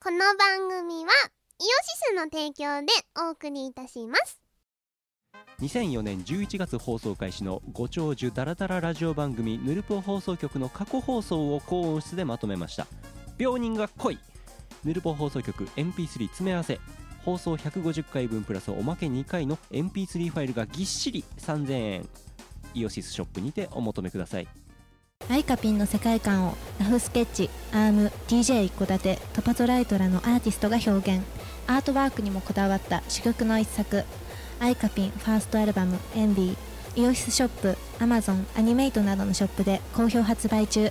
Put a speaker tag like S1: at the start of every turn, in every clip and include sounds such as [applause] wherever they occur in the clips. S1: この番組はイオシスの提供でお送りいたします
S2: 2004年11月放送開始のご長寿ダラダララジオ番組ヌルポ放送局の過去放送を高音質でまとめました病人が来いヌルポ放送局 MP3 詰め合わせ放送150回分プラスおまけ2回の MP3 ファイルがぎっしり3000円イオシスショップにてお求めください
S3: アイカピンの世界観をラフスケッチアーム DJ 一戸建てトパトライトらのアーティストが表現アートワークにもこだわった珠玉の一作アイカピンファーストアルバム「エンビー」イオシスショップアマゾンアニメイトなどのショップで好評発売中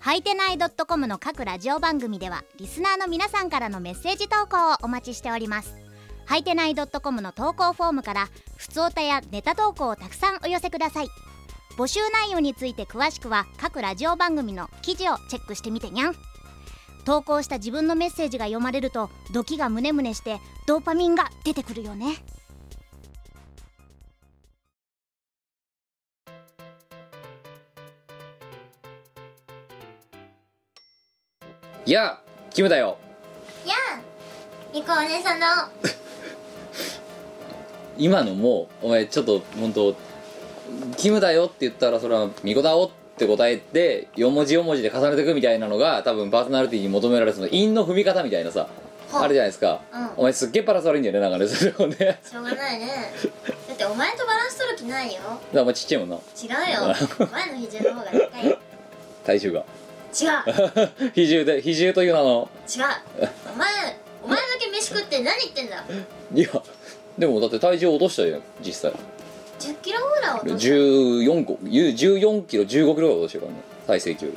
S4: はいてない .com の各ラジオ番組ではリスナーの皆さんからのメッセージ投稿をお待ちしておりますはいてない .com の投稿フォームからふつおたやネタ投稿をたくさんお寄せください募集内容について詳しくは各ラジオ番組の記事をチェックしてみてにゃん投稿した自分のメッセージが読まれるとドキがムネムネしてドーパミンが出てくるよね
S5: やあキムだよ
S1: やあみこお姉さんの
S5: 今のもうお前ちょっと本当キムだよって言ったらそれはミコだおって答えて4文字4文字で重ねていくみたいなのが多分パーソナリティに求められるその韻の踏み方みたいなさあれじゃないですか、
S1: うん
S5: お前すっげえパラソリンだよねなんかねそれをね [laughs] だか
S1: しょうがないねだってお前とバランス取る気ないよ
S5: らお前ちっちゃいもんな
S1: 違うよ前の比重の方が高いよ
S5: 体重が
S1: 違
S5: [laughs]
S1: う
S5: 比重で比重という名の
S1: 違うお前お前だけ飯食って何言ってんだ
S5: いやでもだって体重落としたよ実際
S1: 1 0キロぐらい落とした、う
S5: 14個14キロ15キロぐらい落としてるからね体積よ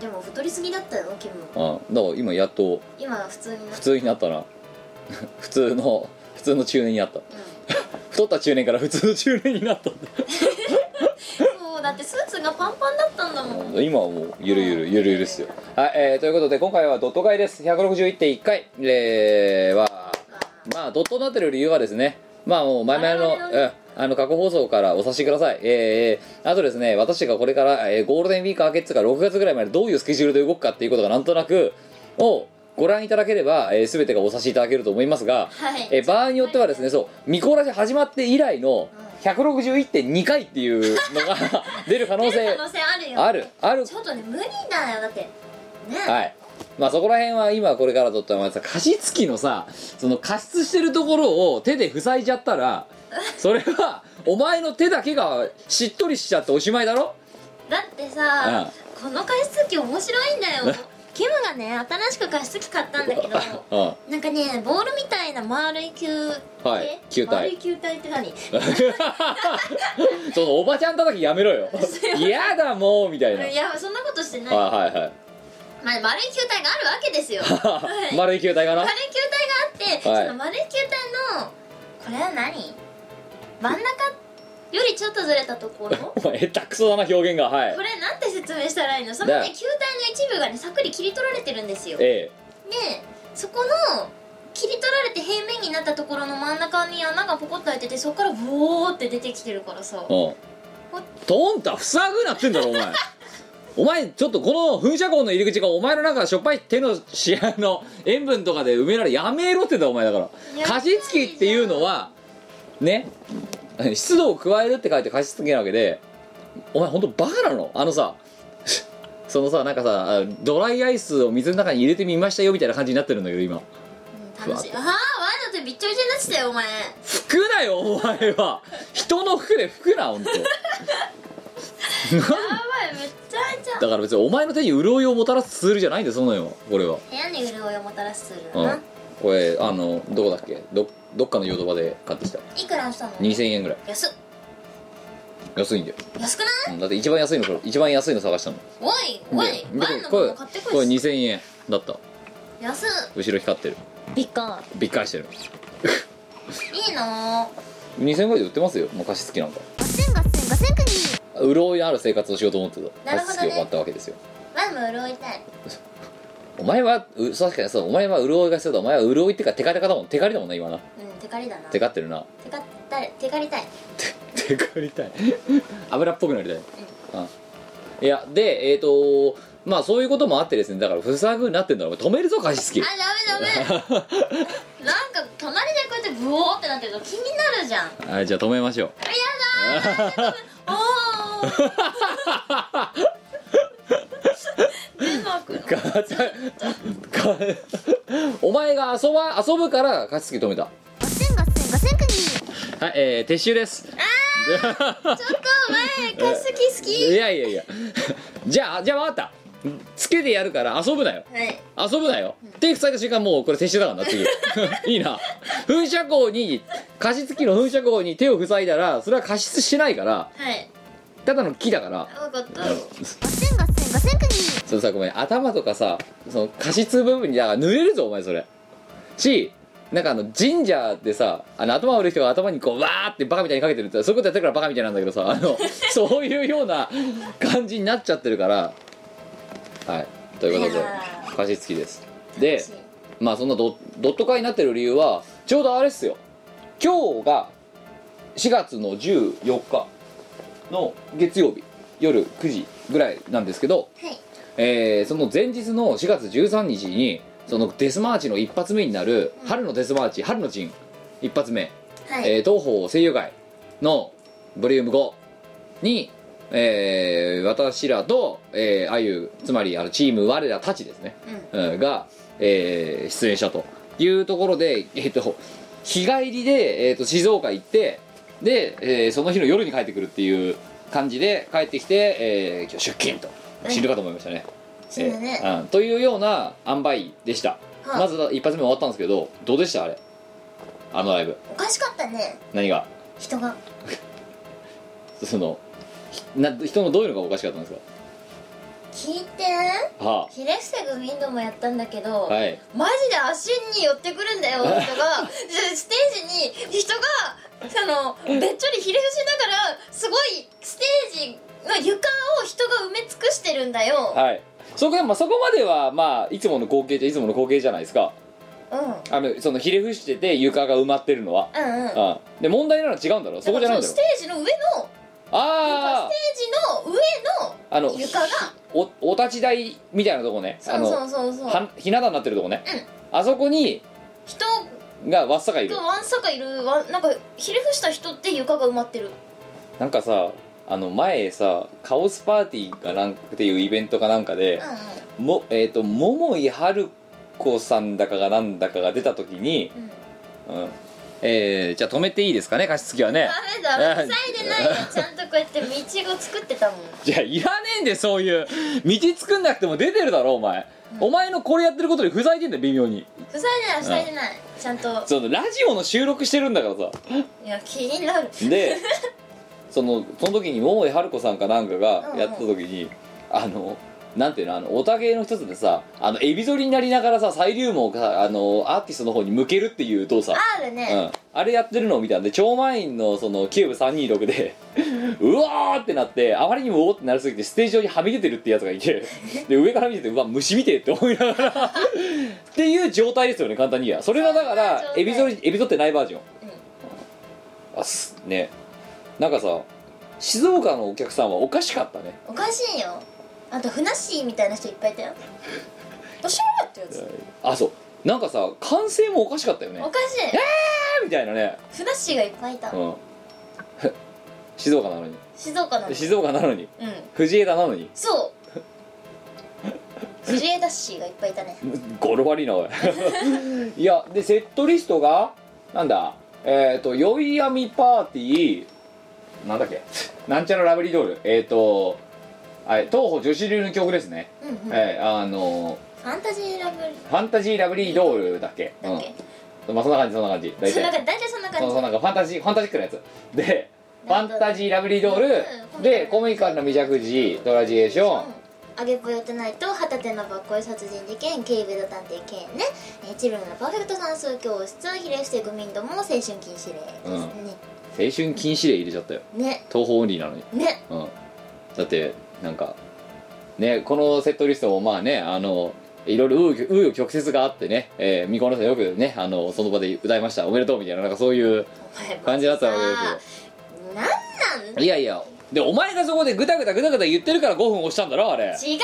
S5: り
S1: ん、でも太りすぎだったよキム
S5: ああだから今やっと
S1: 今は普通になっ
S5: 普
S1: た
S5: 通になったな [laughs] 普通の普通の中年になった太った中年から普通の中年になったんだ
S1: うんそうだってスーツがパンパンだったんだもん
S5: 今はもうゆるゆるゆるゆるっすよはい、えー、ということで今回はドット会です161.1回えー、はまあドットになってる理由はですねまあもう前々の
S1: 我々のね
S5: うんあの過去放送からお察しくださいえー、えーあとですね私がこれから、えーゴールデンウィーク明けっつうか6月ぐらいまでどういうスケジュールで動くかっていうことがなんとなくをご覧いただければ、えー、全てがお察しいただけると思いますが、
S1: はい
S5: えー場合によってはですねそうミコラジ始まって以来の161.2回っていうのが [laughs] 出る可能性
S1: 可能性あるよ
S5: あるある
S1: ちょっとね無理だよだってね
S5: はいまあそこら辺は今これからとってはまあさ加湿器のさその加湿してるところを手で塞いじゃっ
S1: [laughs]
S5: たらそれはお前の手だけがしっとりしちゃっておしまいだろ
S1: だってさこの加湿器面白いんだよキムがね新しく加湿器買ったんだけ
S5: [laughs]
S1: ど
S5: うん
S1: なんかねボールみたいな丸い球
S5: はい球体
S1: 丸い球体って何
S5: そのおばちゃん叩きやめろ
S1: [laughs]
S5: よ嫌だもうみたいなはい
S1: いやそんなことしてない、
S5: はいはい
S1: まあ、丸い球体があるわけです
S5: [laughs]
S1: よはい
S5: 丸い球体かな
S1: 丸い球体があって、
S5: はい
S1: その丸い球体のこれは何真ん中よりちょっとずれたところこ
S5: お前下手くそだな表現がはい
S1: れなんて説明したらいいのその
S5: だ
S1: ね球体の一部がねさっくり切り取られてるんですよで
S5: え
S1: そこの切り取られて平面になったところの真ん中に穴がポコッと開いててそこからボーって出てきてるからさ
S5: えうんトンタ塞ぐなってんだろお前 [laughs] お前ちょっとこの噴射口の入り口がお前のなんかしょっぱい手の試合の塩分とかで埋められやめろってんだお前だから
S1: や
S5: 加湿器っていうのはね湿度を加えるって書いて加湿器なわけでお前ほんとバカなのあのさ [laughs] そのさなんかさあドライアイスを水の中に入れてみましたよみたいな感じになってるんだけど今
S1: うん楽しいああワイドってびっちょびちょになってたよお前
S5: 服だよお前は人の服で服なほ [laughs] んとなん
S1: やばいめっちゃめちゃ
S5: だから別にお前の手に潤いをもたらすツールじゃないんだよそんなのこれは
S1: 部屋に潤いをもたらすする
S5: う
S1: な、
S5: んこれあのどこだっけどどっかのヨドバで買ってきた
S1: いくらしたの
S5: 2000円ぐらい
S1: 安っ
S5: 安いんだよ、
S1: 安くない
S5: うんだって一番安いの一番安いの探したの
S1: おいおい
S5: で
S1: ワインの
S5: こ
S1: も
S5: れ
S1: の買って
S5: こ
S1: こ
S5: れ
S1: いし
S5: 2000円だった
S1: 安っ
S5: 後ろ光ってる
S4: ビッカ
S5: びっくりしてる
S1: いいな
S5: 2000円ぐらいで売ってますよもう貸し付きなんか
S1: ガセンガセンガセンクニ
S5: 潤いのある生活をしようと思って
S1: な
S5: た
S1: るほ
S5: 貸
S1: ど
S5: し
S1: ね
S5: 付きを買ったわけですよ
S1: ワインも潤いたい
S5: お前はう確かにそうお前は潤いが必要だお前は潤いってかテカテカだもんテカリだもんな今な
S1: うんテカリだな
S5: テカってるな
S1: テカったテカリたい
S5: [laughs] 手がりたい油っぽくなりたい、うんいやでえっ、とまあそういうこともあってですねだから塞ぐなってんだろう止めるぞ加湿器
S1: あダメダメ
S5: [laughs]
S1: なんか隣でこうやってブオーってなってると気になるじゃん
S5: はいじゃあ止めましょう [laughs]
S1: おー出なくなっちゃった
S5: かお前が遊ば遊ぶから加湿器止めた
S4: ガセンガセンガセンクニ
S5: はいえー、撤収です
S1: ちょっと前加湿器好
S5: い
S1: き
S5: やいやいや [laughs] じゃあじゃあ分かったつけてやるから遊ぶなよ
S1: はい
S5: 遊ぶなよ、手塞いだ瞬間もうこれ撤収だからな次 [laughs] いいな噴射口に加湿器の噴射口に手を塞いだらそれは加湿しないから
S1: はい
S5: ただの木だから
S1: 分かった
S4: ガセンガセンガセンクニ
S5: そのさごめん頭とかさその加湿部分にだから濡れるぞお前それしなんかあの神社でさあの頭悪い人が頭にこうわーってバカみたいにかけてるってそういうことやってるからバカみたいなんだけどさあのそういうような感じになっちゃってるからはいということ
S1: い
S5: で
S1: や
S5: 加湿器ですでまあそんなドドット化になってる理由はちょうどあれっすよ今日が4月の14日の月曜日夜9時ぐらいなんですけど、
S1: はい
S5: えーその前日の4月13日にそのデスマーチの一発目になる春のデスマーチ春の陣一発目、
S1: はい、
S5: えー東方声優会のボリューム5に、えー私らと、えーあゆつまりあのチーム我らたちですね、うんが、えー出演したというところで、えー、と日帰りで、えー、と静岡行ってで、えーその日の夜に帰ってくるっていう感じで帰ってきて、えー今日出勤と死ぬかと思いましたね。
S1: そうだね
S5: えーうんというような塩梅でした、
S1: はい
S5: まず一発目終わったんですけどどうでしたあれあのライブ
S1: おかしかったね
S5: 何が
S1: 人が
S5: そのひな人のどういうのがおかしかったんです
S1: 聞いて
S5: かは
S1: ヒレステグミンドもやったんだけど、
S5: あはい
S1: マジで足に寄ってくるんだ
S5: [laughs]
S1: よ人がでステージに人があ
S5: [laughs]
S1: のべっちょりひれ伏しながらすごいステージの床を人が埋め尽くしてるんだよ、
S5: はいそこ,、まあ、そこまではまあいつもの光景じゃいつもの光景じゃないですか
S1: う
S5: あのそのひれ伏してて床が埋まってるのは、
S1: んうんうんだか
S5: あで問題なのは違うんだろそこじゃない
S1: ら
S5: ん
S1: そ
S5: だ
S1: のステージ
S5: ろ
S1: の上の
S5: あ
S1: ステージの上
S5: ああの
S1: の床が
S5: おお立ち台みたいなとこね
S1: そうそうそう
S5: あの
S1: そう
S5: はひな壇になってるとこね、あそこに
S1: 人
S5: がわっさかいる
S1: がわんさかいるわなんかひれ伏した人って床が埋まってる
S5: なんかさあの前さカオスパーティーかなんっていうイベントかなんかで
S1: うん、うん
S5: もえっ、と桃井春子さんだかがなんだかが出た時に、
S1: うん
S5: うんえーじゃあ止めていいですかね加湿器はね
S1: ダメだ塞いでないよちゃんとこうやって道を作ってたもん
S5: じゃあいらねえんでそういう道作んなくても出てるだろお前、
S1: うん
S5: お前のこれやってることにふざいてんだよ微妙に
S1: 塞いでない塞いでないちゃんと
S5: そのラジオの収録してるんだから
S1: いや気になる
S5: さ [laughs] でそのその時に桃井春子さんかなんか
S1: うんう
S5: が
S1: ん
S5: やってた時に、あのなんていうのあのおたげの一つでさあのエビ反りになりながらさサイリウムをさあのアーティストの方に向けるっていう動作
S1: ある
S5: う
S1: ね、
S5: ん、あれやってるのを見たんで超満員のそのキューブ326で [laughs] うわーってなってあまりにもうおーってなりすぎてステージ上にはみ出てるってやつが
S1: [laughs]
S5: いてで上から見ててうわ虫見てえって思いながらっていう状態ですよね簡単に言えばそれがだか
S1: そん
S5: ら
S1: な状態
S5: エビゾエビゾってないバージョン、あすねなんかさ静岡のお客さんはおかしかったね
S1: おかしいよあとふなっしーみたいな人いっぱいいたよおしろってやつ
S5: あそうなんかさ歓声もおかしかったよね
S1: おかし
S5: みたいなね、
S1: いふなっしーがいっぱいいた
S5: うん [laughs] 静岡なのに
S1: 静岡なの
S5: 静岡なのに
S1: うん
S5: 藤枝なのに
S1: そう藤枝氏がいっぱいいたね
S5: ゴロ悪いな [laughs] おいいやでセットリストがなんだえっ、と「宵闇パーティー」なんだっけなんちゃらラブリードールえっ、とあれ東方女子流の曲ですね、
S1: うんうんフ
S5: えーあの
S1: ァンタジーラブ
S5: ファンタジーラブリードールだっけ
S1: だっけ、
S5: うんまあそんな感じそんな感じ大
S1: そ [laughs] んな
S5: 体
S1: 感じ大体そんな
S5: そ
S1: 感
S5: う
S1: じ
S5: そうなんかファンタジーファンタジックなやつでフ
S1: な
S5: ァ
S1: ん
S5: ン
S1: か
S5: タジーラブリードール、
S1: うん
S5: でコミカルな未着時ドラジエーション、
S1: あげぽよてないと旗手のばっこい殺人事件軽ベド探偵犬ね、えー、チルノのパーフェクト算数教室ひれ伏せグミンドも青春禁止令です
S5: うん
S1: ね
S5: 青春禁止令入れちゃったよ
S1: ね
S5: 東方オンリーなのに
S1: ね
S5: うん、だってなんかねこのセットリストもまあねあのいろいろ紆余紆余曲折があってね、えー、みこのさんよくねあのその場で歌いましたおめでとうみたいななんかそういう
S1: お前
S5: 感じだったわけです
S1: なんなん
S5: よいやいやでお前がそこでぐたぐたぐたぐた言ってるから5分押したんだろあれ
S1: 違うよ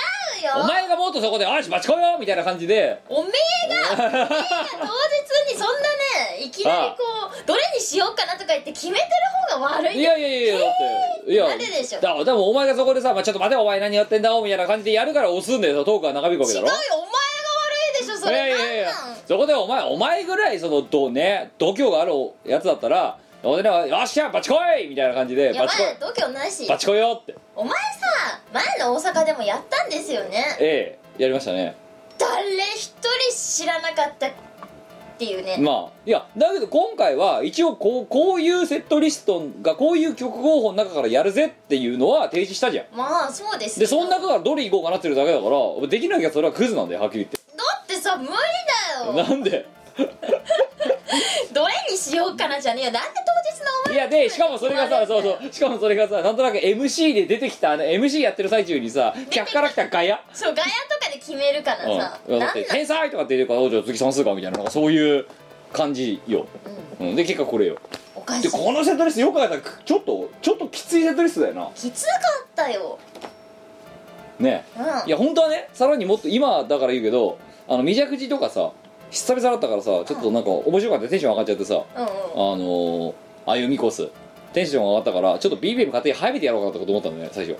S5: お前がもっとそこで「あし待ちこいよ!」みたいな感じで
S1: おめえがおめえが当日にそんなねいきなりこうどれにしようかなとか言って決めてる方が悪い
S5: いやいやいやだっていや
S1: なんででしょう
S5: だだもお前がそこでさ、まあ、ちょっと待てお前何やってんだおみたいな感じでやるから押すんだよトークは長引くわけ
S1: 違
S5: だ
S1: う
S5: ろ
S1: よお前が悪いでしょそ
S5: いや
S1: れ
S5: い
S1: なん
S5: やい
S1: な
S5: や
S1: ん
S5: そこでお前お前ぐらいそのどね度胸があるやつだったら俺らは「よっしゃバチコイ!」みたいな感じで
S1: いや
S5: バ
S1: ま
S5: チ
S1: だ
S5: コ
S1: 度胸ないし
S5: イバチコイよって
S1: お前さ前の大阪でもやったんですよね
S5: ええやりましたね
S1: 誰一人知らなかったっていうね
S5: まあいやだけど今回は一応こうこういうセットリストがこういう曲候補の中からやるぜっていうのは提示したじゃん
S1: まあそうですけ
S5: で
S1: ど
S5: その中からどれいこうかなってるだけだからできなきゃそれはクズなんだよはっきり
S1: だってさ無理
S5: 言っ
S1: だ
S5: て
S1: よ
S5: なんで
S1: どれにしようかなじゃねえよなんで当
S5: い
S1: 日のお前
S5: やでしかもそ
S1: [laughs]
S5: れがさそうそうしかもそれがさなんとなく MC で出てきたあの MC やってる最中にさ客から来たガヤ
S1: そうガヤとかで決めるから
S5: うんい
S1: さ、
S5: やだ
S1: な
S5: っ
S1: ん
S5: て「
S1: なん
S5: 天才!」とかって言うから「おじゃあ次算数か」みたいななんかそういう感じよ、うん、で結果これよ
S1: おかし
S5: で
S1: い
S5: このセットリストよく考えたらちょっとちょっときついセットリストだよな
S1: きつかったよ
S5: ね
S1: うん
S5: いや本当はねさらにもっと今だから言うけどあの未着寺とかさ久々だったからさちょっとなんか面白かったテンション上がっちゃってさ
S1: うんうん
S5: あのー、歩みコステンション上がったからちょっと BBM 勝手に早めてやろうかなとか思ったんだよね最初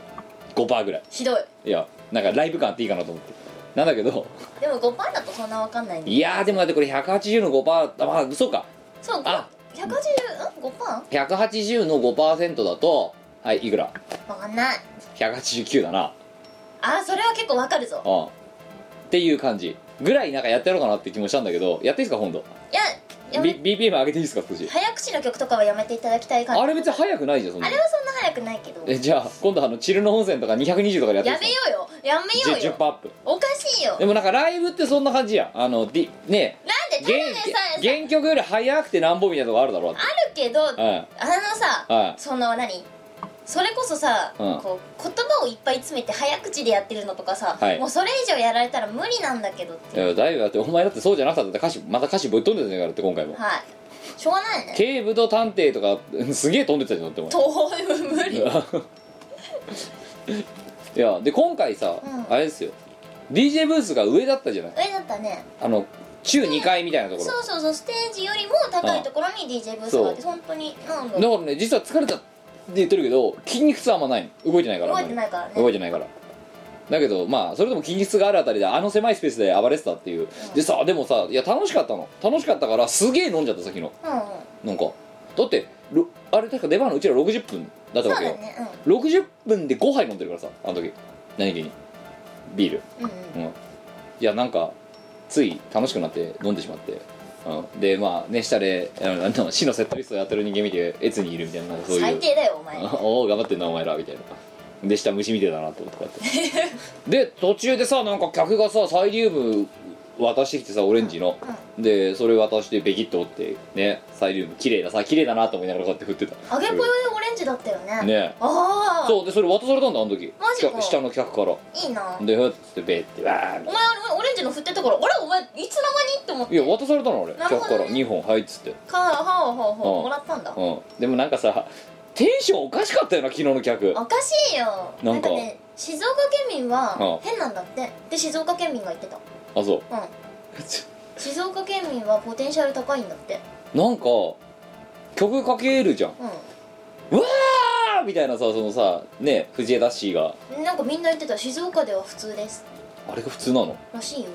S5: 5%ぐらい
S1: ひどい
S5: いやなんかライブ感あっていいかなと思ってなんだけど
S1: でも5パーだとそんなわかんないんだ
S5: いやーでもだってこれ180の5%あまあそうか
S1: そう
S5: あ
S1: か180うん5パ
S5: 180の5%だとはいいくら
S1: ーわかんない
S5: 189だな
S1: あーそれは結構わかるぞ
S5: うんっていう感じぐらいなんかやってやろうかなって気もしたんだけどやっていいですか今度
S1: いややめ
S5: B- BPM 上げていいですか少し
S1: 早口の曲とかはやめていただきたい感じ
S5: あれ別に早くないじゃんそんな
S1: あれはそんな早くないけど
S5: えじゃあ今度あのチルノ本線とか220とかでやっていい
S1: やめようよやめよう
S5: 10%
S1: よ
S5: アップ
S1: おかしいよなん
S5: でもなんかライブってそんな感じやんあのディね
S1: でただで
S5: 原
S1: さえさ
S5: 原曲より早くてなんぼみたいなとこあるだろうだっ
S1: あるけどあ
S5: てはい
S1: のさ
S5: はい
S1: その何それこそさ、
S5: うん
S1: こう言葉をいっぱい詰めて早口でやってるのとかさ、
S5: はい
S1: もうそれ以上やられたら無理なんだけどって
S5: いやだいぶだってお前だってそうじゃなかったって歌詞また歌詞ぶっ飛んでたじゃないからって今回も
S1: はいしょうがないね
S5: 警部と探偵とかうんすげえ飛んでたじゃんだってお前
S1: 遠い無理
S5: いやで今回さ、
S1: うん
S5: あれですよ DJ ブースが上だったじゃない
S1: 上だったね
S5: あの中2階みたいなとこ
S1: そ
S5: ろ
S1: うそうそうステージよりも高いところに DJ ブースがあって本当になんだ
S5: だからね実は疲れたって言ってるけど筋肉痛あんまないの動いてないから
S1: 動
S5: あん
S1: いてな
S5: まり
S1: いからね
S5: 動いてないからだけどまあそれでも筋肉痛があるあたりであの狭いスペースで暴れてたっていう、でさでもさいや楽しかったの楽しかったからすげえ飲んじゃった先の
S1: うんうん
S5: なんかだってろあれ確か出番のうちら60分だった
S1: そう
S5: わ
S1: だ
S5: けよ、
S1: ね
S5: 60分で5杯飲んでるからさあの時何気にビール
S1: うんうん
S5: うんいやなんかつい楽しくなって飲んでしまって、うん、でまあね下であのあの死のセットリストやってる人間見てエツにいるみたいななんかそう
S1: うん
S5: いう
S1: 最低だよお前
S5: あ [laughs] おお頑張ってんなお前らみたいなで下虫見てたなって思ってこうやってで途中でさなんか客がさサイリウム渡してきてさオレンジの、でそれ渡してベキッと折ってねサイリウム綺麗ださ綺麗だなと思いながらこうやって振ってた
S1: 揚げぽよでオレンジだったよね
S5: ね
S1: ああ
S5: そうでそれ渡されたんだあの時
S1: マジか
S5: 客下の客から
S1: いいな
S5: でふっつってベーってわーみ
S1: お
S5: たい
S1: 前あれオレンジの振ってたからあれお前いつの間にって思っ
S5: ない
S1: て
S5: や渡されたのあれ
S1: なる
S5: 客
S1: ほ
S5: か
S1: どね
S5: ら2本はいっつって
S1: かはははは
S5: うん
S1: もらったんだ
S5: うんでもなんかさテンションおかしかったよな昨日の客
S1: おかしいよ
S5: な
S1: なんん
S5: か
S1: かね静岡県民
S5: うん
S1: は変なんだってで静岡県民が言ってたうん
S5: あそう
S1: 静岡県民はポテンシャル高いんだって
S5: なんか曲かけるじゃん
S1: う
S5: うわーみたいなさそのさね藤枝氏が
S1: んなんかみんな言ってた静岡では普通です
S5: あれが普通なの
S1: らしいよ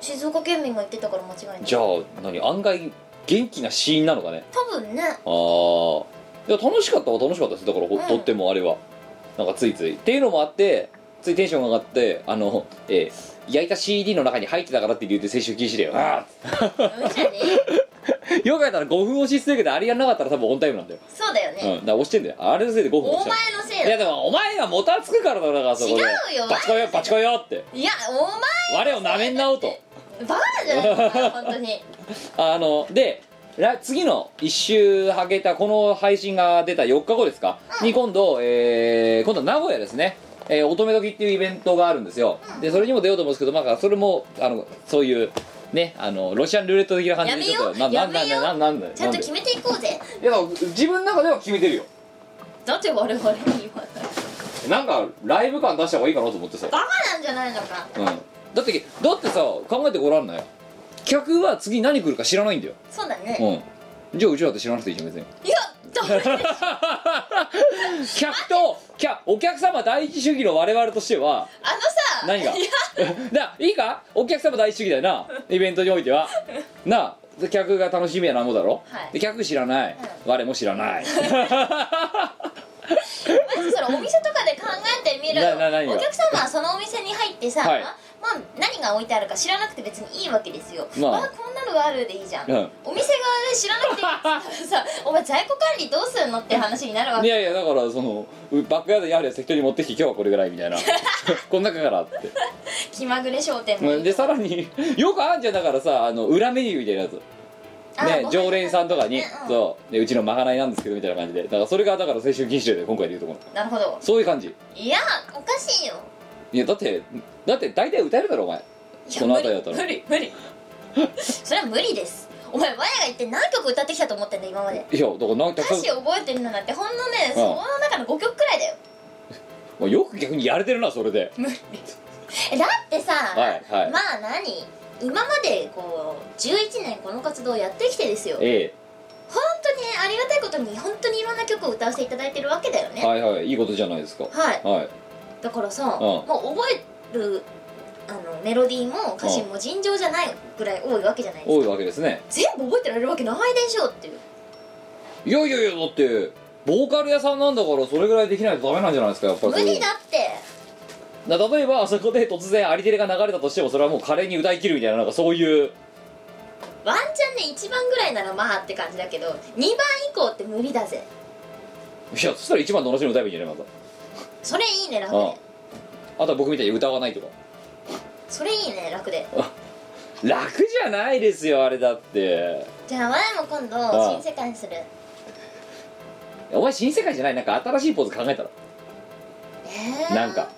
S1: 静岡県民が言ってたから間違いない
S5: じゃあ何案外元気なシーンなのかね
S1: 多分ね
S5: あーいや楽しかったは楽しかったですだからほ
S1: うん
S5: とってもあれはなんかついついっていうのもあってついテンションが上がってあのえー焼いた CD の中に入ってたからっていう理由で接種禁止だよあ
S1: うんじゃ
S5: [laughs]
S1: ね
S5: ーよくやったら5分押しすぎけどあれやんなかったら多分オンタイムなんだよ、
S1: そうだよ
S5: うん、だ
S1: ね
S5: から押してんだよあれのせいで5
S1: お
S5: 分押し
S1: 前
S5: た
S1: のせい
S5: いや
S1: だ
S5: でもお前がもたつくからだろだからそこで
S1: 違うよ
S5: バチコヨバチコヨって
S1: いやお前
S5: 我をなめんなおと
S1: バカじゃない
S5: [laughs]
S1: ですか本当に
S5: あのでら次の1週はげたこの配信が出た4日後ですか、に今度、えー今度は名古屋ですね、えー乙女時っていうイベントがあるんですよ、でそれにも出ようと思うんですけどまあそれもあのそういうねあのロシアンルーレット的な感じでちょっと
S1: やめよう
S5: ななななななんだよ
S1: ちゃんと
S5: なんだ
S1: 決
S5: よ
S1: めていこうぜ
S5: いやだから自分の中では決めてるよ
S1: だって我々に言わない
S5: なんかライブ感出した方がいいかなと思ってさ、
S1: バカなんじゃないのか
S5: うん、だってだってさ考えてごらんなよ客は次何来るか知らないんだよ、
S1: そうだね
S5: うん、じゃあうちらって知らなくていいじゃん別に
S1: いや
S5: [laughs]
S1: ダメだ
S5: 客と客お客様第一主義の我々としては
S1: あのさ
S5: 何が
S1: いや
S5: だいいかお客様第一主義だよなイベントにおいてはなあ客が楽しみやなもんだろ、
S1: はい
S5: で客知らない、
S1: う
S5: 我も知
S1: [laughs]
S5: らない
S1: マジそれお店とかで考えてみる
S5: なな何が
S1: お客様はそのお店に入ってさ、
S5: はい
S1: まあ何が置いてあるか知らなくて別にいいわけですよ、
S5: まあ
S1: まあ、こんなのがあるでいいじゃん、
S5: うん
S1: お店側で知らなくてい
S5: [laughs]
S1: いさお前在庫管理どうすんのって話になるわ
S5: い
S1: け
S5: やいやだからそのうバックヤードにあるやつ適当に持ってきて今日はこれぐらい
S1: [laughs]
S5: みたいなこの中からって
S1: 気まぐれ商店
S5: うんでさらに [laughs] よくあんじゃんだからさあの裏メニューみたいなやつ
S1: あご
S5: ね
S1: 飯
S5: 常連さんとかに、
S1: ねうん
S5: そうでうちのまかないなんですけどみたいな感じでだからそれがだから青春禁止令で今回で言うところ
S1: なるほど
S5: そういう感じ
S1: いやおかしいよ
S5: いやだってだって大体歌えるだろお前
S1: いや
S5: この辺りだったら
S1: 無理無理無理それは無理ですお前我が言って何曲歌ってきたと思ってんだ今まで
S5: いやだからなんか
S1: 歌詞覚えてるのなんてほんのね、その中の5曲くらいだよ
S5: もうよく逆にやれてるなそれで
S1: 無理えだってさ、
S5: はいはい
S1: まあ何今までこう11年この活動をやってきてですよ本
S5: え
S1: 当にありがたいことに本当にいろんな曲を歌わせていただいてるわけだよ
S5: え
S1: ね
S5: はいはいいいことじゃないですか
S1: はい
S5: はい
S1: だからさ、
S5: うん
S1: もう覚えるあのメロディーも歌詞も尋常じゃないぐらい多いわけじゃないですか
S5: 多いわけですね
S1: 全部覚えてられるわけないでしょっていう
S5: いやいやいやだってボーカル屋さんなんだからそれぐらいできないとダメなんじゃないですかやっぱり
S1: 無
S5: そういう
S1: 理だって
S5: だ例えばあそこで突然アリテレが流れたとしてもそれはもう華麗に歌い切るみたいななんかそういう
S1: ワンチャンね1番ぐらいならまあって感じだけど2番以降って無理だぜ
S5: いやそしたら一番の同じの歌えばいいんじゃないま
S1: それいいね楽
S5: たあ
S1: で
S5: ああとは僕みたいに歌わないとか [laughs]
S1: それいいね楽で
S5: 楽じゃないですよあれだって
S1: じゃあ前も今度
S5: あ
S1: 新世界にする
S5: お前新世界じゃないなんか新しいポーズ考えたら
S1: えー、
S5: なんか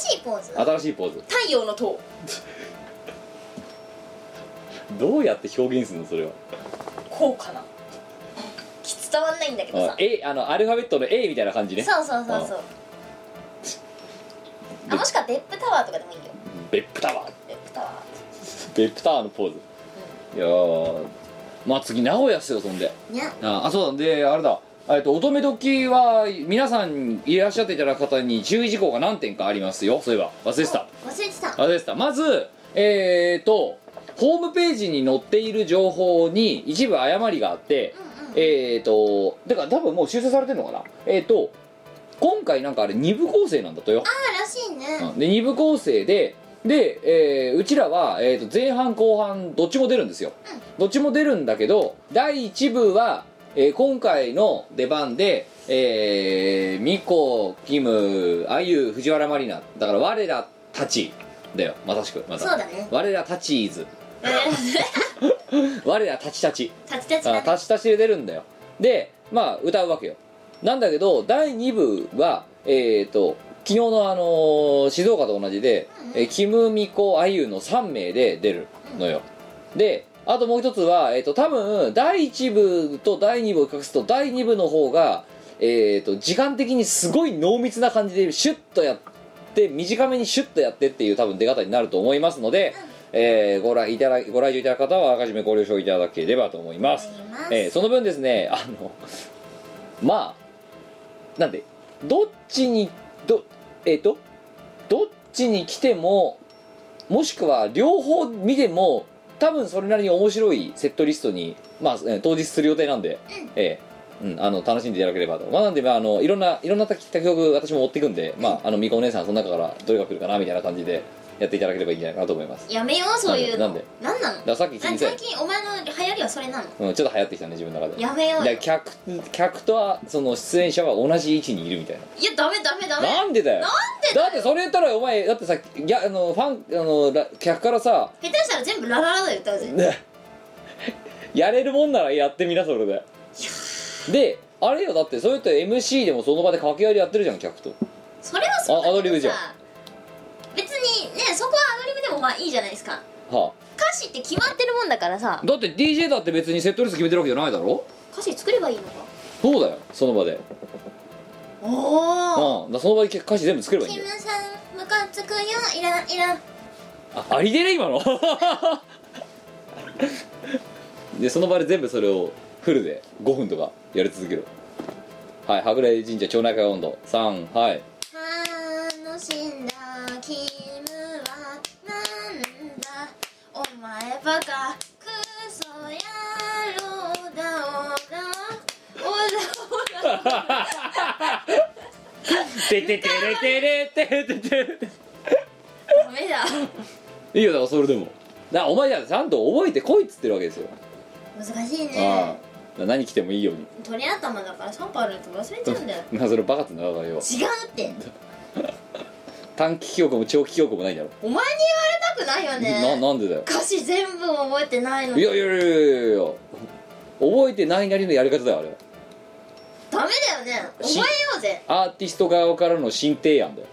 S1: 新しいポーズ太
S5: 新しいポーズ
S1: 陽の塔
S5: どうやって表現するのそれは
S1: こうかなきつ伝わんないんだけど
S5: あ
S1: さ
S5: A あのアルファベットの A みたいな感じね
S1: そうそうそうそうあ
S5: で
S1: もしくは別府タワーとかでもいいよ
S5: ベップタワー
S1: 別府タワ
S5: ベップタワーのポーズ、いやーまあ次名古屋っすよそんで
S1: ーにゃ
S5: ああそうだであれだえっと乙女時は皆さんいらっしゃっていただく方に注意事項が何点かありますよそういえば忘れてた
S1: 忘れてた
S5: あれでしたまずえー、とホームページに載っている情報に一部誤りがあって、えー、とだから多分もう修正されてるのかなえー、と今回なんかあれ2部構成なんだとよ、
S1: あらしいね
S5: うんで2部構成でで、えーうちらは、えー、と前半後半どっちも出るんですよ、どっちも出るんだけど第1部は、えー今回の出番で、えー、ミコキムあゆ藤原マリナだから我らたちだよまさしくま
S1: そうだね
S5: 我らたちイズ
S1: [laughs]
S5: 我らたちたち
S1: たちたちだ
S5: あ
S1: ね
S5: 足し足しで出るんだよでまあ歌うわけよなんだけど第2部はえっ、と昨日のあのー静岡と同じで、えーキム・ミコ・アユの3名で出るのよであともう一つは、えー、と多分第1部と第2部を比較すると第2部の方が、えー、と時間的にすごい濃密な感じでシュッとやって短めにシュッとやってっていう多分出方になると思いますので、えーご覧いただご来場いただく方はあらかじめご了承いただければと思います
S1: 思います
S5: えーその分ですねあのまあなんでどっちにどえっ、とどっちに来てももしくは両方見ても多分それなりに面白いセットリストに、まあ、えー当日する予定なんで、えーうん、あの楽しんでいただければと、まあ、なんで、まあ、あのいろんないろんな卓曲私も持っていくんで、まあ、あのみこお姉さんその中からどれが来るかなみたいな感じでやっていただければいいんじゃないかなと思いますだ
S1: やめようそういうの
S5: なんで
S1: なんなの
S5: からさっき
S1: な
S5: 聞い
S1: ん
S5: て
S1: 最近お前の流行りはそれなの
S5: うん、ちょっと流行ってきたね自分の中で
S1: やめようよ
S5: で客客とはその出演者は同じ位置にいるみたい
S1: いやダメダメダ
S5: な
S1: メ
S5: なんでだよ
S1: なんで
S5: だってそれ言ったらお前だってさいやあのファンあのら客からさ
S1: 下手したら全部ラララで歌うぜ
S5: ね [laughs] やれるもんならやってみなそれでであれよだってそういうと MC でもその場で掛け合いでやってるじゃん客と
S1: それはそうだけど
S5: あアドリブじゃん
S1: さ別にねそこはアドリブでもまあいいじゃないですか
S5: は
S1: 歌詞って決まってるもんだからさ
S5: あだって DJ だって別にセットリスト決めてるわけじゃないだろ
S1: 歌詞作ればいいのか
S5: そうだよその場で
S1: おお
S5: うんだからその場で歌詞全部作ればいいん
S1: キ
S5: だ
S1: ム
S5: よ
S1: さんムカつくよいらんいらん
S5: あありでね今のでその場で全部それをフルで5分とかやり続けるはい羽黒神社町内会温度3はい
S1: 楽しんだキムはなんだお前バカクソ野郎だおらおらおら
S5: てててれてれてれててれて
S1: ダメだ
S5: いいよだからそれでもだからお前じゃちゃんと覚えてこいっつってるわけですよ、
S1: 難しいね
S5: ああだから何着てもいいように
S1: 鳥頭だからシャンパールと忘れちゃうん
S5: [laughs]
S1: だよ
S5: まあそれバカってならない
S1: 違
S5: よ
S1: うって
S5: 短期記憶も長期記憶もないんだろ、
S1: お前に言われたくないよ
S5: な
S1: ね
S5: なんでだよ
S1: 歌詞全部覚えてないの
S5: いやいやいやいやいや覚えてないなりのやり方だよあれは
S1: ダメだよね覚え
S5: し
S1: ようぜ
S5: アーティスト側からの新提案だよ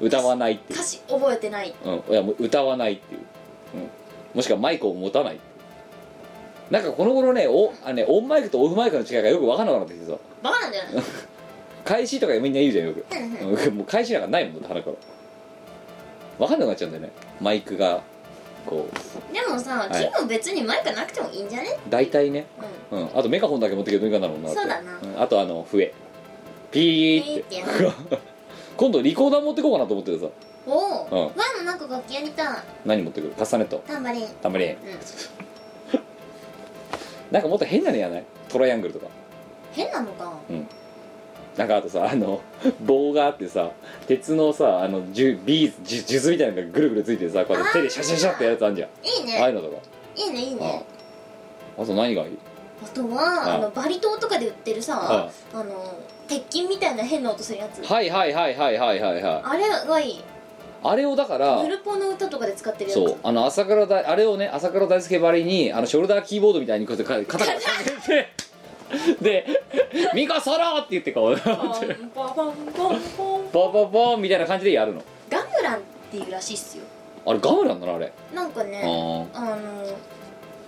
S5: 歌わないっていう
S1: 歌詞覚えてない
S5: うん、いやもう歌わないっていう、うん、もしくはマイクを持たないなんかこの頃ねおあねオンマイクとオフマイクの違いがよく分かんなくなってきてさ
S1: バカなんじゃない
S5: 開始とかみんな言うじゃんよく
S1: うんうん
S5: うんもう返しなんかないもんだって鼻から分かんなくなっちゃうんだよねマイクがこう
S1: でもさ、
S5: はい
S1: キム別にマイクなくてもいいんじゃね
S5: 大体ね、
S1: うん
S5: うん、あとメガホンだけ持ってけばいいかなもんなって
S1: そうだなん
S5: あとあの笛ピーって
S1: ピー
S5: [laughs] 今度リコーダー持ってこうかなと思っててさ
S1: おお、
S5: うん
S1: わのなんか楽器やりたい
S5: 何持ってくるカスタネット
S1: タンバリンうん
S5: タンバリンなんかもっと変なのやないトライアングルとか
S1: 変なのか
S5: なんかあとさあの [laughs] 棒があってさ鉄のさあのジュビーズジュ数珠みたいなのがぐるぐるついてさこうやって手でシャシャシャってやるやつあんじゃん
S1: いい
S5: ああい
S1: ね
S5: うのとか
S1: いいねいいね
S5: あと何がいい
S1: あとは
S5: あ
S1: あのバリ島とかで売ってるさあの鉄筋みたいな変な音するやつ
S5: はいはいはいはいはいはいはい
S1: あれがいい
S5: あれをだから
S1: フルポの歌とかで使ってるやつ
S5: そうあの朝倉大あれをね朝倉大輔ばりにあのショルダーキーボードみたいにこうやって肩からかけて [laughs]
S1: [laughs]
S5: で「ミカサラ!」って言ってこう
S1: パンパンパンパンパン
S5: ボンボンボンみたいな感じでやるの
S1: ガムランっていうらしいっすよ
S5: あれガムなんだなあれ
S1: なんか
S5: あ
S1: ね
S5: ー
S1: あの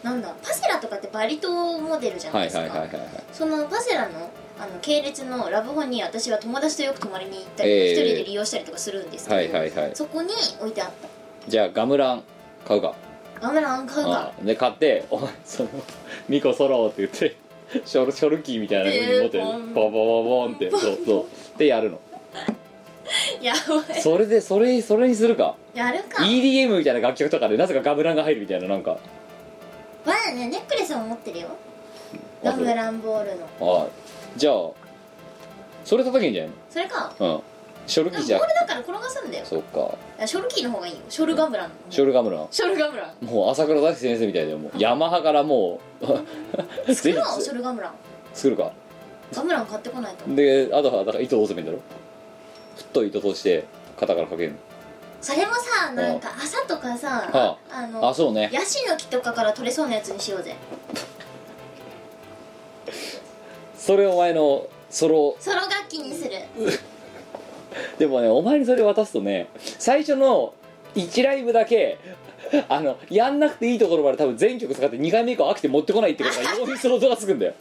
S1: なんだパセラとかってバリ島モデルじゃない
S5: はい
S1: です
S5: はい
S1: か
S5: はいはいはい
S1: そのバセラのあの系列のラブホに私は友達とよく泊まりに行ったり、
S5: ええ
S1: 一人で利用したりとかするんですけど、
S5: はいはいはい
S1: そこに置いてあっ
S5: じゃあガムラン買うか
S1: たガムラン買うか
S5: うんで買ってお前そのミコソロって言って [laughs] ショルショルキーみたいな風に持って
S1: えーボン
S5: ボンボンボンボンってそうそうでやるの
S1: やばい
S5: それでそれそれにするか
S1: やるか
S5: EDM みたいな楽曲とかでなぜかガムランが入るみたいななんか
S1: まだねネックレスも持ってるよ
S5: あ
S1: ガムランボールの
S5: あじゃあそれ叩けんじゃない
S1: それか
S5: のうんショル
S1: で
S5: キ
S1: もボ
S5: ーじゃ
S1: ールだから転がすんだよ
S5: そっか
S1: あショルキーの方がいいよショルガムランの
S5: ショルガムラン
S1: ショルガムラン
S5: もう朝倉大輔先生みたいだよもうヤマハからもう
S1: [laughs] 作
S5: [laughs] ぜひ
S1: ろうショルガムラン
S5: 作るか
S1: ガムラン買ってこないと
S5: であとはだから糸通せばいいんだろ太い糸通して肩からかける
S1: それもさなんか朝とかさ
S5: あ
S1: あの
S5: のあそうね
S1: ヤシの木とかから取れそうなやつにしようぜ
S5: それお前のソロ
S1: ソロ楽器にする
S5: でもねお前にそれ渡すとね最初の1ライブだけあのやんなくていいところまで多分全曲使って2回目以降飽きて持ってこないってことが容易に想像がつくんだよ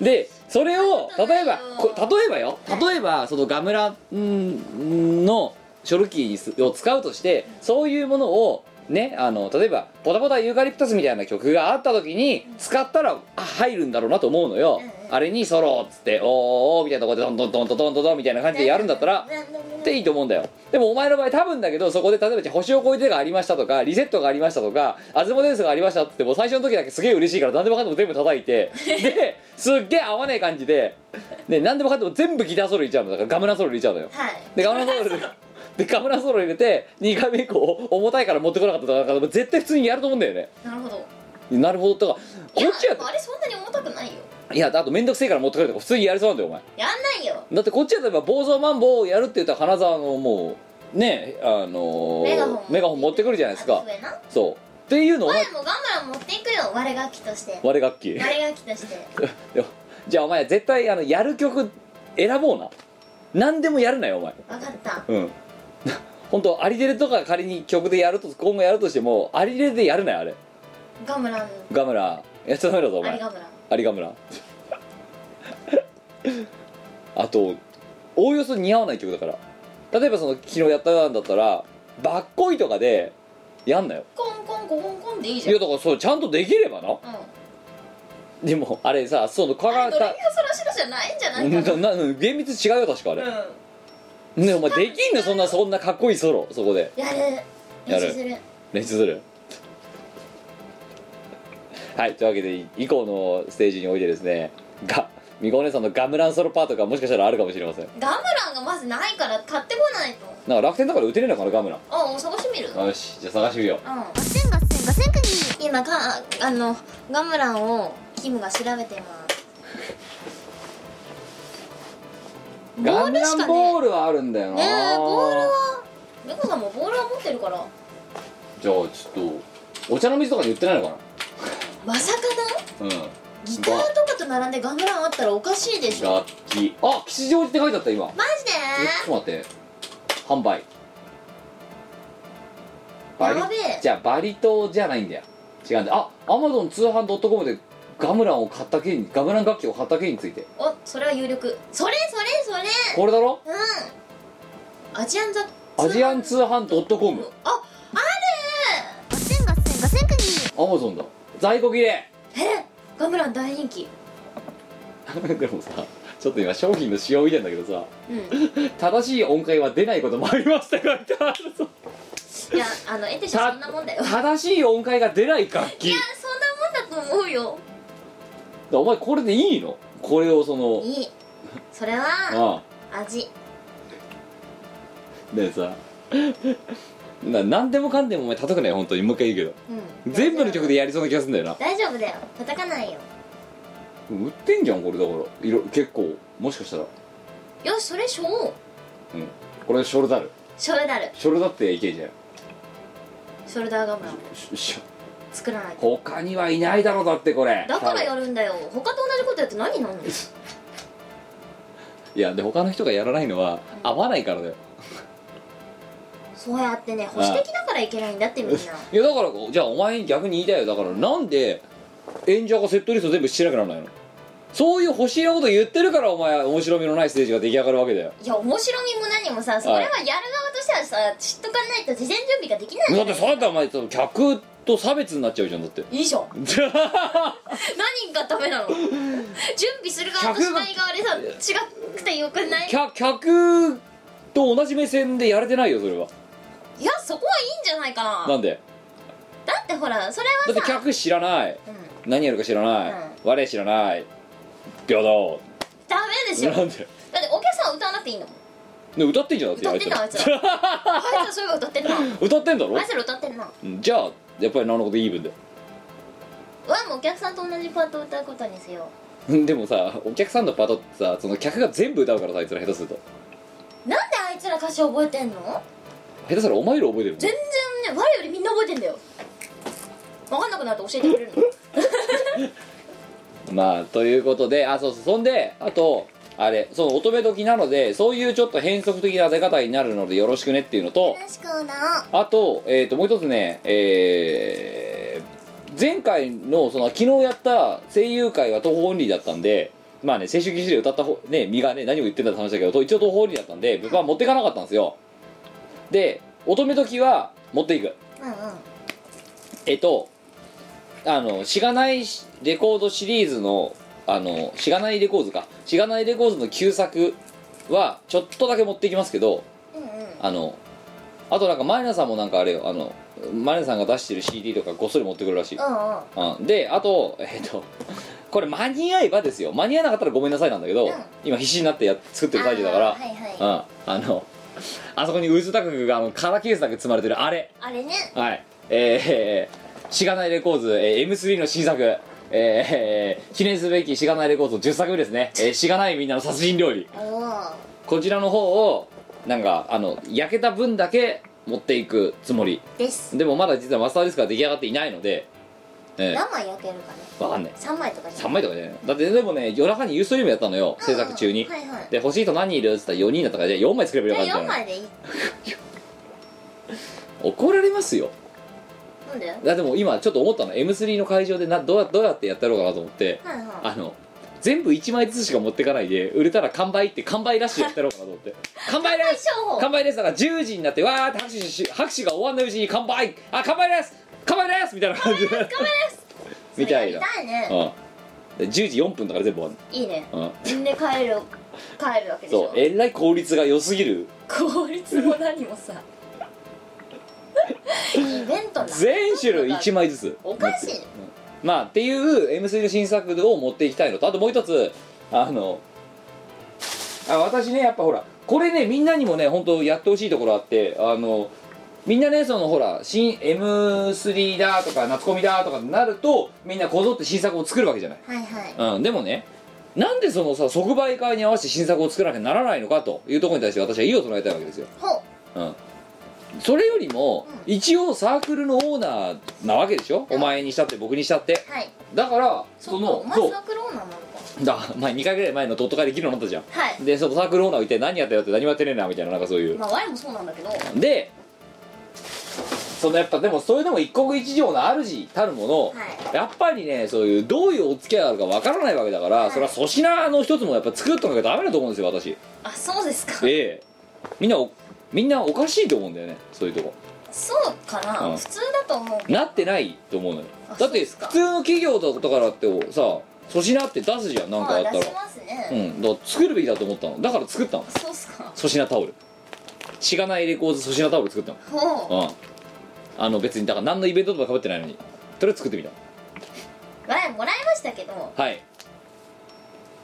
S5: でそれを例えばこ例えばよ例えばそのガムランのショルキーにすを使うとしてそういうものをねあの例えば「ポタポタユーカリプタス」みたいな曲があった時に使ったらあ入るんだろうなと思うのよ
S1: うんうん
S5: あれにソロっつって「おーおー」みたいなとこでドンドンドンドンドンドンみたいな感じでやるんだったらっていいと思うんだよでもお前の場合多分だけどそこで例えばじゃあ星を越えてがありましたとかリセットがありましたとかアズモデウスがありましたって言っても最初の時だけすげえ嬉しいから何でもかんでも全部叩いてですっげえ合わねえ感じでで何でもかんでも全部ギターソロ入れちゃうのだからガムランソロ入れちゃうのよ
S1: はい
S5: でガムランソロ入れでガムランソロ入れて2回目以降重たいから持ってこなかったとかだから絶対普通にやると思うんだよね
S1: なるほどこ
S5: なるほどとかこっちやっ
S1: あれそんなに重たくないよ
S5: いやあと面倒くせえから持ってこいとか普通にやりそうなんだよお前
S1: やんないよ
S5: だってこっちは例えば「坊蔵マンボウ」をやるって言ったら金沢のもうねあのー
S1: メガホン
S5: メガホン持ってくるじゃないですか
S1: あ上な
S5: そうっていうのを
S1: 前もガムラン持っていくよ我楽器として
S5: 我楽器 [laughs]
S1: 我楽器として
S5: じゃあお前絶対あのやる曲選ぼうな何でもやるなよお前
S1: 分かった
S5: うん [laughs] 本当アリデレとか仮に曲でやると今後やるとしてもアリデレでやるなよあれ
S1: ガムラン
S5: ガムラやっちゃダメだぞお
S1: あれ
S5: 前
S1: ガムラン
S5: アリガムラあとおおよそ似合わない曲だから例えばその昨日やったんだったら「ばっこい」とかでやんなよ
S1: コンコンコンコンコンでいい
S5: い
S1: じゃん
S5: やだからそうちゃんとできればな
S1: うん
S5: でもあれさそのか
S1: あ
S5: ら
S1: れドレ
S5: た
S1: ミファソラシドじゃないんじゃないか
S5: うんなな厳密違うよ確かあれ
S1: な、うん
S5: ねお前できんのそんなそんなかっこいいソロそこで
S1: やる
S5: や
S1: 練
S5: る
S1: 習する
S5: 練習するはいというわけで以降のステージにおいてですねがみこお姉さんのガムランソロパートがもしかしたらあるかもしれません
S1: ガムランがまずないから買ってこないと
S5: なんか楽天だから打てねえのかなガムラ
S1: あもう探してみるうん
S5: ンよしじゃあ探してみよ
S4: ガッセンガッセンガッセンクニー
S1: 今かあのガムランをキムが調べてますボ
S5: う [laughs] ガ
S1: ー
S5: ム
S1: ル
S5: ラ
S1: しか
S5: ン
S1: ね
S5: ボールはあるんだよな
S1: ねえボールは猫さんもボールは持ってるから
S5: じゃあちょっとお茶の水とかに売ってないのか
S1: まさかの
S5: なうん
S1: ギターとかと並んでガムランあったらおかしいでしょ
S5: 楽器あ吉祥寺って書いてあった今
S1: マジで
S5: えちょっと待って販売バリ
S1: やべえ
S5: じゃあバリ島じゃないんだよ違うんだあアマゾン通販 .com でガムランを買った件にガムラン楽器を買った件について
S1: おそれは有力それそれそれ
S5: これだろ
S1: うんアジアンザ
S5: アジアン通販 .com
S1: あ
S4: ガッセンガッセンガッセンクニー
S5: アマゾンだ在庫切れ
S1: えガムラン大人気
S5: [laughs] でもさちょっと今商品の仕様見てんだけどさ
S1: うん
S5: 正しい音階は出ないこともありました書いてあ
S1: [laughs]
S5: るぞ
S1: いやあのエテシそんなもんだよいや
S5: 正しい音階が出ない楽器
S1: そんなもんだと思うよ
S5: お前これでいいのこれをその
S1: いいそれは
S5: ああ
S1: 味
S5: でさな何でもかんでもお前叩くね本当にもう一回言う
S1: う
S5: け
S1: ん
S5: ど全部の曲でやりそうな気がするんだよな
S1: 大丈夫だよ叩かないよ
S5: 売ってんじゃんこれだからいろ結構もしかしたら
S1: よしそれしょう
S5: うんこれショルダル
S1: ショルダル
S5: ショルダっていけじゃん
S1: ショルダーガムラン
S5: しし
S1: 作らないと
S5: 他にはいないだろうだってこれ
S1: だからやるんだよ他と同じことやって何になんの
S5: いやで他の人がやらないのは合わないからだよ
S1: そうやってね保守的だからいけないんだってみんない
S5: やだからじゃあお前に逆に言いたいよだからなんで演者がセットリスト全部知らなくならないのそういう欲しいなこと言ってるからお前は面白みのないステージが出来上がるわけだよ
S1: いや面白みも何もさそれはやる側としてはさ知っとかないと事前準備ができないじ
S5: だ
S1: ゃ
S5: っ
S1: な
S5: て
S1: い
S5: そうやったらお前その客と差別になっちゃうじゃんだって
S1: いいじゃん何がダメ [laughs] なの準備する側としない側でさ違くてよくない
S5: 客客と同じ目線でやれてないよそれはい
S1: やそこはいいんじゃないかな
S5: なんで
S1: だってほらそれ
S5: だって
S1: はさ
S5: 客知らない
S1: うん、
S5: 何やるか知らない、
S1: うん
S5: 我知らない平等
S1: ダメでしょだ
S5: な
S1: っ
S5: ん
S1: て
S5: で
S1: お客さんは歌わなくていいんだもん
S5: [laughs] で歌ってんじゃんだっ
S1: 歌
S5: て
S1: ってんだあいつらあいつらそういえば歌
S5: [laughs]
S1: ってんな
S5: 歌ってんだろ
S1: あいつら歌ってんな
S5: うんじゃあやっぱりなおのことイーブンだよ
S1: ワンもお客さんと同じパートを歌うことにせよ
S5: [laughs] うんでもさお客さんのパートってさその客が全部歌うからさあいつら下手すると
S1: なんであいつら歌詞覚えてんの
S5: 下手すらお前ら覚えてるもん
S1: 全然ね我よりみんな覚えてんだよ分かんなくなると教えてくれるの
S5: [laughs] まあということであそうそうそんであとあれその乙女時なのでそういうちょっと変則的な出方になるのでよろしくねっていうのと
S4: しくな
S5: あと,、えー、ともう一つねえー前回のその昨日やった声優会は東宝オンリーだったんでまあね青春騎士で歌った方ね身がね何を言ってんだって話だけどと一応東宝オンリーだったんで僕は持っていかなかったんですよで乙女時は持っていく
S1: うんうん
S5: えっとあのしがないレコードシリーズのあのしがないレコーズかしがないレコーズの旧作はちょっとだけ持っていきますけど
S1: うんうん
S5: あのあとなんかマリナさんもなんかあれよあのマリナさんが出してる CD とかごっそり持ってくるらしい、
S1: うんうん
S5: うん、であとえっ、とこれ間に合えばですよ間に合わなかったらごめんなさいなんだけど、
S1: うん
S5: 今必死になってやっ作ってる最中だか
S1: あ
S5: ら
S1: ーはいはい
S5: うん、あのあそこに渦高くあのカラーケースだけ積まれてるあれ
S1: あれね
S5: はいえー、しがないレコーズ、えー M3 の新作えー、記念すべきしがないレコーズの10作目ですね、えー、しがないみんなの殺人料理
S1: おお
S5: こちらの方をなんかあの焼けた分だけ持っていくつもり
S1: です
S5: でもまだ実はマスターディスクが出来上がっていないのでえ
S1: 何枚焼けるかね
S5: ー、わかんない
S1: 3枚とかじゃ
S5: 3
S1: ん
S5: 枚とかじゃないのだってでもね夜中にユーストリームやったのよ制作中
S1: う
S5: に、
S1: んうんはいはい
S5: で欲しい人何人いるっつったら4人だったからじゃあ4枚作ればよかった
S1: じ
S5: じ
S1: ゃあ
S5: ゃ
S1: 4
S5: な
S1: 枚
S5: い
S1: でいい
S5: 怒られますよ
S1: なんではい
S5: だでも今ちょっと思ったの M3 の会場でなどうやどうやってやったろうかなと思って
S1: はい
S5: あの全部1枚ずつしか持ってかないで売れたら完売って完売ラッシュやってやろうかなと思って
S1: [laughs]
S5: 完売です
S1: 商法
S5: 完売ですだから10時になってわーって拍手し拍手が終わんないうちに完売あ完売です完売ですみたいな感じで完売です [laughs] みたいな
S1: それやりたいね
S5: うんで10時4分だから全部終
S1: いいね
S5: わる、うん
S1: で帰る帰るわけでし
S5: そう
S1: ょ
S5: えらい効率が良すぎる
S1: 効率も何もさイベントな
S5: 全種類1枚ずつ
S1: おかしいね
S5: まあっていう M3 の新作を持っていきたいのとあともう一つあのあ私ねやっぱほらこれねみんなにもね本当やってほしいところあってあのみんなねそのほら新 M3 だとか夏コミだとかになるとみんなこぞって新作を作るわけじゃない、
S1: はいはい
S5: うん、でもねなんでそのさ即売会に合わせて新作を作らなきゃならないのかというところに対して私は異を唱えたいわけですよ
S1: ほう
S5: うんそれよりも一応サークルのオーナーなわけでしょお前にしたって僕にしたって
S1: はい
S5: だから
S1: そ
S5: そ
S1: っかお
S5: の
S1: 前
S5: そ
S1: サークルオーナーなのか
S5: うだ前2回ぐらい前のドット会できるようになったじゃん
S1: はい
S5: でそのサークルオーナーいて何やったよって何もやってねえなみたいななんかそういう
S1: まあ Y もそうなんだけど
S5: でそのやっぱでもそれでも一国一城の主たるもの、
S1: はい
S5: やっぱりねそういうどういうお付き合いがあるかわからないわけだから、
S1: い
S5: それは粗品の一つもやっぱ作っとかなきゃダメだと思うんですよ私
S1: あそうですか
S5: ええみんなおみんなおかしいと思うんだよねそういうとこ
S1: そうか
S5: うん
S1: な普通だと思う
S5: なってないと思うのよ
S1: あ
S5: だ
S1: そう
S5: って
S1: です
S5: 普
S1: か
S5: 通の企業だとかだってさ粗品って出すじゃんなんかあ
S1: ま
S5: った
S1: あ
S5: ら
S1: 出します
S5: う
S1: ね
S5: ん、だから作るべきだと思ったのだから作ったの
S1: そうっすか
S5: 粗品タオルしがないレコーズ粗品タオル作った
S1: ほう
S5: のうんあの別にだから何のイベントとかかぶってないのにとりあえず作ってみた
S1: Y もらいましたけど
S5: はい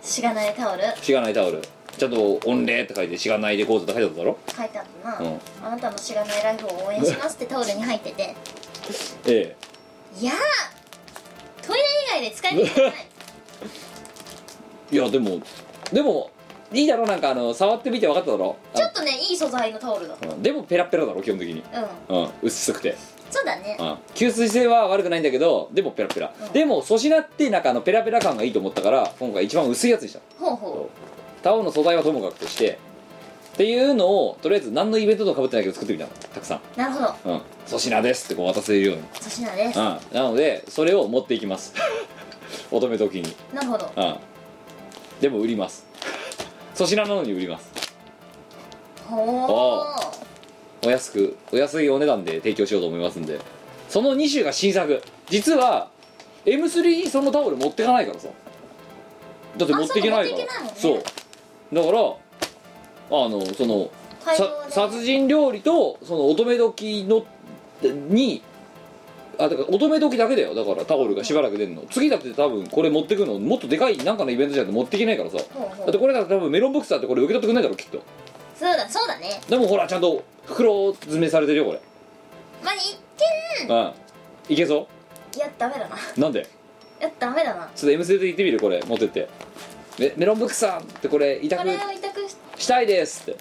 S1: しがないタオル
S5: しがないタオルちゃんと「御礼」って書いて「しがないレコーズ」って書いてあっただろ
S1: 書いてあったな、
S5: うん
S1: あなたのしがないライフを応援しますってタオルに入ってて
S5: え
S1: いやートイレ以外で使い道が
S5: [laughs]
S1: ない
S5: えいやでもでもいいだろなんかあの触ってみて分かっただろ
S1: ちょっとねいい素材のタオルだ
S5: あのうんでもペラペラだろ基本的に
S1: うん
S5: うん薄くて
S1: そうだね
S5: うん吸水性は悪くないんだけどでもペラペラ、
S1: うん
S5: でも粗品ってなんかあのペラペラ感がいいと思ったから今回一番薄いやつにした
S1: ほうほ
S5: タオルの素材はともかくとしてっていうのをとりあえず何のイベントとかぶってないけど作ってみたのたくさん
S1: うなるほど
S5: 「うん粗品です」ってこう渡せるように、
S1: 粗品で
S5: うん、
S1: す
S5: なのでそれを持っていきます [laughs] 乙女時に、
S1: なるほど
S5: うん、でも売ります粗品なのに売ります
S1: ほ
S5: お安くお安いお値段で提供しようと思いますんでその2種が新作実は M3 にそのタオル持ってかないからさだって持っていけないから
S1: あ
S5: そ
S1: そうう
S5: だ
S1: 持っ
S5: からあのその
S1: う大量
S5: さ
S1: で
S5: 殺人料理とその乙女時のにあだから乙女時だけだよだからタオルがしばらく出るの次だって多分これ持ってくのもっとでかいなんかのイベントじゃなくて持っていけないからさだ
S1: ほうほ
S5: って
S1: う
S5: これだと多分メロンボックスだってこれ受け取ってくんないだろきっと
S1: そうだそうだね
S5: でもほらちゃんと袋詰めされてるよこれ
S1: まあ一見
S5: うんいけそ
S1: いやダメだないう
S5: なんで
S1: やダメだな
S5: ちょっと M ステで行ってみるこれ持ってってメメロンブックさんってこれ委
S1: こ
S5: 託
S1: れを委託し
S5: したいですって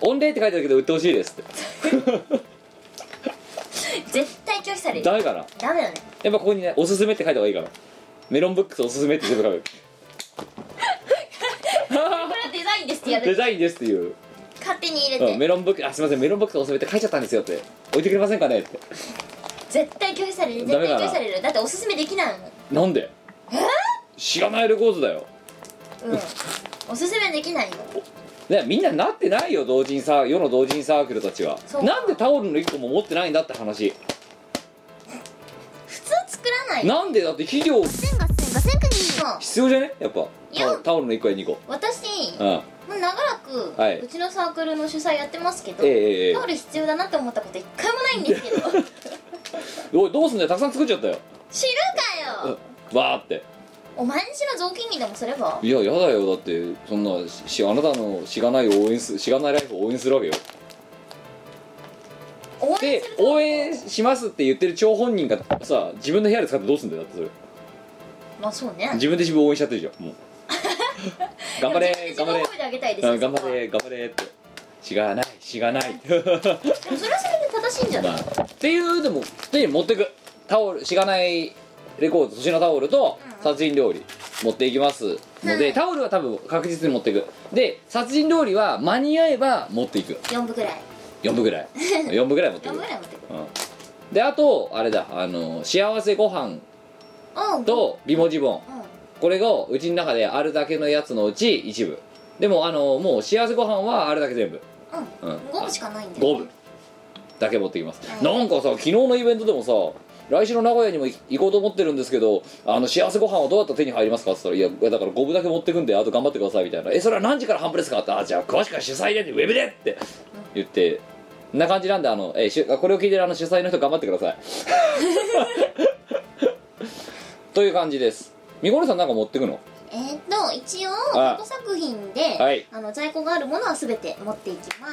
S5: 御礼って書いてあるけど売ってほしいですって
S1: 絶対拒否される
S5: ダメかな
S1: ダメだね
S5: やっぱここにねおすすめって書いた方がいいかなメロンブックスおすすめって全部書く
S1: これはデザインですってや
S5: デ
S1: る
S5: ザインですっていう、
S1: 勝手に入れ
S5: うん、
S1: て
S5: メロンブックあすいませんメロンブックスおすすめって書いちゃったんですよって置いてくれませんかねって
S1: 絶対拒否される絶
S5: ダメ
S1: 対
S5: だな
S1: 拒否されるだっておすすめできないもん
S5: なんで知らないレコードだよ
S1: うんおすすめできないよ
S5: ね、みんななってないよ同人サー世の同人サークルたちは
S1: そう
S5: なんでタオルの1個も持ってないんだって話
S1: 普通作らないよ
S5: なんでだって企業必
S4: 千が千が千国
S1: うん
S5: 要じゃねやっぱ
S1: いや
S5: タオタオルの1個や2個
S1: 私
S5: うんえ
S1: もう長らく、
S5: はいう
S1: ちのサークルの主催やってますけど、
S5: ええええ
S1: タオル必要だなって思ったこと一回もないんですけ [laughs] ど知る
S5: えおいどうすんだよたくさん作っちゃったよ、
S1: か
S5: うん
S1: よ、
S5: わーって
S1: お前にしろ雑巾にでもすれば
S5: いややだよだってそんなしあなたのしがないを応援すしがないライフを応援するわけよ
S1: 応援
S5: です
S1: る
S5: 応援しますって言ってる張本人がさ自分の部屋で使ってどうすんだよだってそれ
S1: まあそうね
S5: 自分で自分を応援しちゃってる
S1: [laughs]
S5: じゃんもう頑張れ
S1: 自
S5: 頑
S1: 分の
S5: 張れ
S1: 声であげたいですよ
S5: うん頑張
S1: そこは
S5: れ頑張れってしがないしがない [laughs]
S1: でもそれはそれで正しいんじゃない、
S5: まあっていうでも手に持ってくタオルしがないレコード粗品タオルと
S1: うん
S5: 殺人料理持っていきますので、
S1: はい
S5: タオルは多分確実に持っていくで殺人料理は間に合えば持っていく
S1: 4部ぐらい
S5: 4部
S1: [laughs]
S5: ぐらい4部ぐらい持ってい
S1: 4
S5: く
S1: 部ぐらい持ってくる
S5: うんであとあれだあの幸せご飯
S1: うん
S5: と美文字本
S1: うん
S5: これがうちの中であるだけのやつのうち一部でもあのもう幸せご飯はあるだけ全部うん、
S1: 五分しかないんだ
S5: 五
S1: よ、
S5: 分
S1: ね、
S5: だけ持ってきます、
S1: うん
S5: なんかさ昨日のイベントでもさ来週の名古屋にも行行こうと思ってるんですけどあの幸せご飯はどうやったら手に入りますかって言ったら「いやいやだから5分だけ持ってくんであと頑張ってください」みたいな「えそれは何時から半分ですか?」って「あじゃあ詳しくは主催で」ってウェブでって言ってこんな感じなんであの、えしゅこれを聞いてるあの主催の人頑張ってくださいという感じですみこねさんなんか持ってくの
S1: えーっと一応
S5: あ
S1: 過去作品で、
S5: はい
S1: あの在庫があるものは全て持っていきま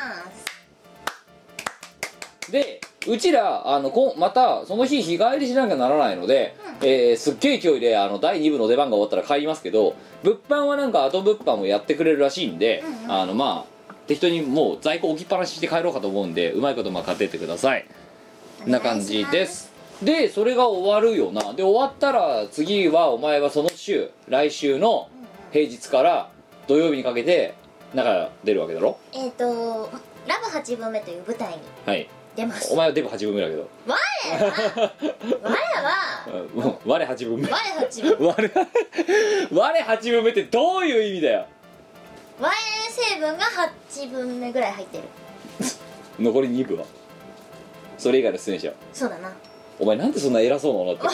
S1: す
S5: でうちらあのこんまたその日日帰りしなきゃならないので、えーすっげえ勢いであの第2部の出番が終わったら帰りますけど物販はなんか後物販もやってくれるらしいんで、
S1: うんうん
S5: あのまあ適当にもう在庫置きっぱなしして帰ろうかと思うんでうまいことまあ買ってってください
S1: こ
S5: こんな感じですでそれが終わるよなで終わったら次はお前はその週来週の平日から土曜日にかけてなんか出るわけだろ
S1: えーっと「ラブ8分目」という舞台に [laughs]
S5: はい
S1: 出ます
S5: お前はデブ8分目だけど
S1: 我は
S5: うん我8分目
S1: 我8分
S5: [laughs] 我々我8分目ってどういう意味だよ
S1: 我成分が8分目ぐらい入ってる
S5: 残り2部はそれ以外の出演者
S1: そうだな
S5: お前なんでそんな偉そうな
S1: [laughs]
S5: のだって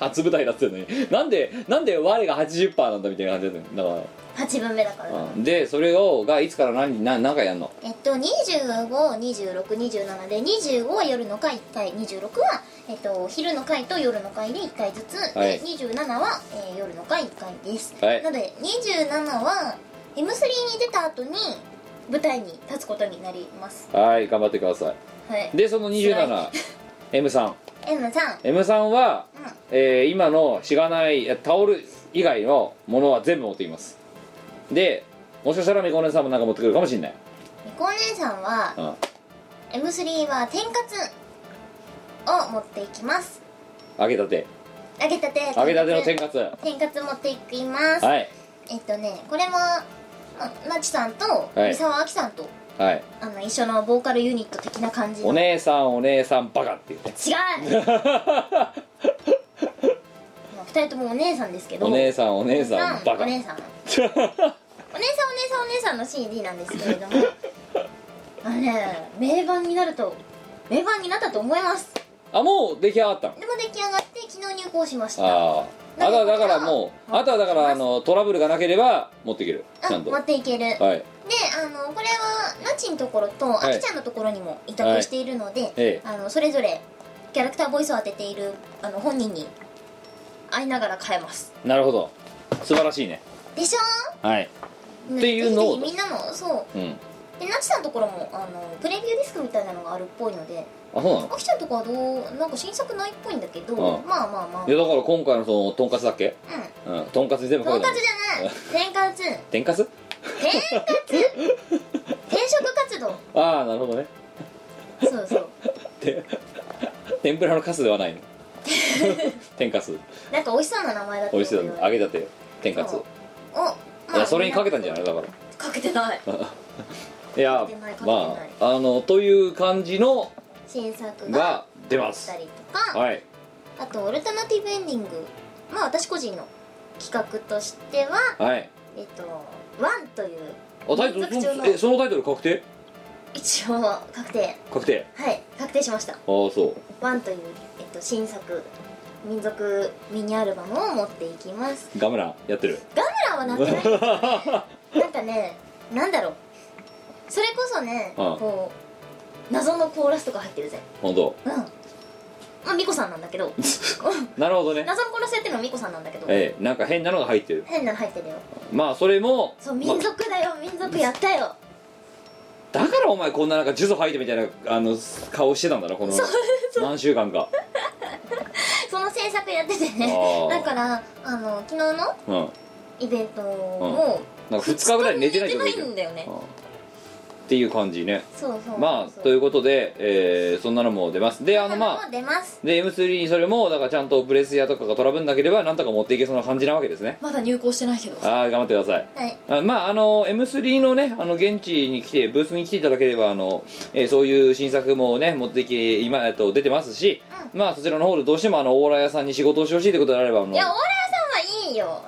S5: 初舞台だってんのになんでなんで我が80%なんだみたいな感じだったのだか
S1: 8分目だから
S5: ら、うんでそれをがいつから何何何回やんの
S1: えっと252627で25は夜の回1回26は、えっと、昼の回と夜の回で1回ずつ、
S5: はい
S1: で27は、えー夜の回1回です、
S5: はい
S1: なので27は M3 に出た後に舞台に立つことになります
S5: はい頑張ってくださ
S1: はい
S5: いでその 27M3M3
S1: M さん
S5: は、
S1: うん
S5: えー今のしがないえタオル以外のものは全部持っていますでもしかしたらみこねさんもなんか持ってくるかもしれない、
S1: みこお姉さんは
S5: うん
S1: M3 は天かつを持っていきます
S5: 揚げたて
S1: 揚げたて
S5: 揚げたての天かつは
S1: 天かつ持っていきます、
S5: い
S1: えっとねこれはあなちさんと
S5: はい
S1: 三沢あきさんと
S5: はい
S1: あの一緒のボーカルユニット的な感じの
S5: お姉さんお姉さんバカっていうね
S1: 違
S5: [laughs]
S1: うまあ二人ともお姉さんですけど
S5: お姉さんお姉
S1: お
S5: さんバカ
S1: お姉
S5: [laughs]
S1: さんお姉さんお姉さんお姉さんの CD なんですけれどもあのね名盤になると名盤になったと思います
S5: あもう出来上がったの
S1: でも出来上がって昨日入稿しました
S5: あああとはだからもうあとはだからあのトラブルがなければ持っていけるちゃ
S1: あ
S5: んと
S1: 持っていける、
S5: はい
S1: であのこれはなちのところとあ
S5: はい
S1: きちゃんのところにも委託しているので、
S5: ええ
S1: あのそれぞれキャラクターボイスを当てているあの本人に会いながら変えます
S5: なるほど素晴らしいね
S1: でしょ
S5: はい
S1: って
S5: いうのを
S1: みんなもそう
S5: うん
S1: でなちさんのところもあのプレビューディスクみたいなのがあるっぽいので
S5: あそうなの
S1: あきちゃんのとこはどうなんか新作ないっぽいんだけど
S5: ああ
S1: まあまあまあ
S5: いやだから今回のそのとんかつだっけ
S1: う
S5: うんとんかつに全部
S1: んとんか
S5: 書い
S1: つ
S5: て
S1: じゃない天かつ
S5: ある天かつ
S1: 天かつ
S5: [laughs]
S1: 転職活動
S5: ああなるほどね [laughs]
S1: そうそう
S5: て天ぷらのカスではない [laughs] の天かす
S1: なんか美味しそうな名前だった
S5: 美味しそう
S1: よ
S5: だね揚げたて天かつ
S1: そうお、
S5: いやそれにかけたんじゃないいだから
S1: かけてない
S5: いや
S1: 勝てない
S5: ま
S1: 勝てない
S5: ああのという感じの
S1: 新作が
S5: が出
S1: あ
S5: ま
S1: っ
S5: す
S1: たりとか、
S5: はい
S1: あとオルタナティブエンディングまあ私個人の企画としては
S5: はい
S1: えっと「ワンという
S5: あタイト
S1: めちゃく
S5: ル
S1: ちゃうま
S5: そ
S1: い
S5: えそのタイトル確定
S1: 一応確定
S5: 確定
S1: はい確定しました
S5: ああそ
S1: 「ワンという、えっと、新作民族ミニアルバムを持っていきます
S5: うガムランやってる
S1: ガムランはなってない [laughs] なんかねなんだろうそれこそね
S5: ああ
S1: こう謎のコーラスとか入ってるぜ
S5: 本当
S1: うんまあミコさんなんだけ [laughs] どうん
S5: なるほどね
S1: 謎のコーラスやってるのはミコさんなんだけど
S5: ええなんか変なのが入ってる
S1: 変なの入ってるよ
S5: まあそれも
S1: そう
S5: まあ
S1: 民族だよ民族やったよ
S5: だからお前こんななんか呪詛吐いてみたいなあの顔してたんだなこの何週間か
S1: その制作やっててね
S5: あー
S1: だからあの昨日の
S5: うん
S1: イベントも
S5: なんか2日ぐらい寝てない
S1: 寝
S5: と
S1: て
S5: こ
S1: ない
S5: る
S1: んだよね
S5: うんっていう感じね
S1: そうそう
S5: まあということでえーそんなのも出ますであ
S1: あの
S5: のまあ
S1: まあ出ます
S5: で M3 にそれもだからちゃんとプレス屋とかがトラブんなければなんとか持っていけそうな感じなわけですね
S1: まだ入校してないけどは
S5: ああ頑張ってください
S1: い
S5: あまああの M3 のねあの現地に来てブースに来ていただければあの、えーそういう新作もね持ってき今えっと出てますし、まあそちらの方でどうしてもあのオーラ屋さんに仕事をしてほしいということであればあの
S1: いやオーラ屋さんはいいよ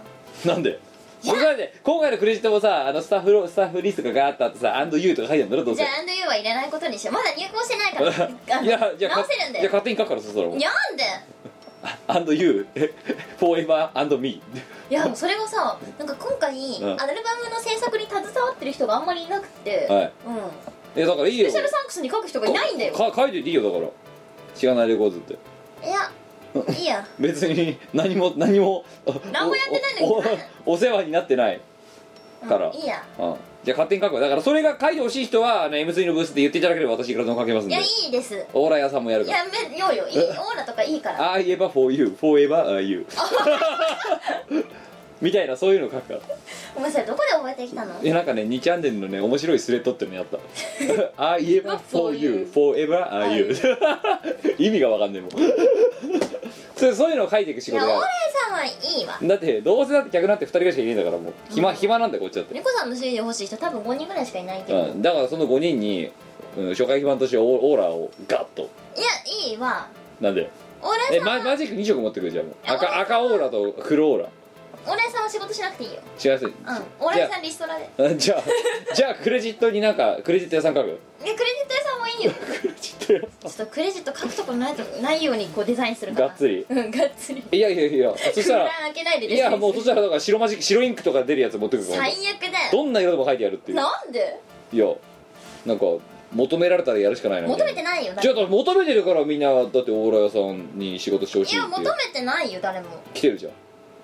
S5: なんで僕はね今回のクレジットもさあのスタッフロスタッフリストがガーッとあってさ「and you」とか書いてあるんだろどう
S1: じ
S5: せ
S1: ゃあアンドユーは入れないことにしようまだ入稿してないからあの
S5: [laughs] いやじゃあ
S1: 直
S5: か
S1: せるんだ
S5: じゃ
S1: よ
S5: あ勝手に書くからそしたらもう
S1: にゃんで
S5: 「and you」「forever and me
S1: いやそれがさなんか今回、
S5: ん
S1: アルバムの制作に携わってる人があんまりいなくて、う
S5: はい
S1: ん、」
S5: えだからいい
S1: スペ
S5: よ
S1: シャルサンクスに書く人がいないんだよ
S5: か書いていいよだから知らないレコーズって
S1: いやいいや
S5: 別に何も何も
S1: 何もやってないのに
S5: おおお世話になってないから、
S1: うんいいや
S5: うんじゃあ勝手に書くわだからそれが書いてほしい人はあの M3 のブースで言っていただければ私いくらでも書けますん
S1: い
S5: で
S1: やいいですい
S5: オーラ屋さんもやるから
S1: やめようよいいオーラとかいいから
S5: ああ言えば for you forever
S1: [laughs]
S5: are you みたいなそういうの書くから
S1: お前それどこで覚えてきたの
S5: いやなんかね2チャンネルのね面白いスレッドっていうのやった
S1: [laughs]
S5: ああ言えば for you forever are you [laughs] 意味がわかんねえもんそれそういうのを書いていく仕
S1: いや
S5: 事
S1: オー
S5: が
S1: ラ
S5: あ
S1: さんはいいわ
S5: るだってどうせだって客なんて2人ぐらいしかいねえんだからもう暇,、暇なんだよこっちだって、
S1: 猫さんの CD 欲しい人多分5人ぐらいしかいないけ
S5: う
S1: ど、い
S5: ん、だからその5人に、うん、初回版としてオーオーラをガッと
S1: やいいわ
S5: なんで
S1: オーラ
S5: え
S1: さんは
S5: ママジック2色持ってくるじゃんもう
S1: いや
S5: 赤赤オーラと黒オーラ
S1: オーラさんは仕事しなくていいよ
S5: 違います [laughs]
S1: うんオーラさんリストラでで
S5: あじゃあじゃあクレジットになんかクレジット屋さん書く [laughs]
S1: クレジット屋さんもいいよ
S5: クレジット屋
S1: ちょっとクレジット書くとこないとないようにこうデザインするか
S5: が
S1: ら
S5: っつり
S1: うんがっつり
S5: いやいやいやそしたら
S1: 空開けないで
S5: いやもうそ
S1: す
S5: したらだから白マジック白インクとか出るやつ持ってくるから
S1: 最悪だよ
S5: どんな色でも書いてやるっていう
S1: なんで
S5: いやなんか求められたらやるしかないな
S1: 求めて
S5: ない
S1: ないよ
S5: じゃ
S1: 誰
S5: あ
S1: も
S5: だから求めてるからみんなだってオーラ屋さんに仕事してほし
S1: い
S5: いっ
S1: や
S5: てい
S1: 求
S5: う
S1: めてないよ誰も
S5: 来てるじゃん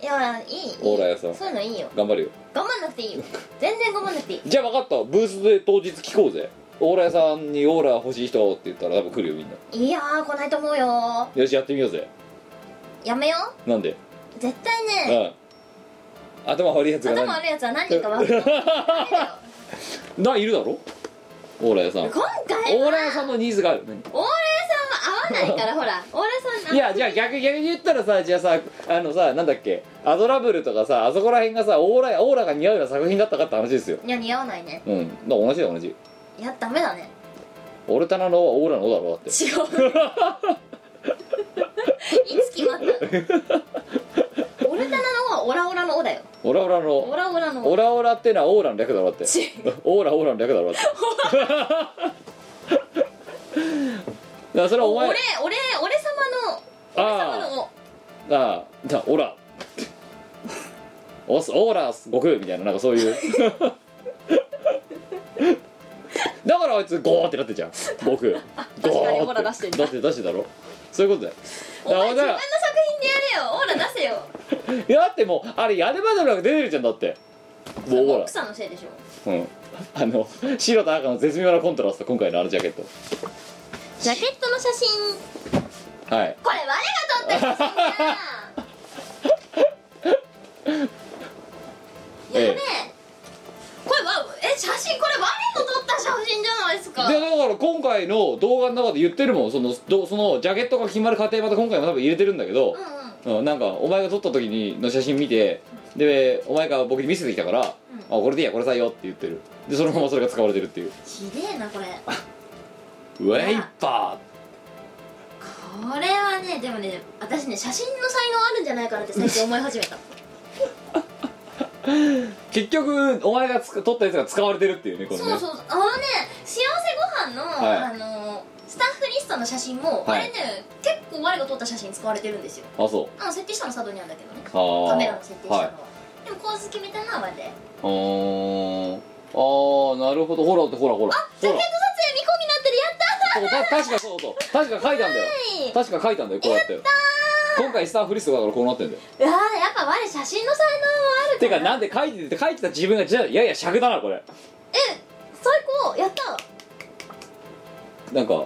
S1: いやいいいい
S5: オーラ屋さん
S1: そういうのいいよ
S5: 頑張るよ
S1: 頑張んなくていいよ全然頑張んなくていい
S5: じゃあ分かったブースで当日聞こうぜオーラ屋さんにオーラ欲しい人って言ったら多分来るよみんない
S1: やー来ないと思うよ
S5: よしやってみようぜ
S1: やめよ
S5: なんで
S1: う絶対
S5: う
S1: ね
S5: ん頭悪いやつが何
S1: 頭悪いやつは何人か分かる
S5: [laughs] ないるだろオーラ屋さん
S1: 今回
S5: オ
S1: は
S5: ーラ屋さんのニーズがある
S1: オーラ屋さんは合
S5: [laughs]
S1: わないからほらオーラ屋さん
S5: いやじゃあ逆逆に言ったらさじゃあさあのさなんだっけアドラブルとかさあそこら辺がさオーラオーラが似合うような作品だったかって話ですよ
S1: いや似合わないね
S5: うんだから同じだよ同じ
S1: いやダメだね
S5: オルタナのオーラのだろだって
S1: 違ういつ決まったのオルタナの「オ」はオラオラの「オ」だよ
S5: オラオラ
S1: オ
S5: の
S1: ラオラの「
S5: オ
S1: オ」
S5: ラオラってのはオーラの略だろだって
S1: 違う
S5: [laughs] オーラオーラの略だろだって
S1: [laughs]
S5: [laughs] だからそれはお前
S1: 俺俺俺様の俺様の「オ
S5: ああだオラオスオーラス悟空みたいななんかそういうだからあいつゴーってなってんじゃん悟空
S1: [laughs] 確かに
S5: ゴ
S1: オーラ
S5: ー
S1: 出
S5: っ
S1: して
S5: て
S1: んだ
S5: 出して出してだろそういうことだよ」
S1: お前自
S5: だか
S1: 分の
S5: ら
S1: 作品でやれよオーラ出せよ
S5: いやだってもうあれ屋根までなんか出てるじゃんだってもうオ
S1: 奥
S5: ー
S1: さんのせいでしょ
S5: ラうんあの白と赤の絶妙なコントラスト今回のあのジャケット
S1: ジャケットの写真
S5: はい
S1: これ我が撮った写真だなやべえ
S5: え
S1: これわえ写真これ我の撮った写真じゃないですか
S5: でだから今回の動画の中で言ってるもんそのどそのジャケットが決まる過程また今回も多分入れてるんだけど、
S1: うんうん
S5: うん、なんかお前が撮った時にの写真見てでお前が僕に見せてきたから「あこれでいいやこれ採用」って言ってるでそのままそれが使われてるっていう
S1: 綺麗なこれ
S5: 「ウェイパ
S1: これはねでもね私ね写真の才能あるんじゃないかなって最近思い始めた
S5: ー」結局お前がつく撮ったやつが使われてるっていうねこの
S1: そう
S5: ね
S1: そうあのね幸せご飯の、
S5: はい
S1: あのスタッフリストの写真も、
S5: は
S1: あ
S5: い
S1: れね結構我が撮った写真使われてるんですよ
S5: あそう
S1: あの設定したの佐渡にあるんだけどね
S5: ああ
S1: カメラの設定したのは、
S5: はい
S1: でも構図決めたのは我で
S5: うーんあーなるほどほらだってほらほら
S1: ジャ
S5: ほ
S1: ケット撮影見込みになってる
S5: ら
S1: やった
S5: そうた確かそうそう確か書いたんだよ
S1: ーい
S5: 確か書いたんだよこうやって今回スターフリストだからこうなってんだよ
S1: いやーやっぱ我写真の才能はある
S5: て
S1: から
S5: かなんで書いてて書いてた自分がじゃあいやいや尺だなこれ
S1: え最高やった
S5: なんか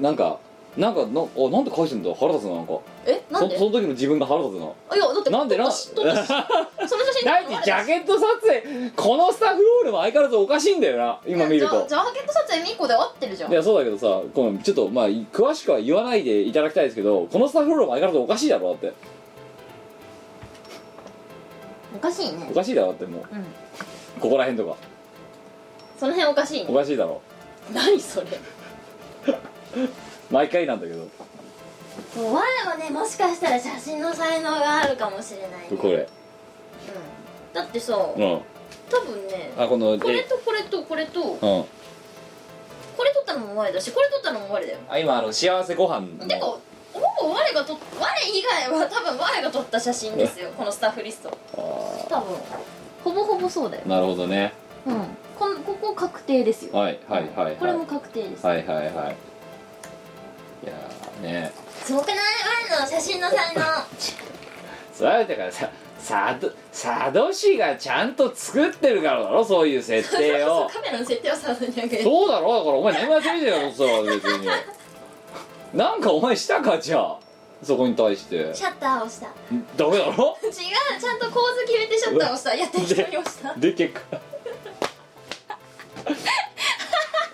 S5: なんかなんかなあなんで返してんだ腹立つななんか
S1: えなんで
S5: そその時の自分が腹立つな
S1: あいやだって
S5: なんでな
S1: 撮った
S5: [laughs]
S1: し撮ったしその写真
S5: だってジャケット撮影このスタッフロールも相変わらずおかしいんだよな今見ると
S1: ジャジャケット撮影2個で合ってるじゃん
S5: いやそうだけどさこのちょっとまあい詳しくは言わないでいただきたいですけどこのスタッフロールも相変わらずおかしいだろだって
S1: おかしいね
S5: おかしいだろだってもう
S1: うん
S5: ここら辺とか
S1: その辺おかしい
S5: お
S1: ね
S5: かしいだろ
S1: 何それ
S5: 毎回なんだけど
S1: そう我はねもしかしたら写真の才能があるかもしれないね
S5: これ
S1: だってさ
S5: う
S1: 多
S5: ん
S1: 分ね
S5: あこの
S1: これ
S5: え
S1: とこれとこれと
S5: うん
S1: これ取ったのも我だしこれ取ったのも我だよ
S5: あ今あの幸せご飯
S1: てか
S5: の
S1: ほぼ我が撮っ我以外は多分我が撮った写真ですよこのスタッフリスト
S5: あ
S1: 多分ほぼほぼそうだよ
S5: ーなるほどね
S1: うんこんここ確定ですよ
S5: はいはいはいはい
S1: これも確定です、
S5: はいはいはいいやーね
S1: すごくない我の写真の才能
S5: そうだからさ佐渡佐渡市がちゃんと作ってるからだろそういう設定
S1: [laughs] そう
S5: を
S1: カメラの設定はさずにあげる
S5: そうだろだからお前何もやってみてよそしたら別になんかお前したかじゃあそこに対して
S1: シャッターを押した
S5: ダメだろ
S1: 違うちゃんと構図決めてシャッターを押したやってる人に押した
S5: で結果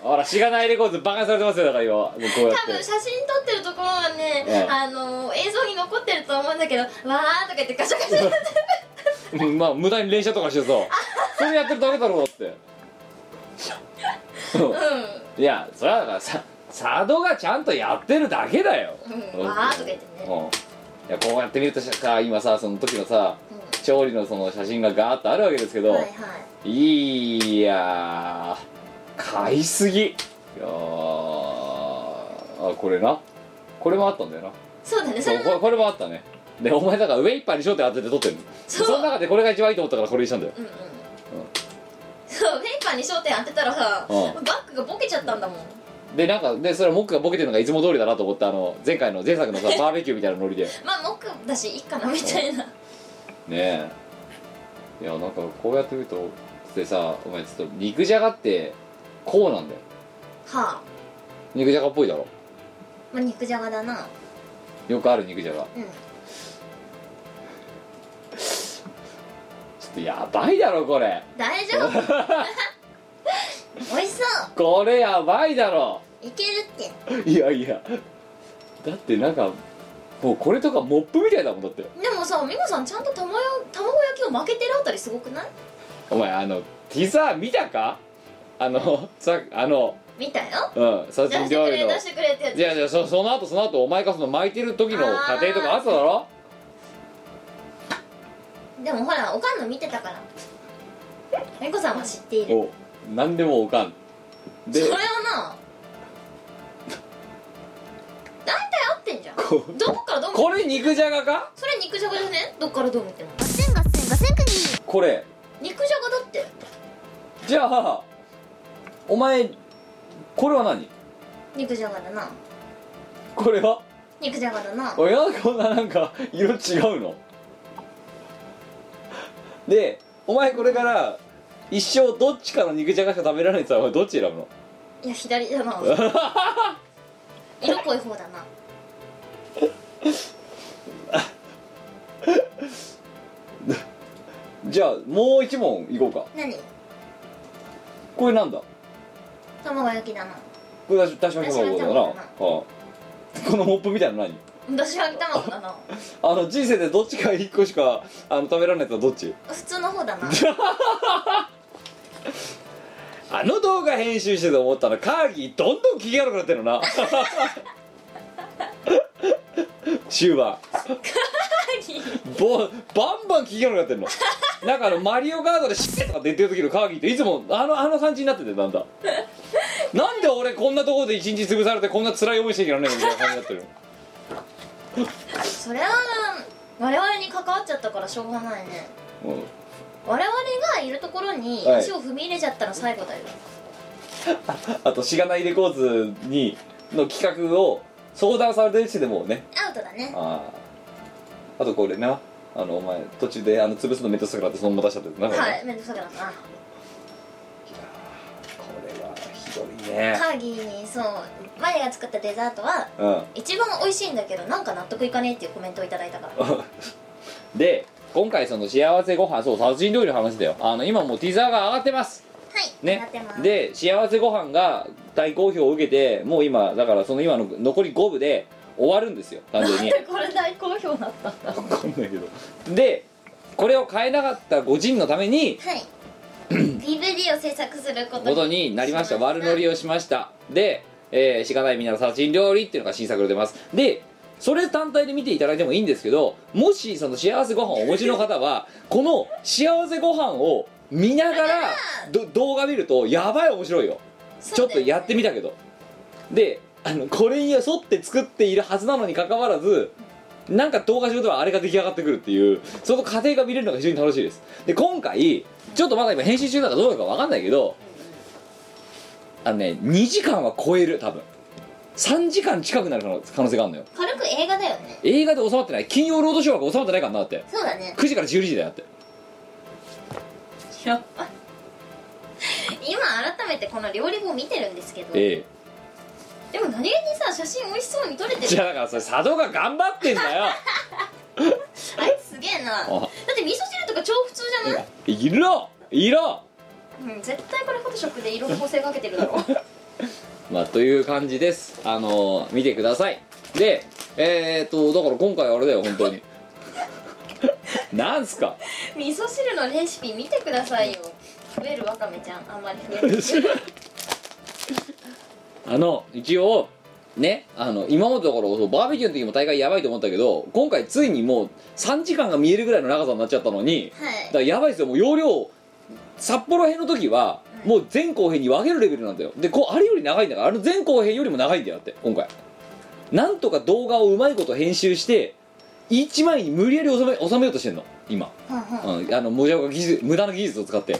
S5: ほらしがないレコードバカされてますよだから今もうこうやっ
S1: 多分写真
S5: て
S1: 撮ってるところはね、
S5: うん
S1: あの映像に残ってると思うんだけどわーとか言ってガシャガシャ
S5: うんまあ無駄に連射とかしてさそれやってるだけだろうってそういやそれはだからさ佐渡がちゃんとやってるだけだよ、
S1: うんうんわーとか言ってね
S5: うんいやこうやって見るとさ今さその時のさ
S1: うん、うん
S5: 調理のその写真がガーッとあるわけですけど、
S1: はいはい
S5: い、やー買いすぎいやーあこれなこれもあったんだよな
S1: そうだねそ
S5: そう
S1: れ
S5: これ
S1: も
S5: これもあったねでお前だから上一杯に焦点当てて撮ってるの
S1: そう
S5: その中でこれが一番いいと思ったからこれにしたんだよ
S1: うんうんそうフェイパーに焦点当てたらさ、
S5: うん
S1: バッグがボケちゃったんだもん
S5: でなんかでそれモックがボケてるのがいつも通りだなと思ったあの前回の前作のさバーベキューみたいなノリで
S1: まあ僕だしいいかなみたいな
S5: ねえいやなんかこうやって見るとでさお前ちょっと肉じゃがってこうなんだよ
S1: はあ
S5: 肉じゃがっぽいだろ
S1: まあ肉じゃがだな
S5: よくある肉じゃが
S1: うん
S5: ちょっとやばいだろこれ
S1: 大丈夫美味しそ
S5: これやばいだろ
S1: ういけるって
S5: いやいやだってなんかもうこれとかモップみたいだもんだって
S1: でもさ美香さんちゃんと卵焼卵焼きを負けてるあたりすごくない
S5: お前あのティザー見たかあのさあの
S1: 見たよ
S5: うん殺
S1: 出して
S5: 人
S1: く
S5: 料理
S1: れ
S5: の
S1: 出してくれってやつ
S5: いやいやそその後その後お前がその巻いてる時の過程とかあっただろ
S1: でもほらおかんの見てたから美子さんは知っている
S5: お何でもおかん
S1: そ
S5: で
S1: れはな大体合ってんじゃん
S5: こ
S1: どこからどう見ても
S5: これ肉じゃがか
S1: それ肉じゃがじゃねどっからどう見ても
S4: ガッセンガッセンガッセンクニー
S5: これ
S1: 肉じゃがだって
S5: じゃあお前これは何
S1: 肉じゃがだな
S5: これは
S1: 肉じゃがだな
S5: おやこんななんか色違うのでお前これから一生どっちかの肉じゃがしか食べられないって言ったらお前どっち選ぶの
S1: いや左だ
S5: [laughs]
S1: な色濃い方だな
S5: じゃあもう一問いこうか
S1: 何
S5: これなんだ
S1: 卵焼きだな
S5: これだしだし巻き卵だ
S1: だ
S5: な、
S1: し巻き
S5: はあこのモップみたいなの何
S1: 私は卵だな
S5: あの人生でどっちか一個しかあの食べられないとどっち
S1: 普通の方
S5: [laughs]
S1: だな
S5: あの動画編集してて思ったらカーギーどんどん機嫌悪くなってるな終盤ぼバンバン機嫌悪くなってるのなんかあのマリオカードで「シッ!」とかって言ってる時のカーギーっていつもあのあの感じになっててなんだなんで俺こんなところで一日潰されてこんな辛い思いしていけないのみたいな感じになってる
S1: それは我々に関わっちゃったからしょうがないね
S5: の、うん
S1: 我々がいるところに
S5: はい
S1: 足を踏み入れちゃったら最後だよ、
S5: あとしがないレコーズにの企画を相談されてる時点でもうね
S1: アウトだね
S5: あああとこれなあのお前途中であの潰すのめんどくさくなってそのまま出しちゃってなこれね
S1: はい面倒くさくなったな
S5: これはひどいね
S1: カーギーにそうマリが作ったデザートは
S5: う
S1: 一番美味しいんだけどなんか納得いかねえっていうコメントをいただいたから
S5: んで今回その幸せご飯そう殺人料理の話だよあの今もうティザーが上がってます
S1: はい、な
S5: ね
S1: ってます
S5: で幸せご飯が大好評を受けてもう今だからその今の残り5部で終わるんですよ完全に
S1: これ大好評だったんだは
S5: 分かんないけどでこれを買えなかったご人のために [clears throat]
S1: い DVD を制作すること
S5: ことになりました悪乗り
S1: を
S5: をしましたで、えー、しがないみんなの殺人料理っていうのが新作で出ますでそれ単体で見ていただいてもいいんですけどもしその幸せご飯をお持ちの方 [laughs] はこの幸せご飯を見ながらど動画見るとやばい面白いよちょっとやってみたけどであのこれに沿って作っているはずなのにかかわらずなんか動画仕事はあれが出来上がってくるっていうその過程が見れるのが非常に楽しいですで今回ちょっとまだ今編集中だからどうなるかわかんないけどあのね2時間は超える多分3時間近くなる可能性があるのよ
S1: 軽く映画だよね
S5: 映画で収まってない金曜ロードショーが収まってないからなだって
S1: そうだね
S5: 9時から12時だよだって
S1: [laughs] 今改めてこの料理本見てるんですけど、
S5: え
S1: でも何気にさ写真美味しそうに撮れて
S5: え
S1: る
S5: じゃあだからそれ佐渡が頑張ってんだよ
S1: あいつすげえなだって味噌汁とか超普通じゃない
S5: いろいろ
S1: うん絶対これフォトショップで色構成かけてるだろ
S5: まあという感じですあのー見てくださいでえー、っとだから今回あれだよ本当に [laughs] なんすか
S1: 味噌汁のレシピ見てくださいよ増えるわかめちゃんあんまり増え
S5: [laughs]
S1: る
S5: あの一応ねあの今までだからそうバーベキューの時も大会やばいと思ったけど今回ついにもう3時間が見えるぐらいの長さになっちゃったのに
S1: はい
S5: だからやばいですよもう容量札幌編の時はもう全後編に分けるレベルなんだよでこうあれより長いんだからあの全後編よりも長いんだよだって今回なんとか動画をうまいこと編集して1枚に無理やり収め収めようとしてんの今、
S1: はんはん
S5: うん、あの無駄な技術無駄な技術を使って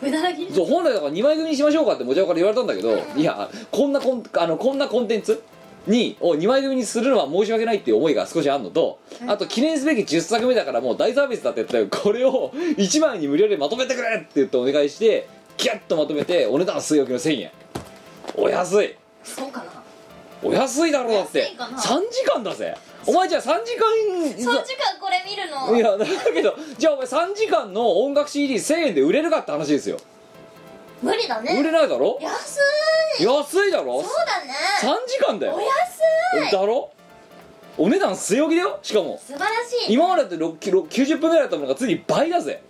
S1: 無駄なぎ
S5: そう本来だから2枚組にしましょうかってもちゃおから言われたんだけどいやこんなコンあのこんなコンテンツにを2枚組にするのは申し訳ないっていう思いが少しあるのとあと記念すべき10作目だからもう大サービスだって言ってこれを1枚に無料でまとめてくれって言ってお願いしてキャッとまとめてお値段据え置きの1000円お安い
S1: そうかな
S5: お安いだろうだって
S1: 安いかな
S5: 3時間だぜお前じゃあ3時
S1: 3
S5: 間
S1: 時間これ見るの
S5: いやだけどじゃあお前3時間の音楽 CD1000 円で売れるかって話ですよ
S1: 無理だ
S5: 売れ
S1: ね
S5: ないだろ
S1: 安い
S5: 安いだろ
S1: そうだね
S5: 3時間だよ
S1: お安い
S5: だろお値段据え置きだよしかも
S1: 素晴らしい
S5: 今までだって6キロ90分ぐらいだったものがついに倍だぜ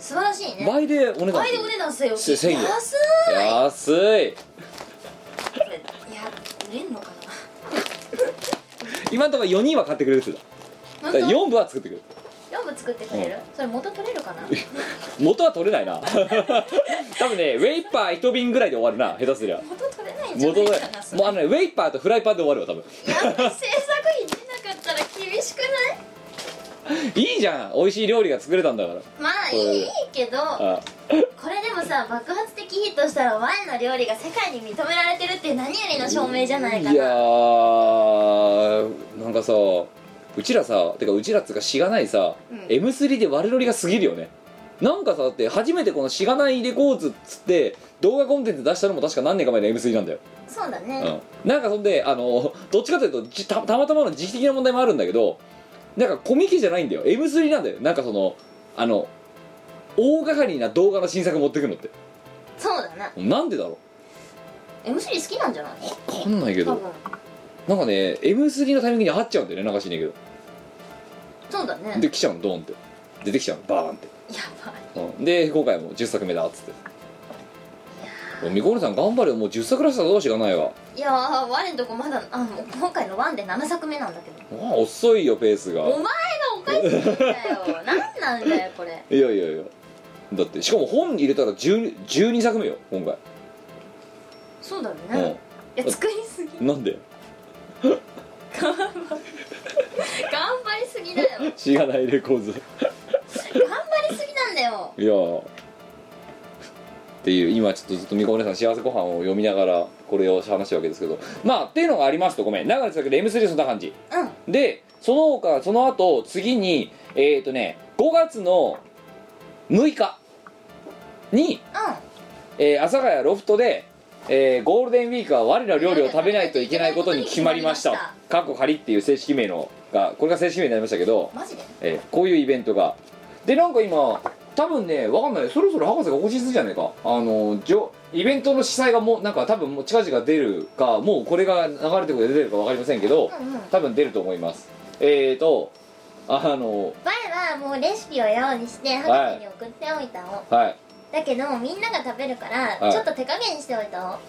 S1: 素晴らしいね
S5: 倍でお値段
S1: 倍でお値段据え置き
S5: せ1000円
S1: 安い
S5: 安い
S1: これいや売れんのか
S5: 今のところ4人は買ってくれるってだ
S1: な
S5: だから
S1: 本
S5: 4部は作ってくれる
S1: 当4部作ってくれるそれ元取れるかな
S5: 元は取れな
S1: [laughs]
S5: いな多分ねウェイパー1瓶ぐらいで終わるな下手すりゃ
S1: 元取れないんじゃ
S5: 元
S1: な
S5: が
S1: いかなそれ
S5: もうあのねウェイパーとフライパンで終わるわ多分
S1: やっぱり制作費出なかったら厳しくない
S5: いいじゃん美味しい料理が作れたんだから
S1: まあい
S5: そう
S1: いいいけど
S5: あ
S1: これでもさ爆発的ヒットしたらワインの料理が世界に認められてるって何よりの証明じゃないか
S5: いや
S1: な
S5: ーなんかさうちらさてかうちらっつうかしがないさ、
S1: うん
S5: M3 で悪ノリが過ぎるよねなんかさだって初めてこのしがないレコーズっつって動画コンテンツ出したのも確か何年か前の M3 なんだよ、
S1: そうだ
S5: う
S1: ね
S5: ん、なんかそんであのどっちかというとじたたまたまの時期的な問題もあるんだけどなんかコミケじゃないんだよ M3 なんだよなんかそのあの大掛かりな動画の新作持ってくのって
S1: そうだな
S5: なんでだろ
S1: M3 好きなんじゃないう
S5: 分かんないけ
S1: 多
S5: ど
S1: 分
S5: なんかね M3 のタイミングに合っちゃうんだよねなんかしねえけど
S1: そうだね
S5: で来ちゃうのドーンって出てきちゃうのバーンって、
S1: やばい
S5: うん、で今回も10作目だっつってみこねさん頑張れよもう10作らしさどうしかないわ
S1: いやー我んとこまだあもう今回のワンで7作目なんだけど
S5: ああ遅いよペースが
S1: お前がおかしいんだ
S5: [laughs]
S1: よ何なんだよこれ
S5: いやいやいやだってしかも本に入れたら10 12作目よ今回
S1: そうだよね、
S5: うん
S1: いや作りすぎ
S5: なんで
S1: 頑張りすぎだよ頑
S5: しがないレコーズ
S1: 張りすぎなんだよ
S5: いやーっていう今ちょっとずっとみこねさん幸せご飯を読みながらこれを話したわけですけどまあっていうのがありますとごめん流れてたけど M3 そんな感じ
S1: うん
S5: でその他その後次にえっ、ー、とね5月の6日に、
S1: う
S5: えー阿佐ヶ谷ロフトで、えーゴールデンウィークは我ら料理を食べないといけないことに決まりまし
S1: 決まり
S5: た
S1: まし
S5: かっこ仮っていう正式名のがこれが正式名になりましたけど
S1: ん、マジで
S5: えーこういうイベントがでなんか今多分ねわかんないそろそろ博士がお越しするじゃないかあのじょイベントの主催がもうなんか多分もう近々出るかもうこれが流れてくるか出てるか分かりませんけど、
S1: うんうん
S5: 多分出ると思いますえーとあの
S1: 前はもうレシピを用意して博
S5: はい
S1: 士に送っておいたの、
S5: はい
S1: だけどみんなが食べるから、
S5: はい
S1: ちょっと手加減しておいたの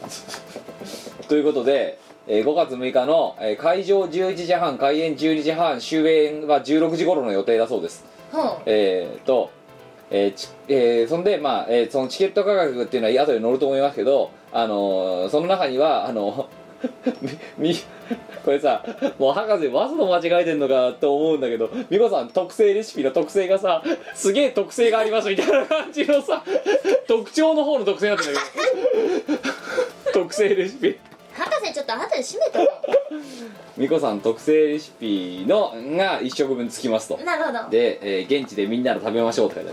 S5: ということで、ええー5月6日の、えー会場11時半開演12時半終演は16時頃の予定だそうです
S1: ほう
S5: えー、と、えーちえーそんで、まあえーそのチケット価格っていうのは後で乗ると思いますけど、あのーその中にはあの [laughs] みみこれさもう博士わざと間違えてんのかと思うんだけど美子さん特製レシピの特性がさすげえ特性がありますみたいな感じのさ特徴の方の特性なんだけど特製レシピ
S1: 博士ちょっと後で閉めてよ
S5: 美子さん特製レシピのが1食分つきますと [laughs]
S1: なるほど
S5: で、えー現地でみんなで食べましょうって書いて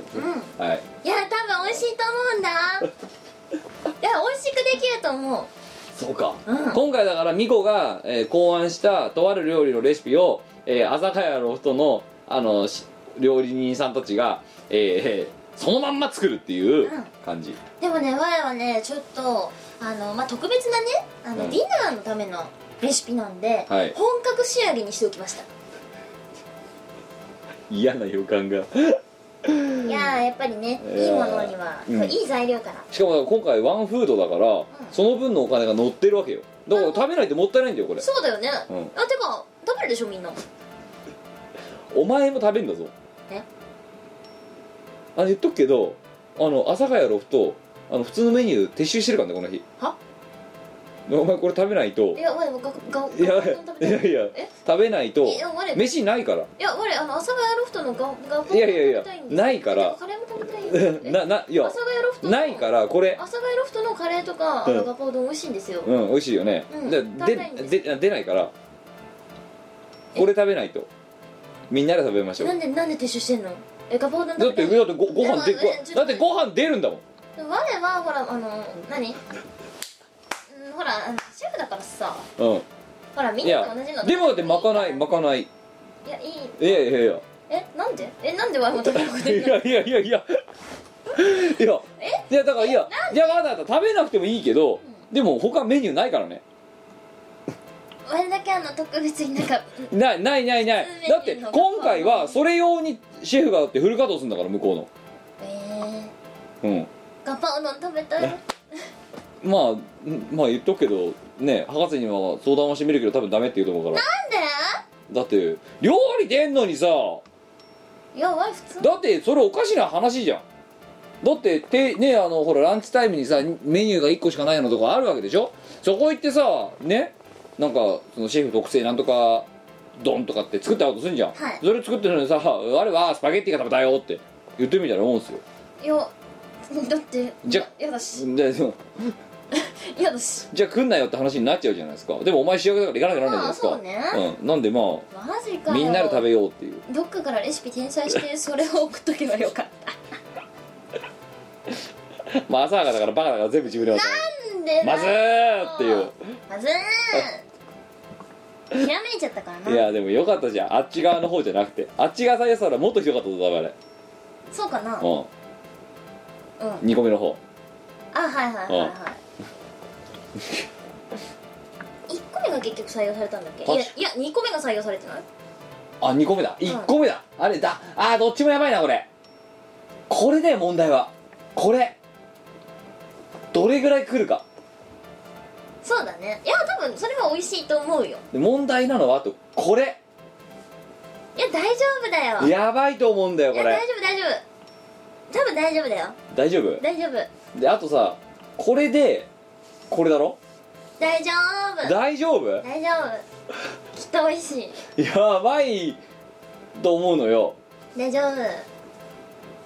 S5: ある、はい
S1: いや多分美味しいと思
S5: [laughs]
S1: うんだいや美味しくできると思う
S5: そうか、
S1: うん
S5: 今回だからミコが、えー考案したとある料理のレシピを、えー、朝霞やロフトのあのし料理人さんたちが、えーそのまんま作るっていう
S1: うん
S5: 感じ、
S1: でもね我はねちょっとあの、まあ、特別なねあの、
S5: うん
S1: ディナーのためのレシピなんで、
S5: はい
S1: 本格仕上げにしておきました、
S5: 嫌な予感が
S1: いやーやっぱりね、
S5: えー
S1: いいものには、
S5: うん
S1: いい材料から
S5: しかも今回ワンフードだから、その分のお金が乗ってるわけよだから食べないともったいないんだよこれ
S1: そうだよね、
S5: うん
S1: あてか食べるでしょみんな
S5: お前も食べんだぞ
S1: え
S5: あ言っとくけどあの朝霞やロフトあの普通のメニュー撤収してるからねこの日
S1: は
S5: お前これ食べないと
S1: いや我ががが
S5: いや
S1: ガオガオ食べ
S5: い
S1: た
S5: や
S1: い
S5: いや
S1: え
S5: 食べないと
S1: いや我い
S5: 飯ないから
S1: や我あの阿佐ヶ谷ロフトのガオガオ
S5: いやいやいや
S1: 食べたんです
S5: ないから
S1: でもカレーも食べたいよえ
S5: なない
S1: 阿
S5: や
S1: 佐ヶ谷ロフトの
S5: ないからこれ
S1: 阿佐ヶ谷ロフトのカレーとかあ
S5: う
S1: の
S5: ん
S1: ガパオ丼美味しいんですよ、
S5: うん美味しいよね
S1: うん
S5: で
S1: 食べないんです
S5: でで出ないからこれ食べないとみんなで食べましょう
S1: なんでなんで撤収してんのえガパオ丼
S5: だ
S1: 食
S5: っ
S1: べた
S5: て
S1: い
S5: だってごご飯で
S1: いやまあちょっと
S5: だってご飯出るんだもん
S1: 我はほらあの何うんほらあのシェフだからさ
S5: うん
S1: ほらみ
S5: い
S1: んな
S5: や
S1: と同じの
S5: でもだってまかないまかない
S1: いやいい
S5: いやいやいや
S1: えなんでえなんで我も食べなく
S5: い
S1: ていいの
S5: やいやいやいやいやいやだからいやいやわざわざ食べなくてもいいけどでも他メニューないからね
S1: 我だけあの特別になんか
S5: ないないないないだって今回はそれ用にシェフがだってフル稼働するんだから向こ
S1: えー、
S5: うの
S1: ガパオ丼食べたい
S5: うんまあうんまあ言っとくけどね博士には相談はしてみるけど多分ダメって言うと思うから
S1: なんで
S5: だって料理出んのにさ
S1: いや我普通
S5: だってそれおかしな話じゃんだっててねあのほらランチタイムにさメニューが1個しかないのとかあるわけでしょそこ行ってさねなんかそのシェフ特製なんとか丼とかって作ってあるとするじゃん、
S1: はい
S5: それ作ってるのにさあれはスパゲッティが食べたいよって言ってるみたいなもんですよ
S1: いやだって
S5: じゃ
S1: やだし
S5: でその
S1: やだし
S5: じゃあ来んなよって話になっちゃうじゃないですかでもお前主役だから行かなきゃなんないじゃ
S1: ま
S5: ないですか
S1: あそうね
S5: うん、なんでま
S1: マジか
S5: あ
S1: よ
S5: みんなで食べようっていう
S1: どっかからレシピ転載してそれを送っとけばよかった
S5: まあ朝からだからバカだから全部自分でやる
S1: なんで
S5: まずーっていう
S1: まずーんひらめいちゃったからない
S5: やでもよかったじゃんあっち側の方じゃなくてあっち側さえやってたらもっとひどかったぞだめあれ
S1: そうかなうん
S5: う
S1: あ
S5: ん2個目の方
S1: はいはいはい [laughs] はい1個目が結局採用されたんだっけいやい
S5: 確
S1: や2個目が採用されてない
S5: あ2個目だ1個目だ、あれだあーどっちもやばいなこれこれだよ問題はこれどれぐらい来るか
S1: そうだねいや多分それは美味しいと思うよ
S5: で問題なのはあとこれ
S1: いや大丈夫だよ
S5: やばいと思うんだよ
S1: い
S5: こ
S1: や
S5: れ
S1: 大丈夫大丈夫多分大丈夫だよ
S5: 大丈夫
S1: 大丈夫
S5: であとさこれでこれだろ
S1: 大丈夫
S5: 大丈夫
S1: 大丈夫きっと美味しい
S5: やばいと思うのよ
S1: 大丈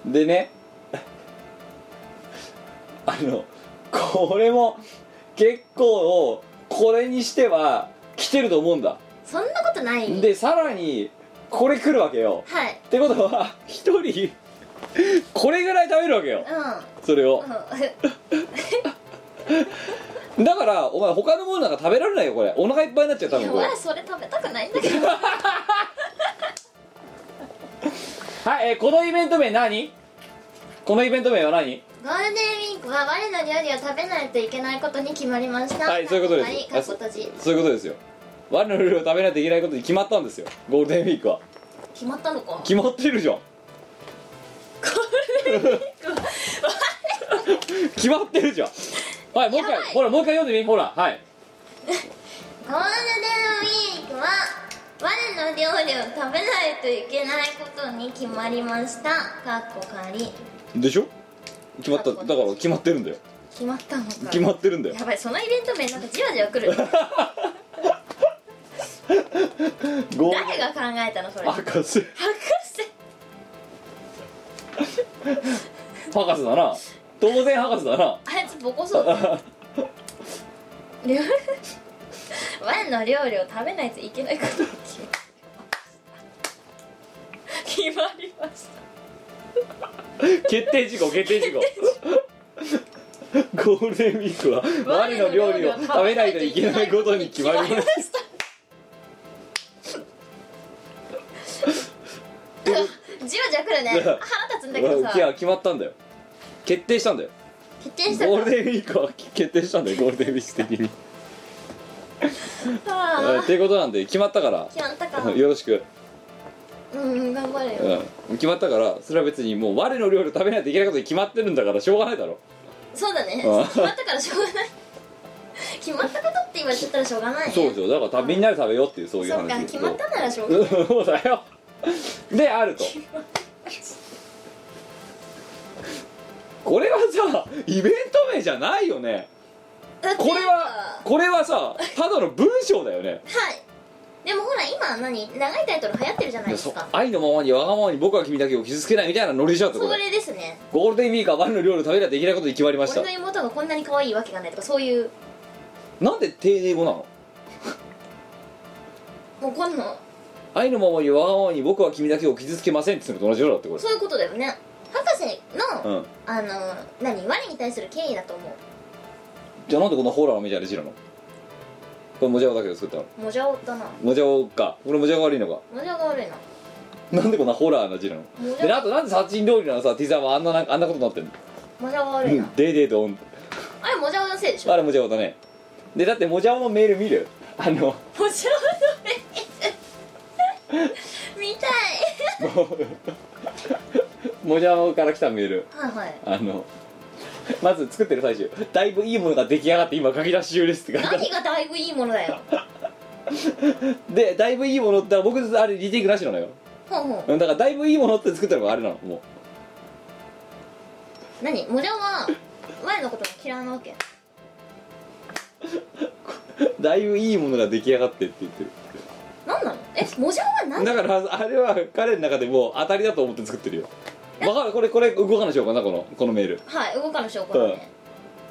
S1: 夫
S5: でね [laughs] あのこれも結構これにしては来てると思うんだ
S1: そんなことない
S5: でさらにこれ来るわけよ
S1: はい
S5: ってことは一人これぐらい食べるわけよ
S1: う
S5: それを
S1: んうん
S5: だからお前他のものなんか食べられないよこれお腹いっぱいになっちゃう多
S1: い
S5: 分
S1: や
S5: これ
S1: 俺それ食べたくないんだけ
S5: [laughs]
S1: ど
S5: はい、えーこのイベント名何このイベント名は何
S1: ゴールデンウィークは我の料理を食べないといけないことに決まりました
S5: はいそういうことです
S1: はいかっこ閉じ
S5: そういうことですよ我のルールを食べないといけないことに決まったんですよゴールデンウィークは
S1: 決まったのか
S5: 決まってるじゃん決まってるじゃんはいもう
S1: や
S5: 一回
S1: ばい
S5: ほらもう一回読んでみほらはい
S1: ゴールデンウィークは我の料理を食べないといけないことに決まりましたかっこ仮
S5: でしょ決まっただから決まってるんだよ
S1: 決まったのか
S5: 決まってるんだよ
S1: やばいそのイベント名なんかじわじわ来
S5: [laughs]
S1: る
S5: ゴー
S1: 誰が考えたのそれ博
S5: 博士
S1: 士
S5: 博士だな当然博士だな
S1: あいつボコそうだね料理我の料理を食べないといけないことに決まりました
S5: 決定事項決定事項ゴールデンウィークは我の料理を食べないといけないことに決まりました
S1: 決まりましたじわじわ来るね腹立つんだけど
S5: いや
S1: さ
S5: 決まったんだよ決定したんだよ
S1: 決定した
S5: ゴールデンウィークは決定したんだよゴールデンウィーク的に
S1: あ
S5: うん
S1: ー
S5: っていうことなんで決まったから
S1: 決まったか
S5: うんよろしく、
S1: うん頑張れよ
S5: うん、決まったからそれは別にもう我の料理を食べないといけないことに決まってるんだからしょうがないだろ
S1: そうだね
S5: うん
S1: 決まったからしょうがない決まったことって言われちゃったらしょうがないね
S5: そうですよだからたみんなで食べようっていうそういう
S1: そ
S5: 話
S1: っか
S5: です
S1: 決
S5: け
S1: まっ
S5: ど
S1: たならしょうがない
S5: そうだよであるとこれはさイベント名じゃないよね
S1: だって
S5: [laughs] これはこれはさただの文章だよね
S1: はいでもほら今何長いタイトル流行ってるじゃないですか
S5: 愛のままにわがままに僕は君だけを傷つけないみたいなノリじゃんってこ
S1: そ
S5: れ
S1: れですね
S5: ゴールデンウィークはバルの料理を食べないといけないことに決まりました
S1: 俺の妹がこんなに可愛いわけがないとかそういう
S5: なんで定例語なの
S1: もうこんの
S5: 愛のままにわがままに僕は君だけを傷つけませんってするのと同じようだってこれ
S1: そういうことだよね博士の、
S5: うん
S1: あの何我に対する敬意だと思う
S5: じゃあなんでこんなホラーのメジャーで知るのこれもじゃおだけで作ったの
S1: もじゃおだな
S5: もじゃおかこれもじゃお悪いのか
S1: もじゃが悪いな
S5: なんでこんなホラーな字なの
S1: もじゃ
S5: であとなんで殺人料理なのさ T さんはあんななんかあんなことになってんの
S1: もじゃが
S5: う
S1: 悪いな、
S5: んデーデーとオン
S1: あれもじゃおのせいでし
S5: [laughs]
S1: ょ
S5: あれもじゃおだねでだってもじゃおのメール見るあの
S1: もじゃおのせい [laughs] 見たい
S5: もじゃおから来たメール
S1: はいはい
S5: あのまず作ってる最中だいぶいいものが出来上がって今書き出し中ですって書いてある
S1: 何がだいぶいいものだよ
S5: でだいぶいいものって僕あれリテイクなしなのよ
S1: ほうほ
S5: うんだからだいぶいいものって作ったのがあれなのも
S1: う何もじゃおは我のことが嫌いなわけ
S5: うだいぶいいものが出来上がってって言ってる
S1: なんなのえもじゃおは何
S5: だからあれは彼の中でもう当たりだと思って作ってるよわかるこれこれ動かないでしょうかなこのこのメール
S1: はい動かぬ証拠だね、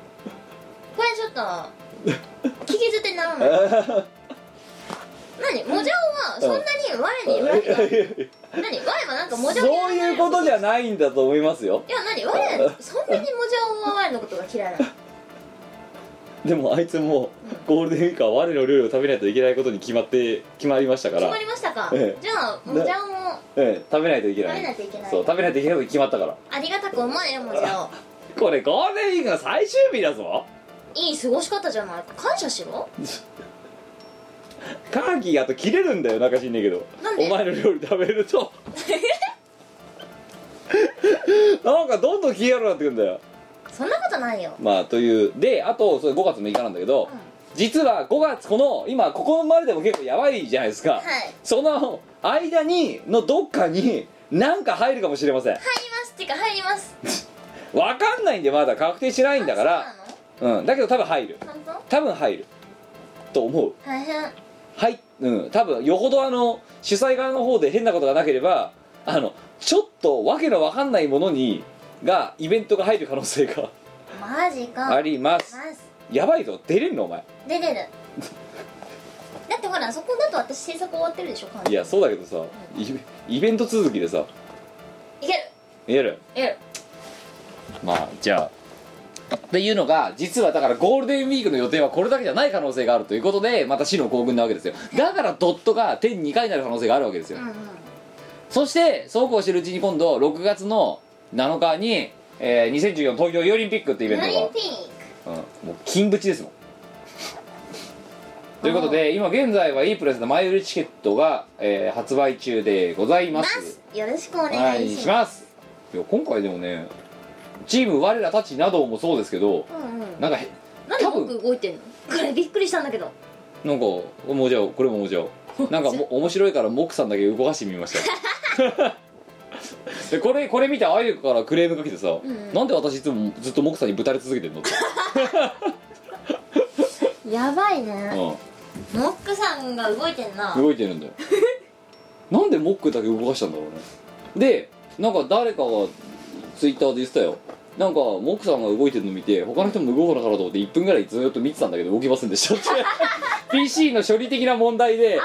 S1: [laughs] これちょっと聞き捨てなら
S5: [laughs]
S1: ない何もじゃおはそんなに我に恨みが
S5: [laughs]
S1: 何我はなんかもじゃおに
S5: そういうことじゃないんだと思いますよ
S1: いや何我そんなにもじゃおは我のことが嫌いなの
S5: でもあいつもゴールデンウィークは我の料理を食べないといけないことに決まって決まりましたか
S1: 決
S5: ら
S1: まりましたか、
S5: ええ
S1: じゃあもじゃおも
S5: ええ食べないといけ
S1: 食
S5: ない
S1: べないといけない
S5: そう食べないといけないことに決まったから
S1: ありがたく思えよもじゃ
S5: これゴールデンウィークの最終日だぞ
S1: おいい過ごし方じゃない感謝しろ
S5: カーキーあと切れるんだよなんか知んねえけど
S1: なんで
S5: お前の料理食べる
S1: [laughs]
S5: となんかどんどん消えやろうなってくんだよ
S1: そんなことないよ
S5: まあというであとそれ5月6日なんだけど、実は5月この今ここまででも結構やばいじゃないですか、
S1: はい入り
S5: その間にのどっかに何か入るかもしれません
S1: ますっていうか入ります
S5: わかんないんでまだ確定しないんだか
S1: あ
S5: ら
S1: そう
S5: うんだけど多分入る
S1: なの本
S5: 多分入ると思う
S1: 当大変
S5: はいうん多分よほどあの主催側の方で変なことがなければあのちょっとわけのわかんないものにがイベントが入る可能性が
S1: マジか
S5: あります
S1: ます
S5: やばいぞ出れんのお前
S1: 出れるだってほらそこだと私制作終わってるでしょ完全
S5: い
S1: に
S5: やそうだけどさイベイベント続きでさ
S1: いける
S5: 見える
S1: いける
S5: まあじゃあっていうのが実はだからゴールデンウィークの予定はこれだけじゃない可能性があるということでまた死の行軍なわけですよだからドットが点2回になる可能性があるわけですよ、
S1: うんうん
S5: そしてそうこうしてるうちに今度6月の7日に、えー2014東京オリンピックってイベン
S1: ナイン
S5: ト
S1: ピー
S5: が、うん、もう金縁ですもんということで今現在は e プレスの前売りチケットが、えー発売中でござい
S1: クま
S5: ます
S1: すよろしくお
S5: は
S1: 願
S5: い
S1: い
S5: し
S1: しま
S5: ますいや今回でもねチーム我らたちなどもそうですけど
S1: すうんうん
S5: なんかへ
S1: なんで
S5: 多
S1: 僕
S5: 分
S1: 動いてんのこれびっくりしたんだけど
S5: なんかもうじゃあこれももうじゃあなんかも面白いからモックさんだけ動かしてみましたでこれこれ見てあゆからクレームが来てさ、
S1: ん
S5: なんで私いつもずっとモックさんにぶたれ続けてんのって、
S1: やばいね
S5: う、
S1: モックさんが動いてんなん
S5: 動いてるんだよ [laughs] なんでモックだけ動かしたんだろうねでなんか誰かがツイッターで言ってたよなんかモックさんが動いてるの見て他の人も動かなかったと思って1分ぐらいずっと見てたんだけど動きませんでしたって [laughs] PC の処理的な問題で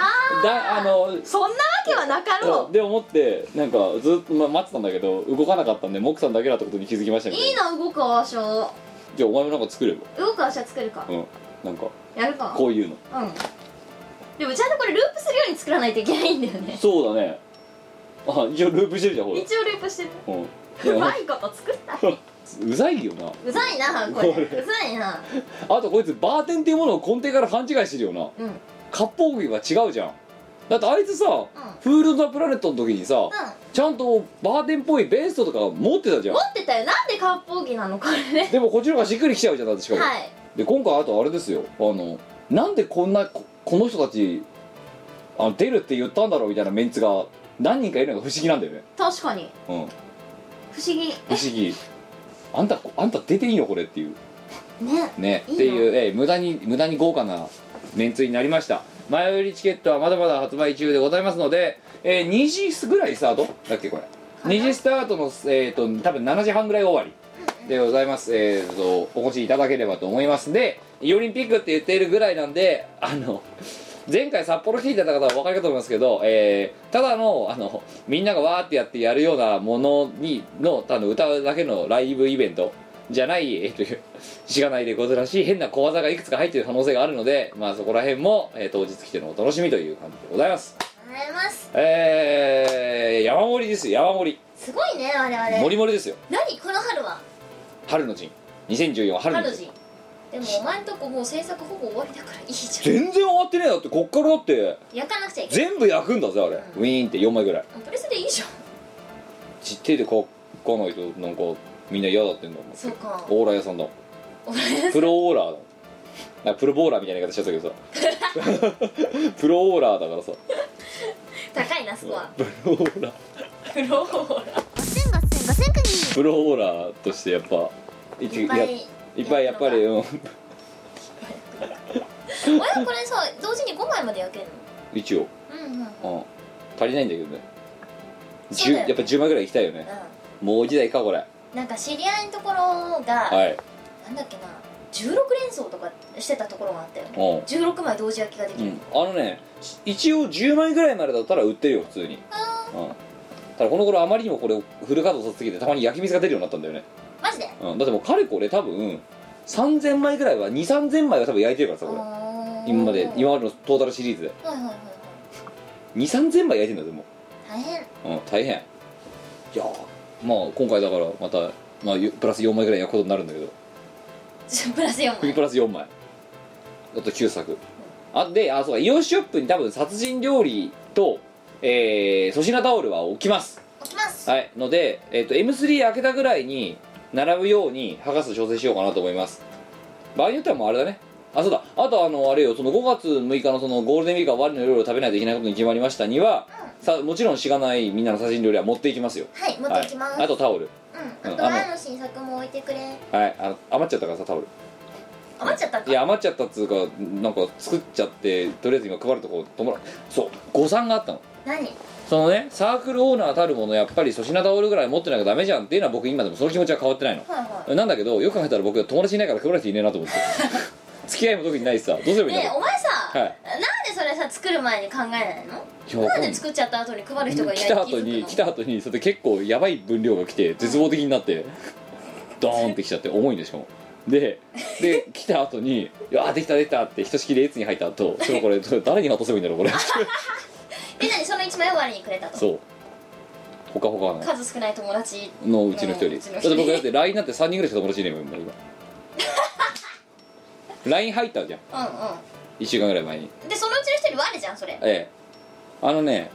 S5: だあの
S1: そんなわけはなかろう
S5: で思ってなんかずっと、ま、待ってたんだけど動かなかったんでモックさんだけだってことに気づきましたけど
S1: いいな動くアーシャ
S5: じゃあお前もなんか作れば
S1: 動くアーシャ作るか
S5: うんなんか
S1: やるか
S5: こういうの
S1: うんでもちゃんとこれループするように作らないといけないんだよね
S5: そうだねあ一応ループしてるじゃんほら
S1: 一応ループしてる
S5: うん
S1: う
S5: いや
S1: まいこと作った
S5: うざいよな
S1: うざいなこれうざいな
S5: あとこいつバーテンっていうものを根底から勘違いしてるよな
S1: うんうん
S5: 割烹着は違うじゃんだってあいつさ、フール・ザ・プラネットの時にさ、ちゃんとバーテンっぽいベーストとか持ってたじゃん
S1: 持ってたよなんで割烹着なのこれね
S5: でもこっちの方がしっくりきちゃうじゃんだってしかも、
S1: はい
S5: で今回あとあれですよあのなんでこんなここの人たちあの出るって言ったんだろうみたいなメンツが何人かいるのが不思議なんだよね
S1: 確かに
S5: うん
S1: 不思議
S5: 不思議あんたあんた出ていいのこれっていう
S1: ね
S5: ね
S1: いいの
S5: っていう、ええ無駄に無駄に豪華なメンツになりました前売りチケットはまだまだ発売中でございますので、えー2時ぐらいスタートだっけこれ2時スタートの、えー、と多分7時半ぐらい終わりでございます、えー、とお越しいただければと思いますでイオリンピックって言っているぐらいなんであの前回札幌来ていただいた方はお分かりかと思いますけど、えーただのあのみんながわーってやってやるようなものにのあの歌うだけのライブイベントじゃない、えーというしがないレコードらしい変な小技がいくつか入っている可能性があるので、まあ、そこら辺も、えー当日来てのお楽しみという感じでございます
S1: ありがとうございます
S5: えー、山盛りですよ山盛
S1: すごいね我
S5: り
S1: 々
S5: 盛り盛りですよ
S1: 何この春は
S5: 春の陣2014春の
S1: 春
S5: 陣
S1: 時でもお前んとこもう制作ほぼ終わりだからいいじゃ
S5: 全然終わってねえだってこっからだって
S1: ん焼かなくちゃいけない
S5: 全部焼くんだぜあれウィーンって4枚ぐらい
S1: プレスでいい
S5: [laughs]
S1: じゃん
S5: ちっ手で書かないとなんかみんな嫌だってんだもん
S1: そうか
S5: オーラ屋さんだプロオーラーだあプロボーラーみたいな言い方しちゃったけど [laughs] さプロオーラーだからさ
S1: 高いなスコア
S5: プロオーラー
S1: プローラ
S4: ガセンガセンガセンクニー
S5: プロオーラーとしてやっぱい
S1: いっぱい
S5: いっぱいやっぱりうん
S1: お前はこれさ同時に5枚まで焼ける
S5: 一応、
S1: のうんうんうんうん
S5: うん、足りないんだけどね
S1: そう
S5: 10
S1: だよ
S5: やっぱ10枚ぐらいいきたいよねもう一台かこれ
S1: なんか知り合いのところが、
S5: はい
S1: なんだっけな16連想とかしてたところがあったよね
S5: うん
S1: 16枚同時焼きができ
S5: う
S1: る、
S5: ん、あのね一応10枚ぐらいまでだったら売ってるよ普通にうんただこの頃あまりにもこれをフル稼働させすぎてたまに焼き水が出るようになったんだよね、
S1: マジで
S5: うん、だってもうかれこれ多分3000枚ぐらいは23000枚は多分焼いてるからさこれ今まで今までのトータルシリーズで
S1: はいはいはいはい
S5: 23000枚焼いてんだぜも
S1: 大変
S5: う、うん、大変いやーまあ今回だからまた、まあ、よプラス4枚ぐらい焼くことになるんだけど
S1: プラス4枚
S5: プラス4枚あと9作あであそうかイオシショップに多分殺人料理とえー粗品タオルは置きます
S1: 置きます
S5: はいので、えー、と M3 開けたぐらいに並ぶように剥がす調整しようかなと思います場合によってはもうあれだねあそうだあとあのあれよその5月6日のそのゴールデンウィークは我の夜を食べないといけないことに決まりましたには、さもちろんしがないみんなの殺人料理は持っていきますよ
S1: はい持っていきます、
S5: はい、あとタオル
S1: うんあと前の新作も置いてくれ
S5: はいあの余っちゃったからさタオル
S1: 余っちゃったか
S5: いや余っちゃったっつうかなんか作っちゃってとりあえず今配るとこ止まらそう誤算があったの
S1: 何
S5: そのねサークルオーナーたるものやっぱり粗品タオルぐらい持ってなきゃダメじゃんっていうのは僕今でもその気持ちは変わってないの
S1: はいは
S5: なんだけどよく考えたら僕友達いないから配られていねえ
S1: [laughs]
S5: なと思って付き合いも特にないしさどうすれ
S1: い
S5: ばいいん
S1: ねえ
S5: だろ
S1: お前さ、
S5: はい
S1: なんでそれさ作る前に考えないの
S5: ういや
S1: なんで作っちゃった後に配る人がいない
S5: 来た後に来た後にそれで結構やばい分量が来て絶望的になってドーンってきちゃって重いんでしかもでで来た後に「うわーできたできた」ってひとしきり列に入った後それこれ誰に渡せばいいんだろう
S1: [laughs]
S5: これ
S1: で何その1枚を割にくれたと
S5: そうほかほかな
S1: 数少ない友達
S5: のうちの一人
S1: うん [laughs] う
S5: だ
S1: ちの一
S5: っ
S1: 人
S5: て僕だって LINE なんて3人ぐらいしか友達いねえもん
S1: [laughs]
S5: 今 LINE 入ったじゃん
S1: うん
S5: 1週間ぐらい前に
S1: うんでそのうちの一人我じゃんそれ
S5: ええあのね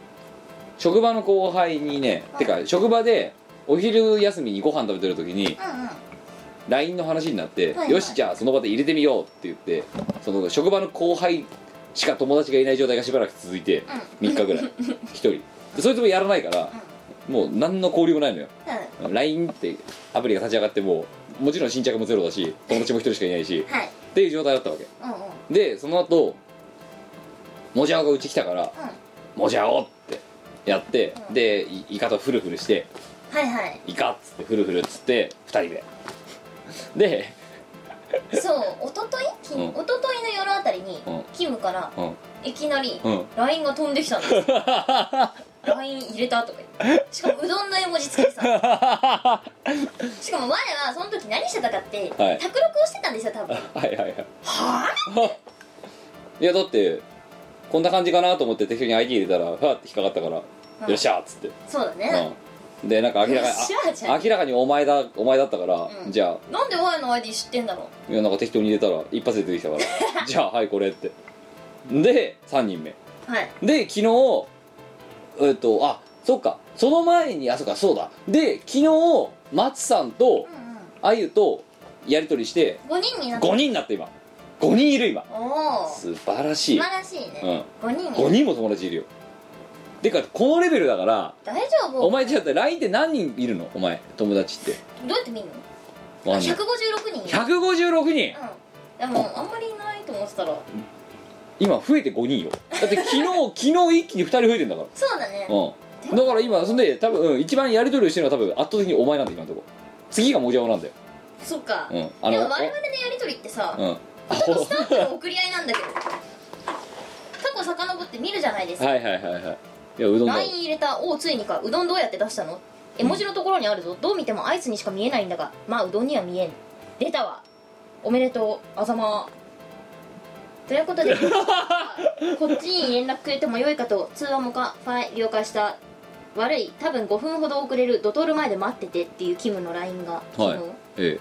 S5: 職場の後輩にねてか職場でお昼休みにご飯食べてる時に
S1: うんうん
S5: LINE の話になって、
S1: はいはい
S5: よしじゃあその場で入れてみようって言ってその職場の後輩しか友達がいない状態がしばらく続いて
S1: う
S5: 3日ぐらい
S1: [laughs]
S5: 一人でそいつもやらないからもう何の交流もないのよ
S1: うん
S5: LINE ってアプリが立ち上がってももちろん新着もゼロだし友達も一人しかいないし
S1: はい
S5: っていう状態だったわけ
S1: うんうんうん
S5: でその後もじゃおがうち来たから「もじゃお!」ってやって
S1: うん
S5: でいイカとフルフルして
S1: はいはい
S5: 「イカ」っつってフルフルっつって2人でで [laughs]
S1: そう一昨日き
S5: うん
S1: 一昨日の夜あたりに
S5: うん
S1: キムから
S5: うん
S1: いきなり
S5: うん
S1: LINE が飛んできたんです
S5: [laughs]
S1: LINE 入れたとか言ってしかもうどんの絵文字つけてた
S5: [laughs] は
S1: しかも前はその時何してたかって卓
S5: はい
S1: 録をしてたんですよ多分
S5: いはいはいはいやだってこんな感じかなと思って適当に ID 入れたらふわって引っかかったから「よっしゃ!」っつって、
S1: そうだね
S5: うん、でなんか明らか
S1: よっしゃー
S5: に
S1: じゃ
S5: あ
S1: ん
S5: 明らかにお前だお前だったから、
S1: うん
S5: じゃあ
S1: なんでワイの ID 知ってんだろ
S5: いやなんか適当に入れたら一発で出てきたか
S1: [laughs]
S5: らじゃあはいこれってで3人目
S1: うはい
S5: で昨日えっとあそっかその前にあそっかそうだで昨日松さんと
S1: うんうん
S5: あゆとやり取りして
S1: 5人になった
S5: 5人になって今5人いる今
S1: おお素
S5: 素晴らし
S1: 晴
S5: い
S1: らしいね、5人
S5: 5人も友達いるよてかこのレベルだから
S1: 大丈夫
S5: お前ちょっと LINE って何人いるのお前友達って
S1: どうやって見んの
S5: わかんない
S1: 156人
S5: 156人
S1: うんでもあんまりいないと思ってたら
S5: 今増えて5人よだって昨日
S1: [laughs]
S5: 昨日一気に2人増えてんだから
S1: そうだね
S5: うんだから今そんで多分、うん、一番やり取りをしてるのは多分圧倒的にお前なんだ今のとこ次がもじゃおなんだよ
S1: そっか
S5: う
S1: でも
S5: んあ
S1: 我
S5: の
S1: 々のやりとりってさ
S5: うんあ
S1: 人と
S5: ほ
S1: スタンプの送り合いなんだけど過去遡って見るじゃないですか
S5: はいはいはいはいいやうどんだ
S1: LINE 入れた「おうついにかうどんどうやって出したの?」絵文字のところにあるぞどう見てもアイスにしか見えないんだがまあうどんには見えん出たわおめでとうあざまという
S5: [laughs]
S1: ことでこっちに連絡くれてもよいかと通話もかファイ了解した悪い多分5分ほど遅れるドトール前で待っててっていうキムの LINE が昨日、
S5: はいえ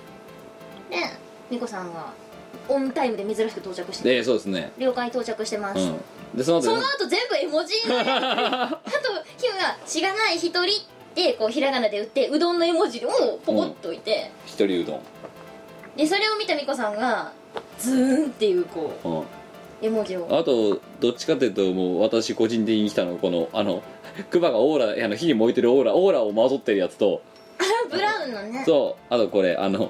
S1: ね美子さんがオンタイムで珍しく到着し
S5: え
S1: て
S5: ええそうですね
S1: 了解到着してます、
S5: うんでその後
S1: その後全部絵文字になるあとキムが「知らない一人」ってこうひらがなで打ってうどんの絵文字をポコッと置いて、
S5: 一人うどん
S1: でそれを見た美子さんがズーンっていうこ
S5: うん
S1: う絵文字を
S5: あとどっちかというともう私個人的に来たのはこのあのクマがオーラいやあの火に燃えてるオーラオーラをまとってるやつと
S1: ブラウンのね
S5: そうあとこれあの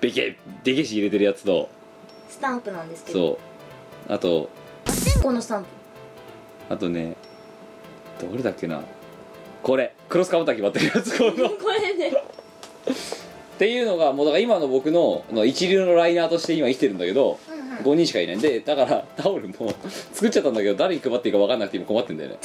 S5: でけでけし入れてるやつと
S1: スタンプなんですけど
S5: そうあと
S1: このスタンプ
S5: あとねどれだっけなこれクロスカブタキ割ってるやつこのっ
S1: これね
S5: ていうのがもうだから今の僕のあの一流のライナーとして今生きてるんだけど
S1: うんうん
S5: 5人しかいないんでだからタオルも作っちゃったんだけど誰に配っていいか分かんなくて今困ってんだよね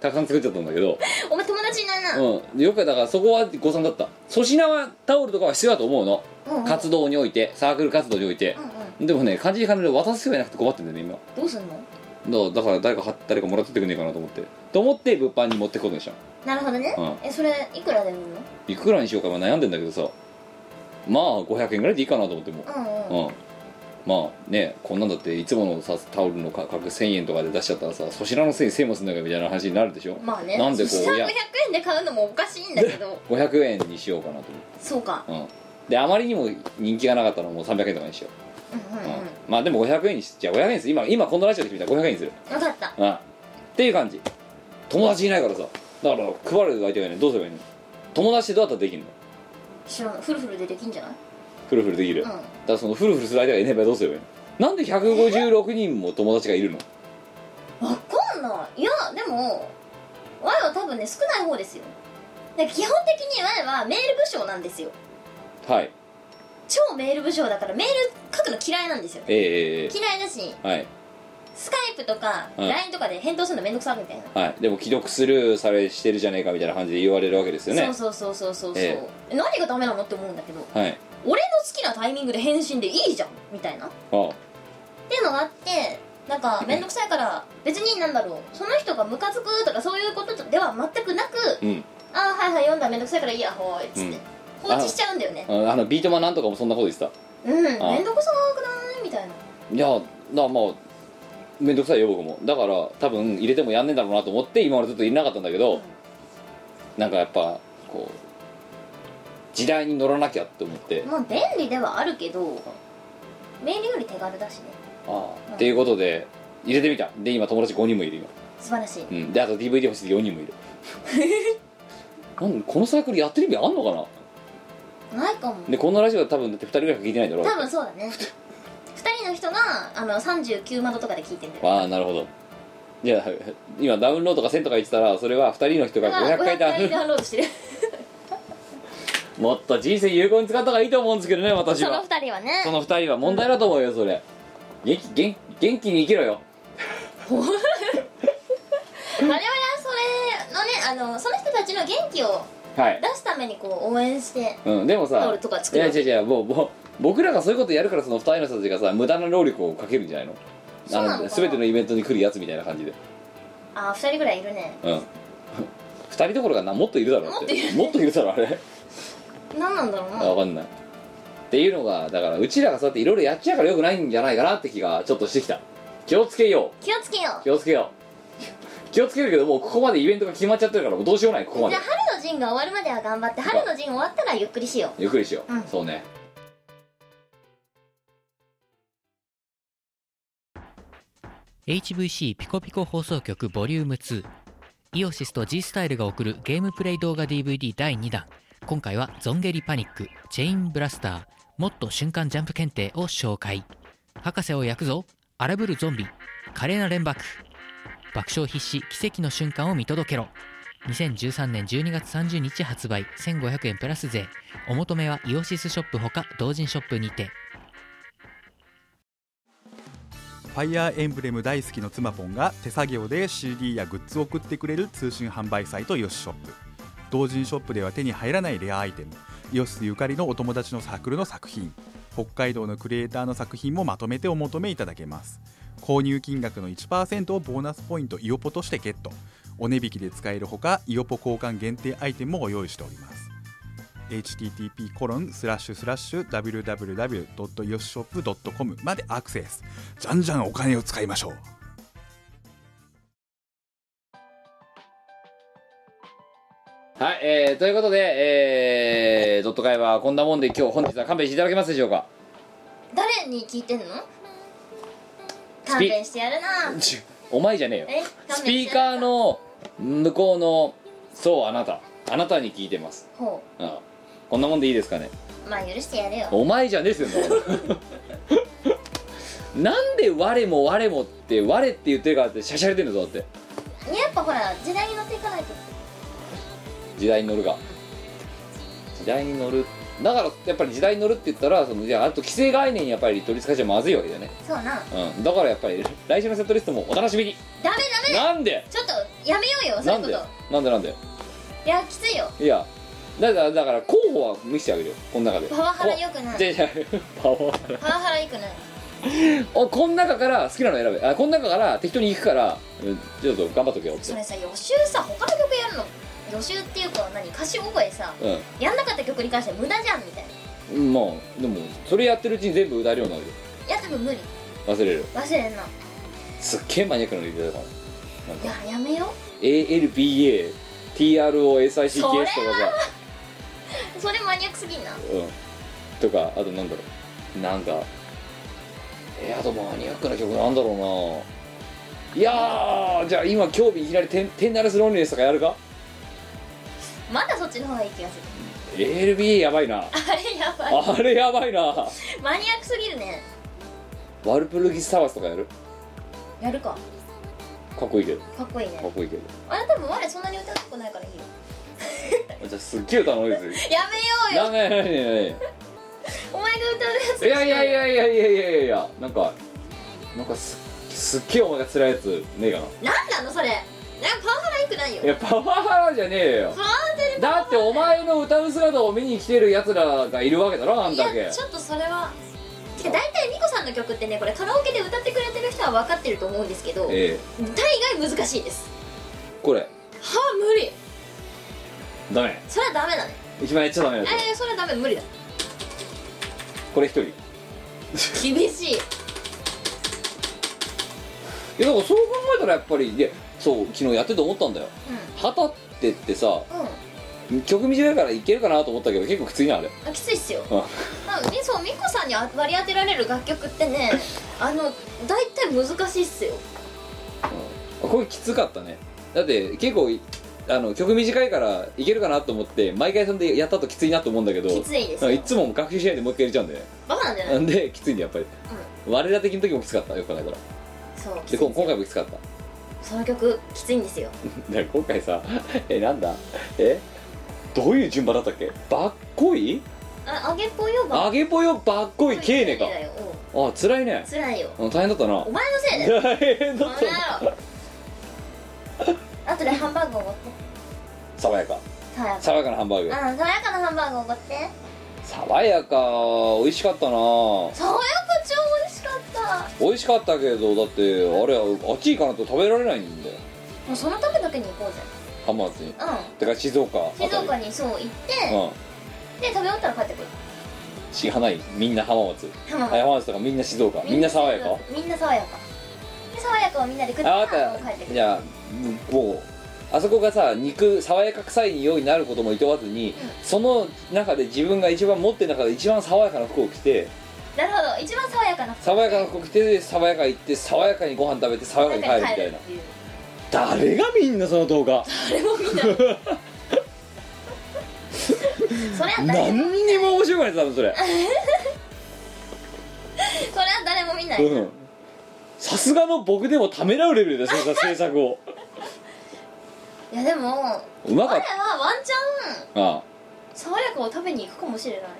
S5: たくさん作っちゃったんだけど
S1: お前友達いないな、
S5: うん、よくだからそこは誤算だった粗品はタオルとかは必要だと思うの、
S1: うんうん
S5: 活動においてサークル活動において
S1: う、んうん
S5: でもね漢字に金で渡す人がいなくて困ってんだよね
S1: どうすんの
S5: 今だだから誰かは誰かもらってってくんねえかなと思ってと思って物販に持ってくことにした
S1: なるほどね、
S5: う
S1: えそれいくらで売るの
S5: いくらにしようかまあ悩んでんだけどさまあ500円ぐらいでいいかなと思っても
S1: うん
S5: う
S1: うん
S5: ん、まあねこんなんだっていつものさタオルの価格1000円とかで出しちゃったらさ粗品のせいに1000円もすんだけどみたいな話になるでしょ、
S1: まあね
S5: なんでこ
S1: そした
S5: うい
S1: ら
S5: や
S1: 500円で買うのもおかしいんだけ
S5: [laughs]
S1: ど
S5: 500円にしようかなと思って
S1: そうか
S5: うん、であまりにも人気がなかったらもう300円とかにしよ
S1: うんう
S5: う、
S1: ん
S5: うん
S1: うん
S5: まあでも500円にしじゃあ500円です今今このラジオで決めたら500円にする、
S1: 分かった
S5: うん、っていう感じ友達いないからさだから配る相手がいないどうすればいいの友達ってどうやったらできるの
S1: 知らないフルフルでできんじゃない
S5: フルフルできる、
S1: うん
S5: だからそのフルフルする相手がいない場合どうすればいいのなんで156人も友達がいるの
S1: わかんないいやでもワイは多分ね少ない方ですよで基本的にワイはメール部署なんですよ
S5: はい
S1: 超メール部署だからメール書くの嫌いなんですよ
S5: えええええ
S1: 嫌いだし
S5: えはい
S1: スカイプとか
S5: うん
S1: LINE とかで返答するのめんどくさみたいな、
S5: はいでも既読スルーされしてるじゃねえかみたいな感じで言われるわけですよね
S1: そうそうそうそうそうそう、
S5: え
S1: 何がダメなのって思うんだけど
S5: はい
S1: 俺の好きなタイミングで返信でいいじゃんみたいなっ
S5: あ
S1: ていうのがあってなんかめんどくさいから別になんだろうその人がムカつくとかそういうことでは全くなく、
S5: うん
S1: あーはいはい読んだめんどくさいからいいやほーいっつって、
S5: うん
S1: 放置しちゃうんだよね
S5: ああのビートマンなんとかもそんなこと言ってた
S1: うん
S5: あ
S1: めんどくさくないみたいない
S5: やだからまあめんどくさいよ僕もだから多分入れてもやんねえんだろうなと思って今までずっと入れなかったんだけど、
S1: うん
S5: なんかやっぱこう時代に乗らなきゃって思って、あ
S1: まあ便利ではあるけどメールより手軽だしね
S5: あ
S1: うん
S5: っていうことで入れてみたで今友達5人もいる今
S1: 素晴らしい
S5: うんであと DVD 欲しい4人もいる
S1: [laughs]
S5: なんでこのサークルやってる意味あんのかな
S1: ないかも
S5: でこのラジオ多分だって2人ぐらいしか聞いてないんだろ
S1: 多分そうだね2人の人があの39窓とかで聞いてんだよ
S5: ああなるほどじゃあ今ダウンロードが1000とか言ってたらそれは2人の人が
S1: だから
S5: 500回ダウ
S1: 500
S5: ン
S1: ダウンロードしてる
S5: [laughs] もっと人生有効に使った方がいいと思うんですけどね私
S1: その
S5: は
S1: 2人はね
S5: その2人は問題だと思うよそれ元気元気元気に生きろよ
S1: 我々はそれのねあのその人たちの元気を
S5: はい
S1: 出すためにこう応援して
S5: うん、でも
S1: タオ
S5: さ
S1: ルとか作
S5: いや
S1: る
S5: 違う違うもうもう僕らがそういうことやるからその二人の人たちがさ無駄な労力をかけるんじゃないの
S1: そうなのかな
S5: 全てのイベントに来るやつみたいな感じで
S1: ああ2人ぐらいいるね
S5: うん [laughs] 二人どころかなもっといるだろうってもっといるだろあれ
S1: 何なんだろうな
S5: 分かんないっていうのがだからうちらがそうやっていろいろやっちゃうからよくないんじゃないかなって気がちょっとしてきた気をつけよ
S1: 気をつけよ
S5: う
S1: う
S5: 気をつけよう気をつけるけどもうここまでイベントが決まっちゃってるからもうどうしようもないここま
S1: じ
S5: で
S1: ゃあ春の陣が終わるまでは頑張って春の陣終わったらゆっくりしよう
S5: ゆっくりしよう、
S1: うん
S5: そうね
S6: 「HVC ピコピコ放送局 Vol.2」イオシスと G スタイルが送るゲームプレイ動画 DVD 第2弾今回は「ゾンゲリパニック」「チェインブラスター」「もっと瞬間ジャンプ検定」を紹介博士を焼くぞ荒ぶるゾンビ華麗な連爆爆笑必至奇跡の瞬間を見届けろ2013年12月30日発売1500円プラス税お求めはイオシスショップほか同人ショップにて
S7: ファイアーエンブレム大好きの妻ポンが手作業で CD やグッズを送ってくれる通信販売サイトイオシショップ同人ショップでは手に入らないレアアイテムイオシスゆかりのお友達のサークルの作品北海道のクリエイターの作品もまとめてお求めいただけます購入金額の1%をボーナスポイントイオポとしてゲットお値引きで使えるほかイオポ交換限定アイテムもご用意しております http コロンスラッシュスラッシュ www.yoshop.com までアクセスじゃんじゃんお金を使いましょう
S5: はい、えー、ということで、えー、ドット会はこんなもんで今日本日は勘弁していただけますでしょうか
S1: 誰に聞いてんの
S5: ス
S1: 勘
S5: ピ
S1: 弁してやるな
S5: ちお前じゃねえよ
S1: え
S5: スピーカーの向こうのそうあなたあなたに聞いてます、
S1: ほ
S5: うん、こんなもんでいいですかね
S1: うまあ許してやれよ
S5: お前じゃねえっすよそんなことなんで我も我もって我って言ってるからってしゃしゃれてんのぞだって
S1: やっぱほら時代に乗っていかないと
S5: 時代に乗るが時代に乗るだからやっぱり時代に乗るって言ったらそのじゃああと既成概念にやっぱり取りつかれちゃまずいわけだよね
S1: そうな
S5: うん、だからやっぱり来週のセットリストもお楽しみに
S1: ダメダメ
S5: なんで
S1: ちょっとやめようよそう
S5: ない
S1: うんこ
S5: で
S1: と
S5: なんでなんで
S1: いやきついよ
S5: いやだからだから候補は見せてあげるよこの中で
S1: パワハラ良くない
S5: じゃじゃパワハラ
S1: パワハラ良くない
S5: おこの中から好きなの選べあこの中から適当に行くからうんちょっと頑張っとけよって
S1: それさ予習さ他の曲やるの予習っていうか何歌詞覚えさやんなかった曲に関して無駄じゃんみたいない
S5: うんまあでもそれやってるうちに全部歌えるようになるよ
S1: や多分無理
S5: 忘れる
S1: 忘れんな
S5: すっげえマニアックなの入れてたから
S1: いややめよ
S5: ALBATROSICKS と
S1: それは
S5: かさ
S1: うそれマニアックすぎんな
S5: うん、とかあとなんだろうなんかえーあとマニアックな曲なんだろうないやーじゃあ今興味いきなりテン「テンナレスロンリネス」とかやるか
S1: まだそっちの方がいい気がする
S5: LBA やばいな
S1: あれやばい
S5: あれやばいな
S1: マニアックすぎるね
S5: ワルプルギス・タワスとかやる
S1: やるか
S5: かっこいいけどか
S1: かっこいいね
S5: っこいいけど
S1: あれ多分我そんなに歌うとこないからいいよ
S5: じゃあすっげえ歌の多いです
S1: [laughs]
S5: よ
S1: やめよう
S5: や
S1: よ
S5: めやめやめや
S1: お前が歌うやつ
S5: めいやいやいやいやいやいやいやいやなんかなんかすすっげえお前が辛いやつねえかな
S1: 何なのそれなんかパワハラ良くないよ
S5: いやパワハラじゃねえよ
S1: パワハラで
S5: だってお前の歌う姿を見に来てるやつらがいるわけだろあんだ
S1: い
S5: け
S1: やちょっとそれはてか大体ミコさんの曲ってねこれカラオケで歌ってくれてる人は分かってると思うんですけど大
S5: ええ
S1: 概難しいです
S5: これ
S1: はあ無理
S5: ダメ
S1: それはダメだね
S5: 一番やっちゃダメなや
S1: えー、それはダメ無理だ
S5: つこれ一人い
S1: 厳しい
S5: やだからそう考えたらやっぱりでそう昨日やってて思ったんだよ
S1: う
S5: 旗ってってさ
S1: んうん
S5: 曲短いからいけるかなと思ったけど結構きついなあれ
S1: あきついっすよ
S5: うん
S1: まあみそうみこさんにあ割り当てられる楽曲って
S5: [laughs]
S1: ねあの大体難しいっすよ
S5: これきつかったねだって結構いあの曲短いからいけるかなと思って毎回それでやったときついなと思うんだけど
S1: きついです
S5: う
S1: よ
S5: んいつも学習しないでもう一回入れちゃうんでね
S1: バカなんじゃな
S5: ないんできついんだやっぱり、我ら的の時もきつかったよく考えたら
S1: そうきつい
S5: で
S1: っす
S5: こ
S1: よ
S5: 今回もきつかった [laughs]
S1: その曲きついんですよ
S5: で今回さ [laughs] えなんだえどういう順番だったっけばっこい
S1: あ揚げぽよば
S5: 揚げぽよばっこいけいねか
S1: だよ
S5: あ辛いね
S1: つらいよ
S5: うん大変だったな
S1: お前のせい
S5: [laughs]
S1: だよ
S5: 大変だ
S1: こ
S5: っ
S1: の
S5: たな
S1: 野郎あとでハンバーグおごって
S5: 爽やか
S1: 爽やか
S5: 爽やかなハンバーグ
S1: あ爽やかなハンバーグおごって
S5: 爽やか美味しかったな
S1: 爽やか超美味しかった
S5: 美味しかったけどだってあれあっち行かないと食べられないんだよ
S1: もうそのためだけに行こうぜ
S5: 浜松に
S1: う
S5: てか静岡あ
S1: ん静岡
S5: に
S1: にそう行って
S5: うん
S1: で食べ終わったら帰ってくる
S5: 知らないみんな浜松
S1: 浜
S5: あ
S1: 松
S5: 浜松とかみんな静岡みんな爽やか
S1: みんな爽やかで爽やかをみんなで食って
S5: あ
S1: あ
S5: わか
S1: と帰
S5: っ
S1: って
S5: た
S1: く
S5: じ
S1: る
S5: ゃあもうあそこがさ肉爽やか臭い匂いになることもいとわずに、その中で自分が一番持ってる中で一番爽やかな服を着て
S1: なるほど一番爽やかな服
S5: 爽やかな服着て爽やか行って爽やかにご飯食べて爽やかに帰るみたいな
S1: っていう
S5: 誰がみんなその動画
S1: 誰も見ないそれは
S5: 何
S1: 誰も見な
S5: に
S1: い
S5: も面白くないです多分それ
S1: それは誰も見ない、
S5: うんさすがの僕でもためらうレベルですよ制作を
S1: いやでも
S5: うま
S1: 彼
S5: かっ
S1: はワンチャン
S5: たあ
S1: 爽やかを食べに行くかもしれない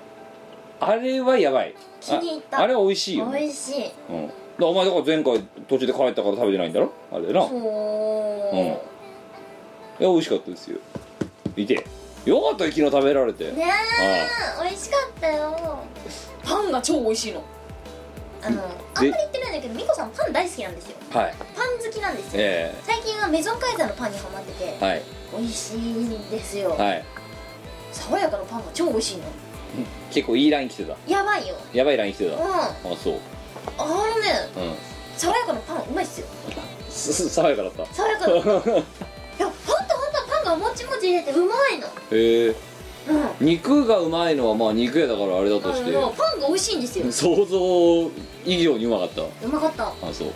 S5: あれはやばい
S1: 気に入った
S5: ああれは美味しいよ、
S1: 美味しい
S5: うん、だからお前だから前回途中で帰ったから食べてないんだろあれな
S1: そう、
S5: いや美味しかったですよいてよかったよ昨日食べられて、
S1: ねえ美味しかったよパンが超美味しいのあのあんまり言ってないんだけどミコさんパン大好きなんですよ
S5: はい
S1: パン好きなんですよ
S5: え
S1: 最近はメゾンカイザーのパンにハマってて
S5: えはい
S1: 美味しいんですよ
S5: はい
S1: 爽やかなパンが超美味しいの
S5: 結構いいライン来てた
S1: やばいよ
S5: やばいライン来て
S1: うん
S5: たあ
S1: あ
S5: そう
S1: のね
S5: うん
S1: 爽やかなパンうまいっすよ
S5: すす [laughs] 爽やかだった
S1: 爽やかないやほんとほんとパンがもちもちしててうまいの
S5: へえ
S1: うん
S5: 肉がうまいのはまあ肉屋だからあれだと
S1: あ
S5: して、
S1: のパンが美味しいんですよ
S5: 想像以上にうまかっ
S1: うまかった
S5: たあそう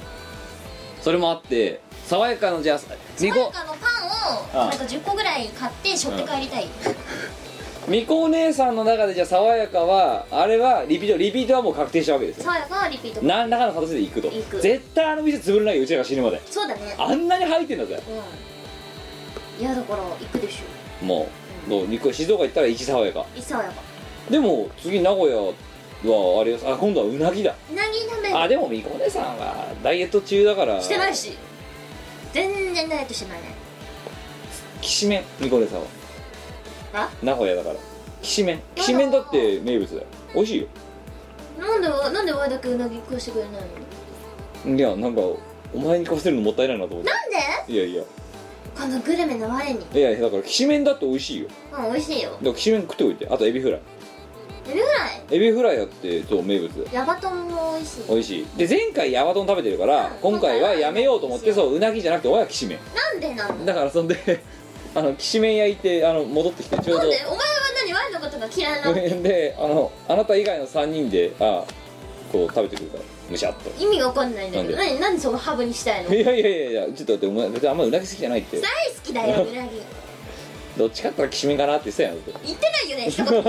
S5: それもあって爽やかのじゃあ
S1: 爽
S5: み
S1: や
S5: こ
S1: かのパン
S5: あ
S1: をなんか10個ぐらい買ってしょって帰りたい
S5: みこお姉さんの中でじゃあ爽やかはあれはリピートリピートはもう確定したわけですよ
S1: 爽やかはリピート
S5: 何らかの形で行くと
S1: 行く
S5: 絶対あの店潰れないようちらが死ぬまで
S1: そうだね
S5: あんなに入ってんだぜ
S1: うんいやだから行くでしょ
S5: もうどう日光静岡行ったら一爽やか
S1: い爽やか
S5: でも次名古屋はあれよあ今度はうなぎだ
S1: うなぎ食べる
S5: あでもみこねさんはダイエット中だから
S1: してないし全然ダイエットしてないね
S5: きしめんみこねさんは
S1: あ
S5: 名古屋だからきしめんきしめんだって名物だよ美味しいよ
S1: なんでなんでお前だけうなぎ食わしてくれないの
S5: いやなんかお前に食わせるのもったいないなと思って
S1: なんで
S5: いやいや
S1: このグルメの我に
S5: いやいやだからきしめんだって美味しいよ
S1: うん美味しいよ
S5: だからきしめん食っておいてあとエビフライ
S1: エビフライ
S5: エビフライだってそう名物だよ
S1: ヤバトンも美味しい
S5: 美味しいで前回ヤバ丼食べてるから今回はやめようと思ってそううなぎじゃなくて俺はきしめん
S1: なんでなのなんで
S5: だからそんで [laughs] あのきしめん焼いてあの戻ってきてちょう
S1: お
S5: ど
S1: 前は何ワイのことが嫌いなの
S5: であのあなた以外の3人であこう食べてくるからむしゃっと
S1: 意味がわかんないんだけど
S5: な
S1: 何何そのハブにしたいの
S5: い
S1: 大好
S5: やいやいやいやちょっとだってお前別にあんまうなぎ好きじゃないって
S1: きだようなぎ
S5: どっちかって言ったらきしめんかなって言ってたやんだって
S1: 言って [laughs] ないよね一言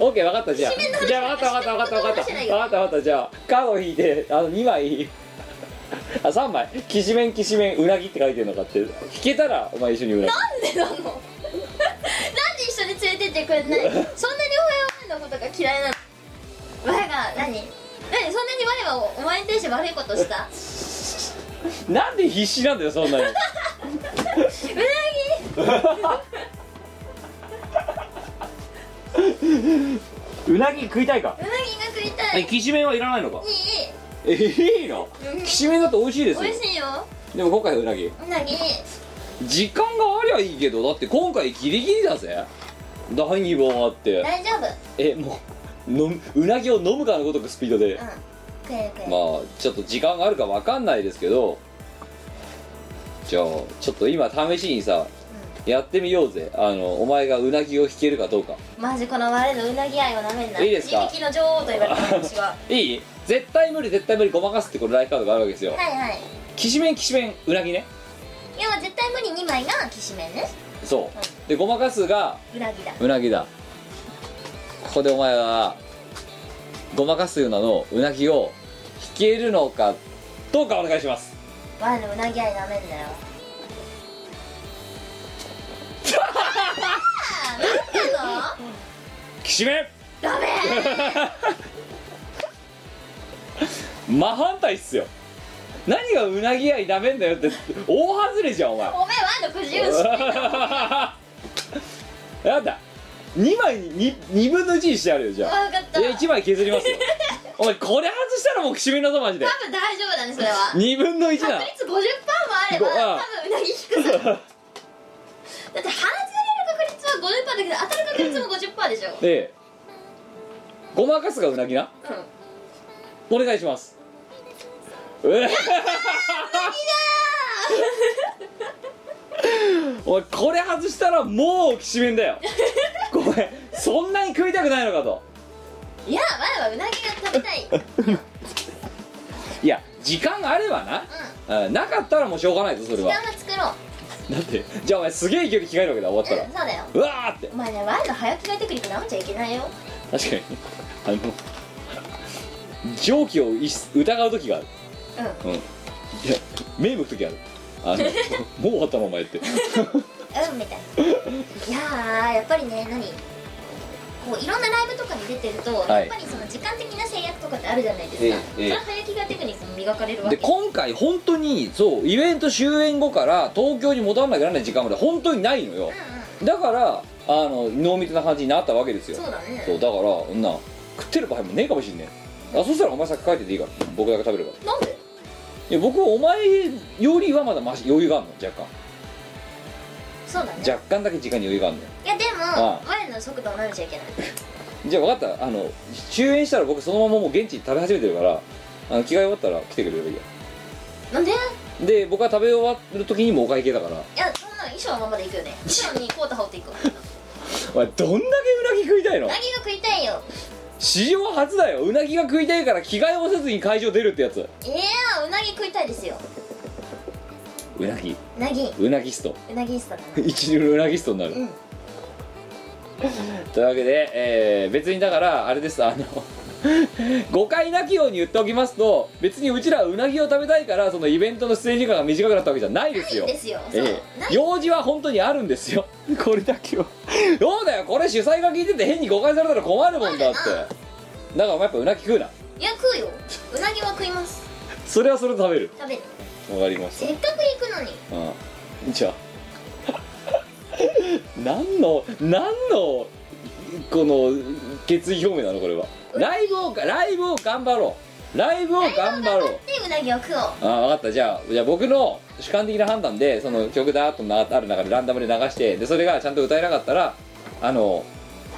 S5: [laughs] オッケー分かったじゃ
S1: きしめんの
S5: あ
S1: 話
S5: じゃあ分かった分かった分かった分かった
S1: きしめん
S5: 分
S1: の
S5: かった分かったじゃあカード引いてあの2枚あ3枚きしめんきしめんうなぎって書いてるのかって引けたらお前一緒にうなぎ
S1: なんでなのなんで一緒に連れてってくれないそんなにおはようのことが嫌いなのわが何何そんなに我はお前に対して悪いことした
S5: なんで必死なんだよそん
S1: [laughs]
S5: なに
S1: うなぎ
S5: うなぎ食いたいか
S1: うなぎが食いた
S5: え
S1: いに
S5: きしめんはいらないのかえいいの
S1: うん
S5: きしめんだって美味しいです
S1: 美
S5: よ
S1: 味しいよ
S5: でも今回はうなぎ
S1: うなぎ
S5: 時間がありゃいいけどだって今回ギリギリだぜ第2番あって
S1: 大丈夫うん
S5: えもう飲むうなぎを飲むかのごとくスピードで
S1: 食える食える、
S5: まあちょっと時間があるかわかんないですけどじゃあちょっと今試しにさやってみようぜあのお前がうなぎを引けるかどうか
S1: マジこの我のうなぎ愛をなめんない
S5: いですか
S1: 自力の女王と言われてる私
S5: [laughs]
S1: は
S5: いい絶対無理絶対無理ごまかすってこれライフカードがあるわけですよ
S1: はいはい
S5: きしめんきしめんうなぎね
S1: 要は絶対無理2枚がきしめんね
S5: そうでごまかすが
S1: うなぎだ
S5: うなぎだここでお前はごまかすようなのうなぎを引けるのかどうかお願いします
S1: 我のうなぎ愛なめんな
S5: [laughs]
S1: よあーなんなの
S5: きしめん
S1: ダメ
S5: 真反対っすよ何がうなぎ愛ダメんだよって大外れじゃんお前
S1: おめえワンのくじゅうし
S5: やだ2枚に 2, 2分の1にしてあるよじゃあ
S1: わかった
S5: いや1枚削りますよお前これ外したらもうきしめんだぞマジで
S1: 多分大丈夫だねそれは
S5: 2分の1だ
S1: 確率50%もあれば
S5: ごああ
S1: 多分うなぎ引
S5: [laughs]
S1: くぞだって外れる確率は50%だけど当たる確率も50%でしょ
S5: でごまかすがうなぎな
S1: うん
S5: お願いしますうわおいこれ外したらもうきしめんだよごめんそんなに食いたくないのかと
S1: いや我はうなぎが食べたい
S5: [laughs] いや時間があればな、あなかったらもうしょうがないぞそれ
S1: 時
S5: は
S1: 間は作ろう
S5: だってじゃあお前すげえ勢いで着替えるわけだ終わった
S1: う
S5: ら
S1: んそうだよ
S5: うわーって
S1: お前ね我の早着替えテクニックなめちゃいけないよ
S5: 確かにあの常軌を一疑う時がある
S1: うん
S5: うんいや目向く時あるあの
S1: [laughs]
S5: もう終わったのお前って
S1: うんみたいないやーやっぱりね何こういろんなライブとかに出てると、
S5: はい
S1: やっぱりその時間的な制約とかってあるじゃないですか、
S5: ええええ
S1: それは早着替えテクニックも磨かれるわけ
S5: で今回本当にそうイベント終演後から東京に戻らなきゃならない時間まで本当にないのよ
S1: う
S5: だからあの濃密な感じになったわけですよ
S1: んうんそうだね
S5: そうだからそんな食ってる場合もねえかもしんねえあそしたらお前先帰ってていいから僕だけ食べるから
S1: なんで
S5: いや僕はお前よりはまだマシ余裕があるの若
S1: そうだね
S5: 干若干だけ時間に余裕があるのよ
S1: いやでも
S5: ああ
S1: 我の速度を舐めちゃいけない
S5: じゃあ分かったあの終演したら僕そのままもう現地で食べ始めてるからあの着替え終わったら来てくれればいいよ
S1: なんでい
S5: で僕は食べ終わる時にもうお会計だから
S1: やそんなの衣装のままでいくよね衣装にコート羽織って
S5: [laughs]
S1: いくわ
S5: お前どんだけうなぎ食いたいの
S1: うなぎが食いたいよ
S5: 史上初だようなぎが食いたいから着替えをせずに会場出るってやつ
S1: いやーうなぎ食いたいですよ
S5: うなぎ
S1: うなぎ
S5: うなぎスト [laughs]
S1: うなぎスタだな
S5: 一流のうなぎストになる、
S1: うん
S5: というわけで、えー別にだからあれですあの [laughs] 誤解なきように言っておきますと別にうちらはうなぎを食べたいからそのイベントの出演時間が短くなったわけじゃないですよ
S1: ですよそう、
S5: え
S1: な
S5: え、用事は本当にあるんですよ [laughs] これだけはそうだよこれ主催が聞いてて変に誤解されたら困るもんだってだからお前やっぱうなぎ食うない
S1: や食うようなぎは食います
S5: それはそれで食べる
S1: 食べる
S5: わかりまし
S1: せ
S5: た
S1: っかく行くのに
S5: うんじゃあ [laughs] 何の何のこの決意表明なのこれはライブをライブを頑張ろうライブを頑張ろう
S1: でうなぎを食おう
S5: あ分かったじゃあじゃあ僕の主観的な判断でその曲だーっとなある中でランダムで流してでそれがちゃんと歌えなかったらあの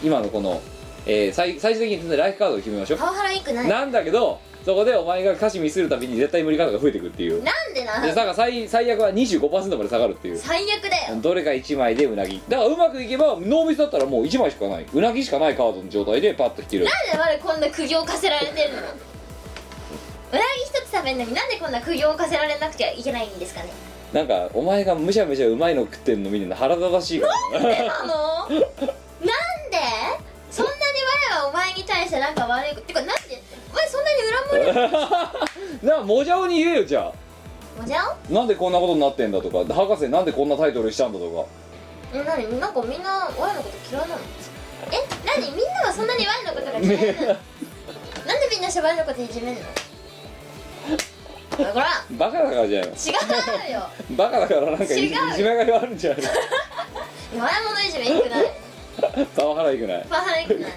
S5: 今のこの、えー最最終的にライフカードを決めましょ
S1: パワハラ行くな
S5: う
S1: いな
S5: なんだけどそこでお前が歌詞ミスるたびに絶対無理カードが増えてくっていう
S1: なんでな
S5: でだから最最悪は25%まで下がるっていう
S1: 最悪だよ
S5: どれか1枚でうなぎだからうまくいけばノーミスだったらもう1枚しかないうなぎしかないカードの状態でパッと引ける
S1: なんで我こんな苦行課せられてるのうなぎ一つ食べんのになんでこんな苦行を課せられなくちゃいけないんですかね
S5: なんかお前がむしゃむしゃうまいの食ってんの見るの腹立たしいか
S1: [laughs]
S5: らな
S1: なのなんでそんなに我はお前に対してなんか悪いことてかなんでお前そんなに恨まれる
S5: なあもじゃおに言えよじゃ
S1: もじゃお
S5: あなんでこんなことになってんだとか博士なんでこんなタイトルしたんだとか [laughs]
S1: えなになんかみんな我のこと嫌いなのえなにみんなはそんなに我のことが嫌い
S5: [laughs]
S1: なのなんでみんなして我のこといじめんのほら
S5: バカだからじゃないの
S1: 違うよ
S5: バカだからなんかいじ
S1: 違う
S5: いじめがいあるんじゃない
S1: 弱い者いじめいくない
S5: のパワハラいくない
S1: パワハラいくない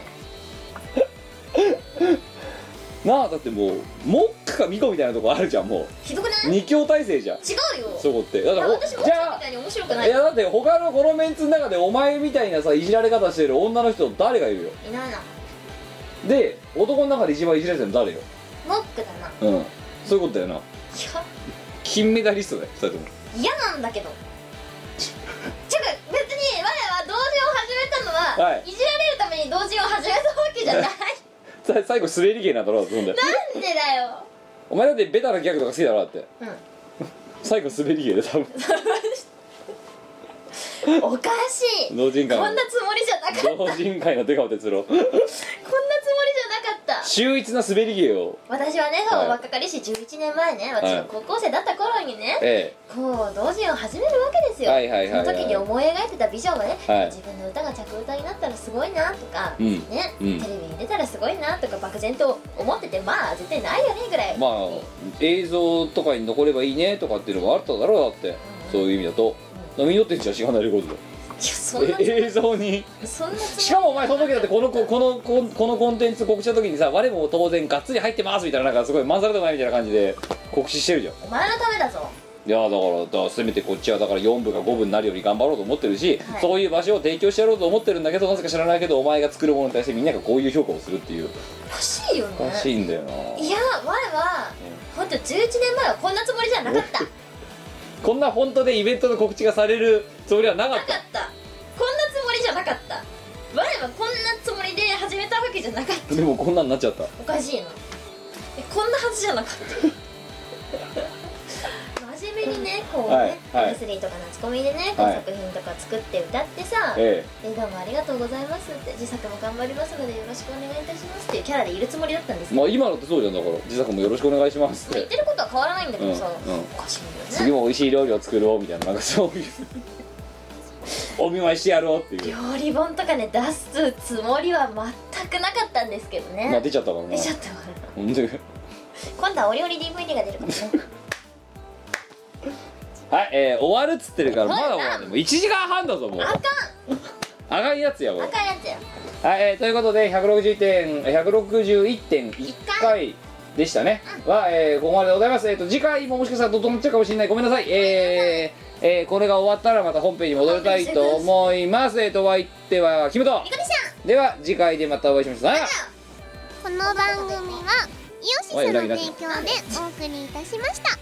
S5: なあだってもうモックかミコみたいなとこあるじゃんも
S1: ひどくな
S5: う
S1: い違
S5: 二強体制じゃん
S1: うよ
S5: そこってだ
S1: いや
S5: お
S1: 私も奥
S5: じ
S1: さん
S5: ゃ
S1: み
S5: あ
S1: たいに面白くないい
S5: いやだって他のこのメンツの中でお前みたいなさいじられ方してる女の人誰がいるよ
S1: ないな
S5: で男の中で一番いじられてるの誰よ
S1: モックだな
S5: うんそういうことだよない金メダリストだよ2人とも
S1: や嫌なんだけどちょっと別
S5: はい
S1: じられるために同人を始めたわけじゃない
S5: さ最後滑り芸になったろだってほんで
S1: なんでだよ
S5: お前だってベタなギャグとか好きだろだって
S1: うん
S5: 最後滑り芸で多分
S1: おかしい
S5: 老人会
S1: こんなつもりじゃなかったこんな
S5: 老人会の出川
S1: [laughs]
S5: 哲郎
S1: つもりじゃなかった
S5: 秀逸な滑り芸を
S1: 私はね、そう
S5: はい
S1: 若かりし11年前ね私が高校生だった頃にね、
S5: え
S1: こう同人を始めるわけですよ、
S5: はいはいはいはい
S1: その時に思い描いてたビジョンがね、
S5: はい
S1: 自分の歌が着歌になったらすごいなとか、
S5: うん
S1: ね、
S5: うん
S1: テレビに出たらすごいなとか漠然と思っててまあ絶対ないよねぐら
S5: え
S1: い、
S5: まあ映像とかに残ればいいねとかっていうのもあっただろうだってそういう意味だと飲み寄ってんじゃんしがないレコードで
S1: いやそんな
S5: え映像に
S1: そんなつ
S5: しかもお前その時だってこのここのここのコンテンツ告知の時にさ我も当然がっつり入ってますみたいななんかすごいまんざらでもないみたいな感じで告知してるじゃん
S1: お前のためだぞ
S5: いやだからだからせめてこっちはだから4部が5部になるより頑張ろうと思ってるし、
S1: はい
S5: そういう場所を提供してやろうと思ってるんだけどなぜか知らないけどお前が作るものに対してみんながこういう評価をするっていう
S1: おかしいよね
S5: おかしいんだよない
S1: や我は本当11年前はこんなつもりじゃなかったなか
S5: こんなフォントでイベントの告知がされるつもりはなかっ
S1: ったたこんなつもりじゃなかった我はこんなつもりで始めたわけじゃなかった
S5: でもこんなんなっちゃった
S1: おかしいなえこんなはずじゃなかっ
S5: [laughs]
S1: た真面目にねこうね、
S5: はいはい
S1: アスリーとか夏コミでねこう
S5: はい
S1: 作品とか作って歌ってさ、
S5: え
S1: えどうもありがとうございますって自作も頑張りますのでよろしくお願いいたしますっていうキャラでいるつもりだったんです
S5: え
S1: けど、
S5: まあ今のってそうじゃんだから自作もよろしくお願いしますっ
S1: 言っててることは変わらないんだけどさ、
S5: うんうん
S1: おかしい
S5: 次
S1: よね
S5: も美味しい料理を作ろうみたいななんかそういうお見舞いしてやろうっていう
S1: 料理本とかね出すつもりは全くなかったんですけどね、
S5: まあ出ちゃったからな
S1: 出ちゃったわ
S5: ほんで
S1: 今度はお料理 DVD が出るからね
S5: [laughs] はい、えー、終わるっつってるからまだ
S1: 終
S5: 終
S1: わ
S5: わ
S1: らん
S5: るもう1時間半だぞもう
S1: あかん
S5: あがいやつやこれ
S1: あかんやつや
S5: はい、えーということで160点161.1回でしたね、は、えーここまででございます、えー、と次回ももしかしたら整っちゃうかもしれないごめんなさいえーえーこれが終わったらまた本編に戻りたいと思いますえっ、とお相手はキムト
S1: みこでした
S5: では次回でまたお会いしましょうさよなら
S4: この番組はイオシスの提供でお送りいたしました